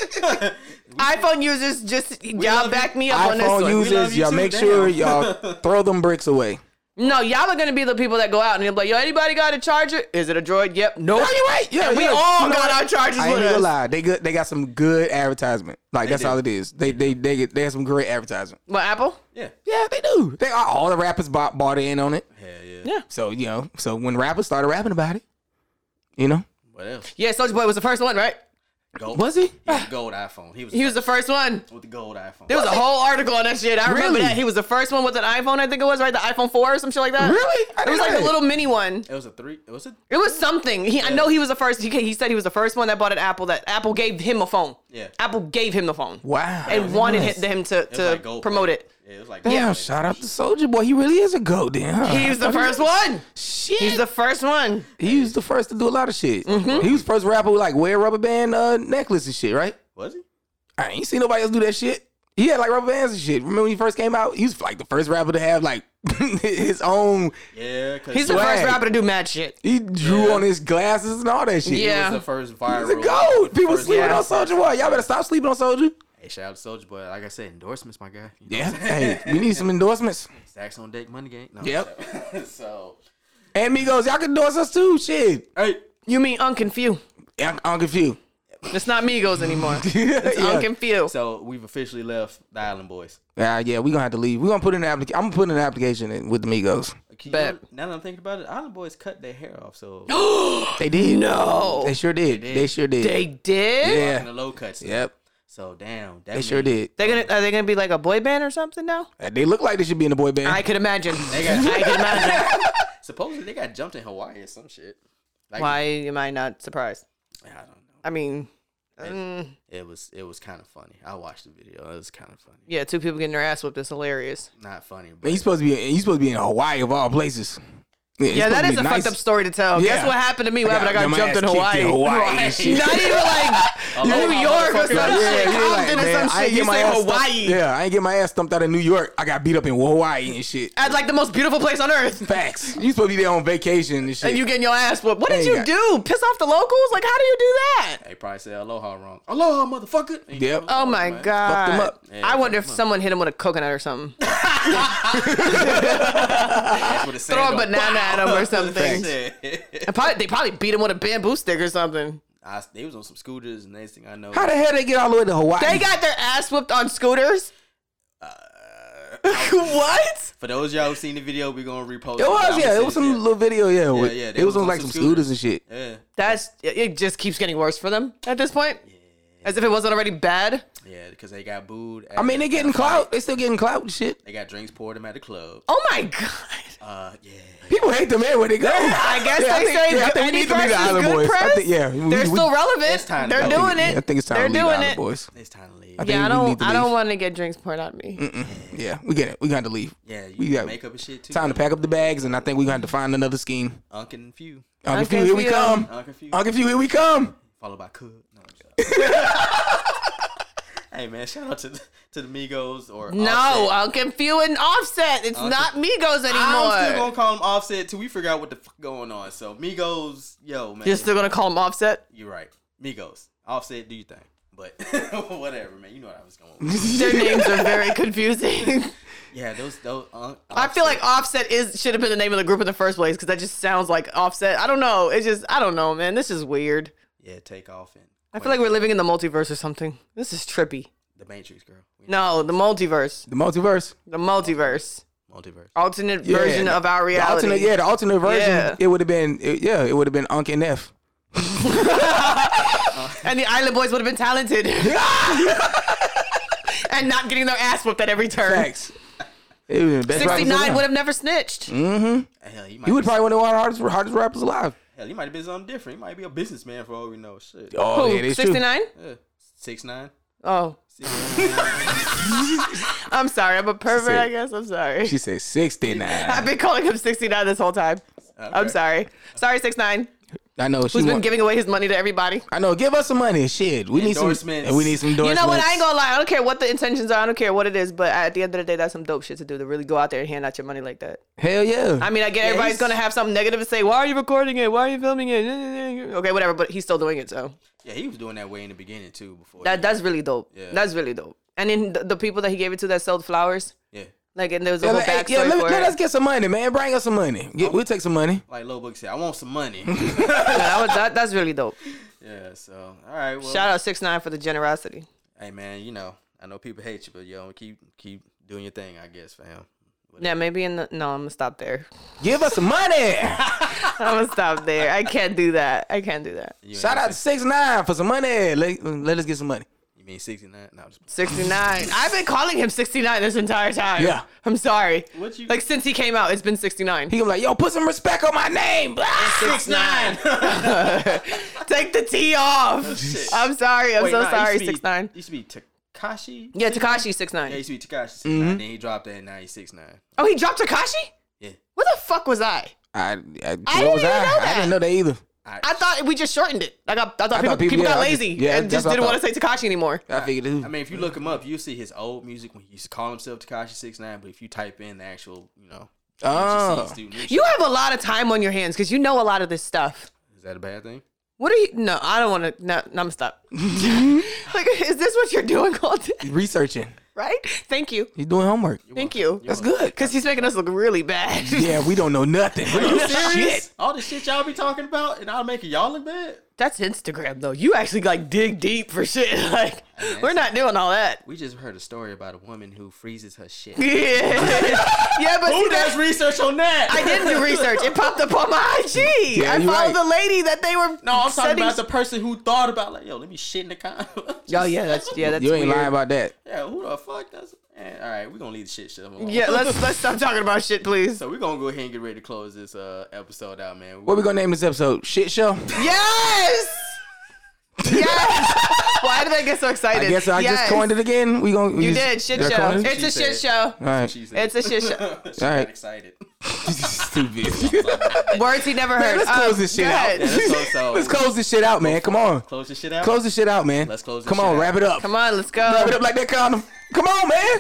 Speaker 1: feel. iPhone users just y'all
Speaker 3: love
Speaker 1: back me up on this
Speaker 2: iPhone
Speaker 1: one.
Speaker 3: love
Speaker 2: users,
Speaker 3: you
Speaker 2: y'all
Speaker 3: too,
Speaker 2: make
Speaker 3: damn.
Speaker 2: sure y'all throw them bricks away.
Speaker 1: No, y'all are gonna be the people that go out and you're like, yo, anybody got a charger? Is it a droid? Yep. No.
Speaker 2: No, you right. Yeah,
Speaker 1: And we
Speaker 2: yeah.
Speaker 1: all
Speaker 2: You know
Speaker 1: got
Speaker 2: what?
Speaker 1: our chargers
Speaker 2: I ain't
Speaker 1: with
Speaker 2: gonna
Speaker 1: us.
Speaker 2: lie. They good. They got some good advertisement. Like that's
Speaker 3: do.
Speaker 2: all it is. They they they get- they have some great advertisement.
Speaker 1: What Apple?
Speaker 3: Yeah.
Speaker 2: Yeah, they do. They uh, all, all the rappers bought, bought in on it.
Speaker 3: Hell yeah.
Speaker 2: So you know, so when rappers started rapping about it, you know,
Speaker 3: What else?
Speaker 1: Yeah, Soldier Boy was the first one, right?
Speaker 3: Gold.
Speaker 2: was he?
Speaker 3: He had a gold iPhone. He was,
Speaker 1: He was the first one.
Speaker 3: with the gold iPhone.
Speaker 1: There was a whole article on that shit. I remember
Speaker 2: Really?
Speaker 1: that. He was the first one with an iPhone, I think it was, right? The iPhone 4 or some shit like that.
Speaker 2: Really? I
Speaker 1: It was
Speaker 2: didn't know
Speaker 1: like a
Speaker 2: that.
Speaker 1: little mini one.
Speaker 3: It was a three. It was a
Speaker 1: It was something. He, I know he was the first. He, he said he was the first one that bought an Apple. That Apple gave him a phone.
Speaker 3: Yeah.
Speaker 1: Apple gave him the phone.
Speaker 2: Wow.
Speaker 1: And wanted
Speaker 2: Nice.
Speaker 1: him, him to,
Speaker 3: it was
Speaker 1: to
Speaker 3: like gold
Speaker 1: promote
Speaker 3: plated.
Speaker 1: it.
Speaker 3: Yeah, it was like
Speaker 2: Damn!
Speaker 3: gold plated.
Speaker 2: Shout out to Soldier Boy. He really is a goat, then. Huh?
Speaker 1: He was the first one.
Speaker 2: Shit.
Speaker 1: He's the first one.
Speaker 2: he was the first to do a lot of shit.
Speaker 1: Mm-hmm.
Speaker 2: He was the first rapper who like wear rubber band uh, necklace and shit, right?
Speaker 3: Was he?
Speaker 2: I ain't seen nobody else do that shit. He had like rubber bands and shit. Remember when he first came out? He was like the first rapper to have like his own.
Speaker 3: Yeah, because
Speaker 1: He's the
Speaker 2: Swag.
Speaker 1: first rapper to do mad shit.
Speaker 2: He drew on his glasses and all that shit.
Speaker 1: Yeah.
Speaker 3: was the first
Speaker 2: He's
Speaker 3: viral.
Speaker 2: a goat. People
Speaker 3: first-
Speaker 2: sleeping
Speaker 1: yeah.
Speaker 2: on Soldier Boy. Y'all better stop sleeping on Soldier.
Speaker 3: Hey, shout out to Soldier Boy. Like I said, endorsements, my guy. You know,
Speaker 2: Yeah. hey, we need some endorsements.
Speaker 3: Sacks on deck, money game. No,
Speaker 2: Yep.
Speaker 3: so,
Speaker 2: And Migos, y'all can endorse us too. Shit.
Speaker 3: hey,
Speaker 1: You mean Unc and Few?
Speaker 2: I, I don't get you.
Speaker 1: It's not Migos anymore. It's
Speaker 2: yeah.
Speaker 1: Unc and Phil.
Speaker 3: So we've officially left the Island Boys.
Speaker 2: Nah, yeah, we gonna have to leave. We gonna put in an application. I'm gonna put in an application in- with the Migos.
Speaker 3: Can you-
Speaker 1: Bet.
Speaker 3: now that I'm thinking about it, Island Boys cut their hair off, so
Speaker 2: They did.
Speaker 1: No.
Speaker 2: they sure did. They,
Speaker 3: They did.
Speaker 2: sure did.
Speaker 1: They did.
Speaker 2: Yeah.
Speaker 3: the low cuts.
Speaker 2: Yep,
Speaker 3: So damn, that
Speaker 2: they sure
Speaker 3: means
Speaker 2: did.
Speaker 1: They're gonna are they gonna be like a boy band or something now?
Speaker 2: Uh, They look like they should be in a boy band.
Speaker 1: I could imagine.
Speaker 3: Eh. They got-
Speaker 1: I could imagine.
Speaker 3: Supposedly they got jumped in Hawaii or some shit. Like,
Speaker 1: Why am I not surprised?
Speaker 3: I don't know.
Speaker 1: I mean,
Speaker 3: It was it was kind of funny. I watched the video. It was kind of funny.
Speaker 1: yeah, two people getting their ass whipped is hilarious.
Speaker 3: Not funny,
Speaker 2: Man,
Speaker 3: but
Speaker 2: you supposed to be. You supposed to be in Hawaii of all places. it's
Speaker 1: Yeah,
Speaker 2: supposed
Speaker 1: that
Speaker 2: to
Speaker 1: is
Speaker 2: be
Speaker 1: a
Speaker 2: nice.
Speaker 1: fucked up story to tell. Guess
Speaker 2: Yeah.
Speaker 1: what happened to me? What happened? I got,
Speaker 2: my
Speaker 1: jumped
Speaker 2: ass
Speaker 1: in
Speaker 2: kicked
Speaker 1: Hawaii.
Speaker 2: Hawaii
Speaker 3: Right.
Speaker 2: and shit.
Speaker 1: Not even like
Speaker 3: Hello,
Speaker 1: New
Speaker 3: my
Speaker 1: York or
Speaker 3: motherfucker.
Speaker 1: some
Speaker 2: Yeah,
Speaker 1: shit.
Speaker 2: yeah, like,
Speaker 1: Compton or
Speaker 2: man,
Speaker 1: some
Speaker 2: I ain't
Speaker 1: shit.
Speaker 2: get
Speaker 1: You
Speaker 2: my
Speaker 1: say
Speaker 2: ass stumped-
Speaker 1: Hawaii.
Speaker 2: Yeah, I ain't get my ass stumped out in New York. I got beat up in Hawaii and shit.
Speaker 1: At like the most beautiful place on earth.
Speaker 2: Facts. You supposed to be there on vacation and shit.
Speaker 1: And you getting your ass whooped. What did
Speaker 2: Ain't
Speaker 1: you
Speaker 2: got-
Speaker 1: do? Piss off the locals? Like, how do you do that?
Speaker 3: they probably said aloha wrong. Aloha, motherfucker. And you
Speaker 2: Yep.
Speaker 3: know,
Speaker 1: Oh my
Speaker 3: man.
Speaker 1: god!
Speaker 2: them up.
Speaker 3: Yeah,
Speaker 1: I
Speaker 3: fucked
Speaker 1: wonder
Speaker 3: them
Speaker 1: if
Speaker 3: up.
Speaker 1: someone hit him with a coconut or something.
Speaker 3: That's what it
Speaker 1: Throw a
Speaker 3: said, though.
Speaker 1: banana at him or something.
Speaker 3: Shit.
Speaker 1: And probably, they probably beat him with a bamboo stick or something.
Speaker 3: I, they was on some scooters and next thing I know,
Speaker 2: How the hell they get all the way to Hawaii?
Speaker 1: They got their ass whooped on scooters.
Speaker 3: Uh,
Speaker 1: what?
Speaker 3: for those of y'all who seen the video, we're gonna repost.
Speaker 2: It was yeah. It was some little video yeah. with-
Speaker 3: yeah, they
Speaker 2: it was
Speaker 3: was
Speaker 2: on
Speaker 3: on
Speaker 2: like
Speaker 3: some
Speaker 2: some scooters
Speaker 3: scooters.
Speaker 2: and shit.
Speaker 3: Yeah,
Speaker 1: That's it. it Just keeps getting worse for them at this point. As if it wasn't already bad.
Speaker 3: yeah, because they got booed.
Speaker 2: I mean, they getting clout. They still getting clout and shit.
Speaker 3: They got drinks poured them at the club.
Speaker 1: Oh my god!
Speaker 3: Uh, yeah.
Speaker 2: People hate them everywhere they go.
Speaker 1: I guess
Speaker 2: Yeah, I
Speaker 1: they
Speaker 2: think-
Speaker 1: say
Speaker 2: yeah, I think we
Speaker 1: any
Speaker 2: need to be
Speaker 1: press
Speaker 2: the
Speaker 1: is
Speaker 2: Island
Speaker 1: good
Speaker 2: Boys. I
Speaker 1: press.
Speaker 2: think- yeah, we-
Speaker 1: they're
Speaker 2: we-
Speaker 1: still relevant.
Speaker 3: It's time to
Speaker 1: they're
Speaker 3: go.
Speaker 1: doing it.
Speaker 2: I think it's time
Speaker 1: They're
Speaker 2: to leave
Speaker 1: doing
Speaker 2: Island
Speaker 1: it.
Speaker 2: Boys.
Speaker 3: It's time to leave.
Speaker 2: I think
Speaker 1: Yeah, I
Speaker 2: we need
Speaker 1: don't.
Speaker 2: to
Speaker 1: I
Speaker 2: leave.
Speaker 1: don't want to get drinks poured on me.
Speaker 2: Yeah, we get it. We got to leave.
Speaker 3: Yeah, you
Speaker 2: we got
Speaker 3: make up and shit too.
Speaker 2: time to pack up the bags, and I think we got to find another scheme.
Speaker 3: Uncle and Few.
Speaker 2: Uncle
Speaker 1: Uncle
Speaker 2: Few, here we
Speaker 1: Phil.
Speaker 2: come.
Speaker 3: Uncle Few.
Speaker 2: Uncle Few, here we come.
Speaker 3: Followed by Cud. No, I'm sorry. hey man, shout out to the, to the Migos or
Speaker 1: No,
Speaker 3: Offset.
Speaker 1: I'll confuse an offset. It's not Migos anymore.
Speaker 3: I'm still gonna call them Offset till we figure out what the fuck going on. So Migos, yo man,
Speaker 1: You're still gonna call him offset?
Speaker 3: you're right. Migos, Offset, do your thing. But whatever, man, you know what I was going. With.
Speaker 1: Their names are very confusing.
Speaker 3: Yeah, those those. Un-
Speaker 1: I feel like offset is should have been the name of the group in the first place because that just sounds like offset. I don't know. It's just I don't know, man. This is weird.
Speaker 3: yeah, take off and
Speaker 1: I feel like we're living in the multiverse or something. This is trippy.
Speaker 3: the Matrix, girl. We
Speaker 1: No, the multiverse.
Speaker 2: The multiverse.
Speaker 1: The multiverse.
Speaker 3: multiverse.
Speaker 1: Alternate
Speaker 2: Yeah,
Speaker 1: version
Speaker 2: the-
Speaker 1: of our
Speaker 2: The
Speaker 1: reality.
Speaker 2: alternate, yeah, the alternate version.
Speaker 1: Yeah.
Speaker 2: It would have been, it- yeah, it would have been Unc and F.
Speaker 1: And the Island Boys would have been talented. and not getting their ass whooped at every turn.
Speaker 2: Facts. It would have been the best rappers
Speaker 1: 69
Speaker 2: alive.
Speaker 1: would have never snitched.
Speaker 2: Mm.
Speaker 3: Hell, you might
Speaker 2: You would
Speaker 3: be-
Speaker 2: probably want to one of the hardest, hardest rappers alive.
Speaker 3: hell, you might have been something different. You might be a businessman for all we know. Shit.
Speaker 2: Oh,
Speaker 1: Who?
Speaker 2: yeah, that's true.
Speaker 1: 69?
Speaker 3: Yeah. Six nine.
Speaker 1: Oh. I'm sorry. I'm a pervert,
Speaker 2: Sick.
Speaker 1: I guess. I'm sorry.
Speaker 2: She said 69.
Speaker 1: I've been calling him 69 this whole time. I'm
Speaker 3: Okay.
Speaker 1: sorry. Sorry, 69.
Speaker 2: I know she
Speaker 1: Who's been
Speaker 2: want-
Speaker 1: giving away his money to everybody.
Speaker 2: I know. Give us some money. Shit. We need some.
Speaker 3: Endorsements.
Speaker 2: And we need some
Speaker 1: You
Speaker 2: endorsements.
Speaker 1: know what? I ain't gonna lie. I don't care what the intentions are. I don't care what it is. But at the end of the day, that's some dope shit to do to really go out there and hand out your money like that.
Speaker 2: Hell yeah.
Speaker 1: I mean, I get everybody's
Speaker 3: he's-
Speaker 1: gonna have something negative to say. Why are you recording it? Why are you filming it? Okay, whatever. But he's still doing it, so
Speaker 3: Yeah, he was doing that way in the beginning too. Before
Speaker 1: that that's really dope.
Speaker 3: Yeah.
Speaker 1: That's really dope. And then the, the people that he gave it to that sold flowers,
Speaker 3: yeah,
Speaker 1: like, and there was a
Speaker 2: yeah,
Speaker 1: whole
Speaker 2: let,
Speaker 1: backstory
Speaker 2: yeah, let,
Speaker 1: for
Speaker 2: let
Speaker 1: it.
Speaker 2: us get some money, man. Bring us some money. Get, we'll take some money.
Speaker 3: like Lil Book said, I want some money.
Speaker 1: No, that was- that- that's really dope.
Speaker 3: yeah, so all right. Well,
Speaker 1: Shout out six nine for the generosity.
Speaker 3: Hey man, you know I know people hate you, but yo, keep keep doing your thing. I guess, fam.
Speaker 1: Yeah, maybe in the no, I'm gonna stop there.
Speaker 2: Give us some money.
Speaker 1: I'm gonna stop there. I can't do that. I can't do that.
Speaker 3: You
Speaker 2: Shout out to Six Nine for some money. Let, let us get some money.
Speaker 3: You mean sixty nine? No, I'm just,
Speaker 1: 69. I've been calling him 69 this entire time.
Speaker 2: Yeah.
Speaker 1: I'm sorry.
Speaker 3: What you-
Speaker 1: Like since he came out, it's been 69.
Speaker 2: He gonna be like, yo, put some respect on my name. Ah!
Speaker 1: Six nine. Take the T off.
Speaker 3: shit.
Speaker 1: I'm sorry. I'm
Speaker 3: Wait,
Speaker 1: so
Speaker 3: nah, it used
Speaker 1: sorry.
Speaker 3: to be-
Speaker 1: Six nine.
Speaker 3: Used to be Takashi.
Speaker 1: Yeah, Mm-hmm. Takashi six
Speaker 3: Yeah, it
Speaker 1: nine.
Speaker 3: used to be Takashi. 69 Then he dropped that in ninety six nine.
Speaker 1: Oh, he dropped Takashi.
Speaker 3: Yeah.
Speaker 1: Where the fuck was I?
Speaker 2: I, I,
Speaker 1: I
Speaker 2: where was
Speaker 1: didn't even
Speaker 2: I?
Speaker 1: know
Speaker 2: I
Speaker 1: that.
Speaker 2: didn't know that either.
Speaker 1: I thought we just shortened it. I got. I thought, people,
Speaker 2: thought people-
Speaker 1: people
Speaker 2: yeah,
Speaker 1: got
Speaker 2: I just-
Speaker 1: lazy
Speaker 2: yeah,
Speaker 1: and
Speaker 2: that's
Speaker 1: just
Speaker 2: what I
Speaker 1: didn't want to
Speaker 2: thought.
Speaker 1: say Takashi anymore.
Speaker 2: I figured it.
Speaker 3: I mean, if you look him up, you'll see his old music when he used to call himself Takashi Six Nine. But if you type in the actual, you know, E what you
Speaker 2: oh,
Speaker 3: see his dude,
Speaker 1: You have a lot of time on your hands because you know a lot of this stuff.
Speaker 3: is that a bad thing?
Speaker 1: What are you? No, I don't want to. No, no, I'm stop. like, is this what you're doing all day?
Speaker 2: researching.
Speaker 1: Right? Thank you.
Speaker 2: He's doing homework.
Speaker 1: Thank you.
Speaker 2: That's good.
Speaker 1: Because he's making us look really bad.
Speaker 2: Yeah, we don't know nothing. We don't know shit.
Speaker 3: All the shit y'all be talking about, and I'll make y'all look bad.
Speaker 1: That's Instagram though. You actually like dig deep for shit. Like we're not doing all that.
Speaker 3: We just heard a story about a woman who freezes her shit.
Speaker 1: Yeah, yeah, but
Speaker 3: Who
Speaker 1: see,
Speaker 3: does
Speaker 1: that,
Speaker 3: research on that?
Speaker 1: I didn't do research. It popped up on my IG.
Speaker 2: Yeah,
Speaker 1: I
Speaker 2: you're
Speaker 1: followed
Speaker 2: right.
Speaker 1: the lady that they were.
Speaker 3: No, I'm talking
Speaker 1: sending-
Speaker 3: about the person who thought about like, yo, let me shit in the con.
Speaker 1: Oh yeah, that's yeah, that's
Speaker 2: you ain't
Speaker 1: weird.
Speaker 2: lying about that.
Speaker 3: yeah, who the fuck does? Man, all right, we're gonna leave the shit shit alone.
Speaker 1: Yeah, let's let's stop talking about shit, please.
Speaker 3: So we're gonna go ahead and get ready to close this uh episode out, man.
Speaker 2: What we gonna name this episode? Shit show.
Speaker 1: Yes. Yes. Why did I get so excited?
Speaker 2: I guess I
Speaker 1: Yes.
Speaker 2: just coined it again. We gonna we
Speaker 1: You
Speaker 2: just-
Speaker 1: did shit
Speaker 2: I
Speaker 1: show.
Speaker 2: coined it?
Speaker 1: It's a
Speaker 3: She
Speaker 1: shit
Speaker 3: said-
Speaker 1: show.
Speaker 2: All right,
Speaker 3: She said-
Speaker 1: It's a shit show.
Speaker 3: She
Speaker 2: All
Speaker 3: got
Speaker 2: right.
Speaker 3: excited.
Speaker 2: stupid.
Speaker 1: Words he never heard.
Speaker 2: let's
Speaker 1: Um,
Speaker 2: close this shit
Speaker 1: go
Speaker 2: out.
Speaker 1: ahead.
Speaker 3: Let's go, so-
Speaker 2: Let's close this shit out, man. Come on,
Speaker 3: Close this shit out.
Speaker 2: close this shit out, man.
Speaker 3: Let's close this
Speaker 2: Come
Speaker 3: shit
Speaker 2: on,
Speaker 3: out.
Speaker 2: wrap it up.
Speaker 1: Come on, let's
Speaker 2: Wrap it
Speaker 1: go.
Speaker 2: up like that condom. Come on, man.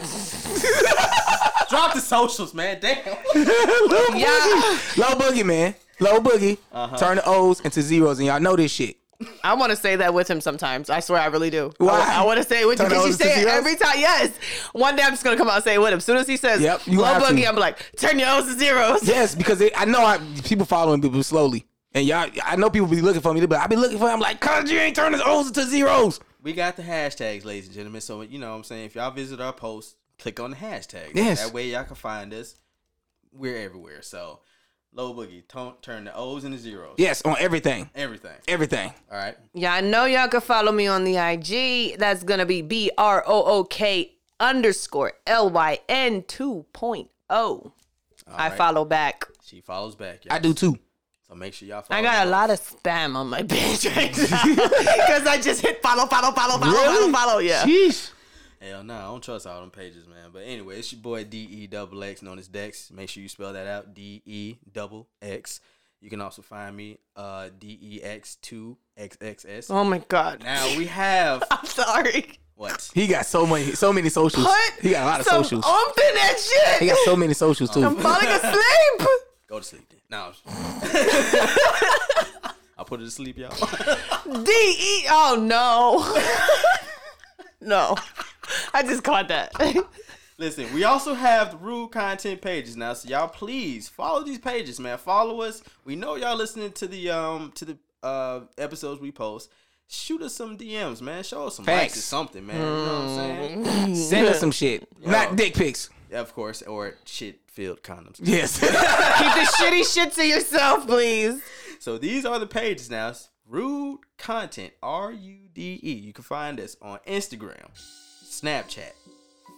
Speaker 3: Drop the socials, man. Damn.
Speaker 2: Little
Speaker 1: Yeah.
Speaker 2: boogie, low boogie, man. Low boogie. Turn the O's into zeros, and y'all know this shit.
Speaker 1: I want to say that with him sometimes. I swear I really do. I-
Speaker 2: Why?
Speaker 1: I, want to say it with him
Speaker 2: Turn
Speaker 1: because
Speaker 2: it
Speaker 1: you
Speaker 2: over to
Speaker 1: say it
Speaker 2: zeros?
Speaker 1: every time. Yes. One day I'm just going to come out and say it with him. As soon as he says,
Speaker 2: Yep, you
Speaker 1: low
Speaker 2: have to.
Speaker 1: boogie, I'm like, turn your O's to zeros.
Speaker 2: Yes, because it, I know I, people following people slowly, and y'all. I know people be looking for me, but I be looking for. I'm like, cause you ain't turning O's into zeros.
Speaker 3: We got the hashtags, ladies and gentlemen. So you know what I'm saying? If y'all visit our post, click on the hashtag.
Speaker 2: Yes.
Speaker 3: That way y'all can find us. We're everywhere. So low boogie, ton- turn the O's into zeros.
Speaker 2: Yes, on everything,
Speaker 3: Everything.
Speaker 2: everything.
Speaker 3: All right.
Speaker 1: Yeah, I know y'all can follow me on the IG. That's going to be B R O O K underscore L Y N 2.0. I
Speaker 3: right.
Speaker 1: follow back.
Speaker 3: She follows back. Y'all.
Speaker 2: I do too.
Speaker 3: So make sure y'all follow.
Speaker 1: I got a
Speaker 3: her.
Speaker 1: lot of spam on my page right now because I just hit follow, follow, follow, follow, follow, follow. Yeah.
Speaker 2: Jeez.
Speaker 3: Hell no, I don't trust all them pages, man. But anyway, it's your boy D E double X, known as Dex. Make sure you spell that out, D E double X. You can also find me, uh, D E X two X X S.
Speaker 1: Oh my God.
Speaker 3: Now we have
Speaker 1: I'm sorry.
Speaker 3: what?
Speaker 2: He got so many, so many socials.
Speaker 1: Put
Speaker 2: he got a lot of
Speaker 1: some
Speaker 2: socials.
Speaker 1: oomph in that shit.
Speaker 2: He got so many socials too.
Speaker 1: I'm falling asleep.
Speaker 3: Go to sleep. Then. No, I put her to sleep, y'all.
Speaker 1: D E. Oh no. no. I just caught that.
Speaker 3: Listen, we also have the rude content pages now, so y'all please follow these pages, man. Follow us. We know y'all listening to the um to the uh episodes we post. Shoot us some DMs, man. Show us some likes or
Speaker 2: Facts.
Speaker 3: something, man. You know what I'm saying?
Speaker 2: Send us some shit, not dick pics.
Speaker 3: Yeah, of course, or shit filled condoms.
Speaker 2: Yes.
Speaker 1: Keep the shitty shit to yourself, please.
Speaker 3: So these are the pages now. It's Rude content, R U D E. You can find us on Instagram, Snapchat,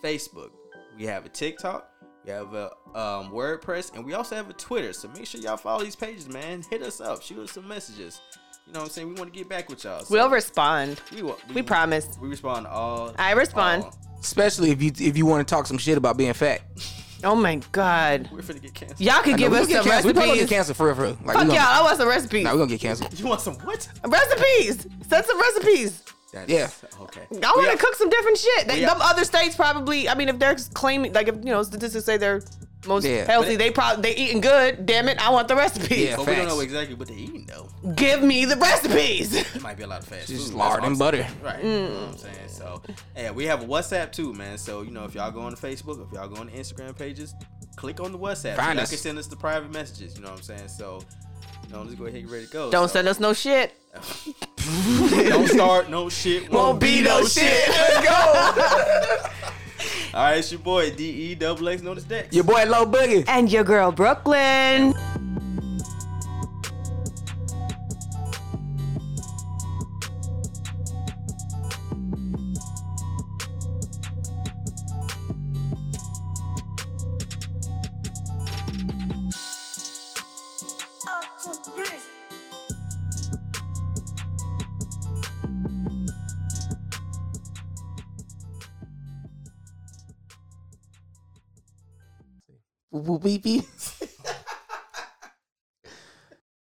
Speaker 3: Facebook. We have a TikTok. We have a um, WordPress, and we also have a Twitter. So make sure y'all follow these pages, man. Hit us up. Shoot us some messages. You know what I'm saying? We want to get back with y'all. So
Speaker 1: We'll respond.
Speaker 3: we, wa-
Speaker 1: we promise.
Speaker 3: We respond to all.
Speaker 1: I respond.
Speaker 3: all.
Speaker 2: Especially if you if you want to talk some shit about being fat.
Speaker 1: Oh my God.
Speaker 3: We're finna get canceled.
Speaker 1: Y'all could give
Speaker 2: we
Speaker 1: us
Speaker 2: get
Speaker 1: some
Speaker 2: canceled. We probably gonna
Speaker 1: recipes.
Speaker 2: get canceled for real, for real. Like,
Speaker 1: Fuck
Speaker 2: we
Speaker 1: y'all.
Speaker 2: gonna,
Speaker 1: I want some recipes.
Speaker 2: Nah, we gonna get canceled.
Speaker 3: You want some what?
Speaker 1: Um, recipes. Send some recipes.
Speaker 3: That
Speaker 2: Yeah.
Speaker 3: is- Okay.
Speaker 1: I
Speaker 3: We
Speaker 1: want
Speaker 3: are-
Speaker 1: to cook some different shit. They,
Speaker 3: we are-
Speaker 1: them other states probably. I mean, if they're claiming, like, if you know, statistics say they're most
Speaker 2: Yeah.
Speaker 1: healthy, they probably they eating good. Damn it, I want the recipes.
Speaker 2: Yeah.
Speaker 3: But we don't
Speaker 2: Facts.
Speaker 3: know exactly what they're eating though.
Speaker 1: Give me the recipes.
Speaker 3: It might be a lot of fast
Speaker 2: Just
Speaker 3: food.
Speaker 2: lard
Speaker 3: That's
Speaker 2: and
Speaker 3: what I'm
Speaker 2: butter.
Speaker 3: saying. Right. You know what I'm saying? So, yeah, we have a WhatsApp too, man. So, you know, if y'all go on to Facebook, if y'all go on the Instagram pages, click on the WhatsApp.
Speaker 2: Find
Speaker 3: y'all
Speaker 2: us.
Speaker 3: can send us the private messages. You know what I'm saying? So, you know, let's go ahead and get ready to go.
Speaker 1: Don't
Speaker 3: So,
Speaker 1: send us no shit.
Speaker 3: Don't start no shit. Won't be no shit.
Speaker 1: Let's go.
Speaker 3: All right, it's your boy, DE Double X, known as Dex.
Speaker 2: Your boy Low Boogie.
Speaker 1: and your girl Brooklyn.
Speaker 2: Whoopee.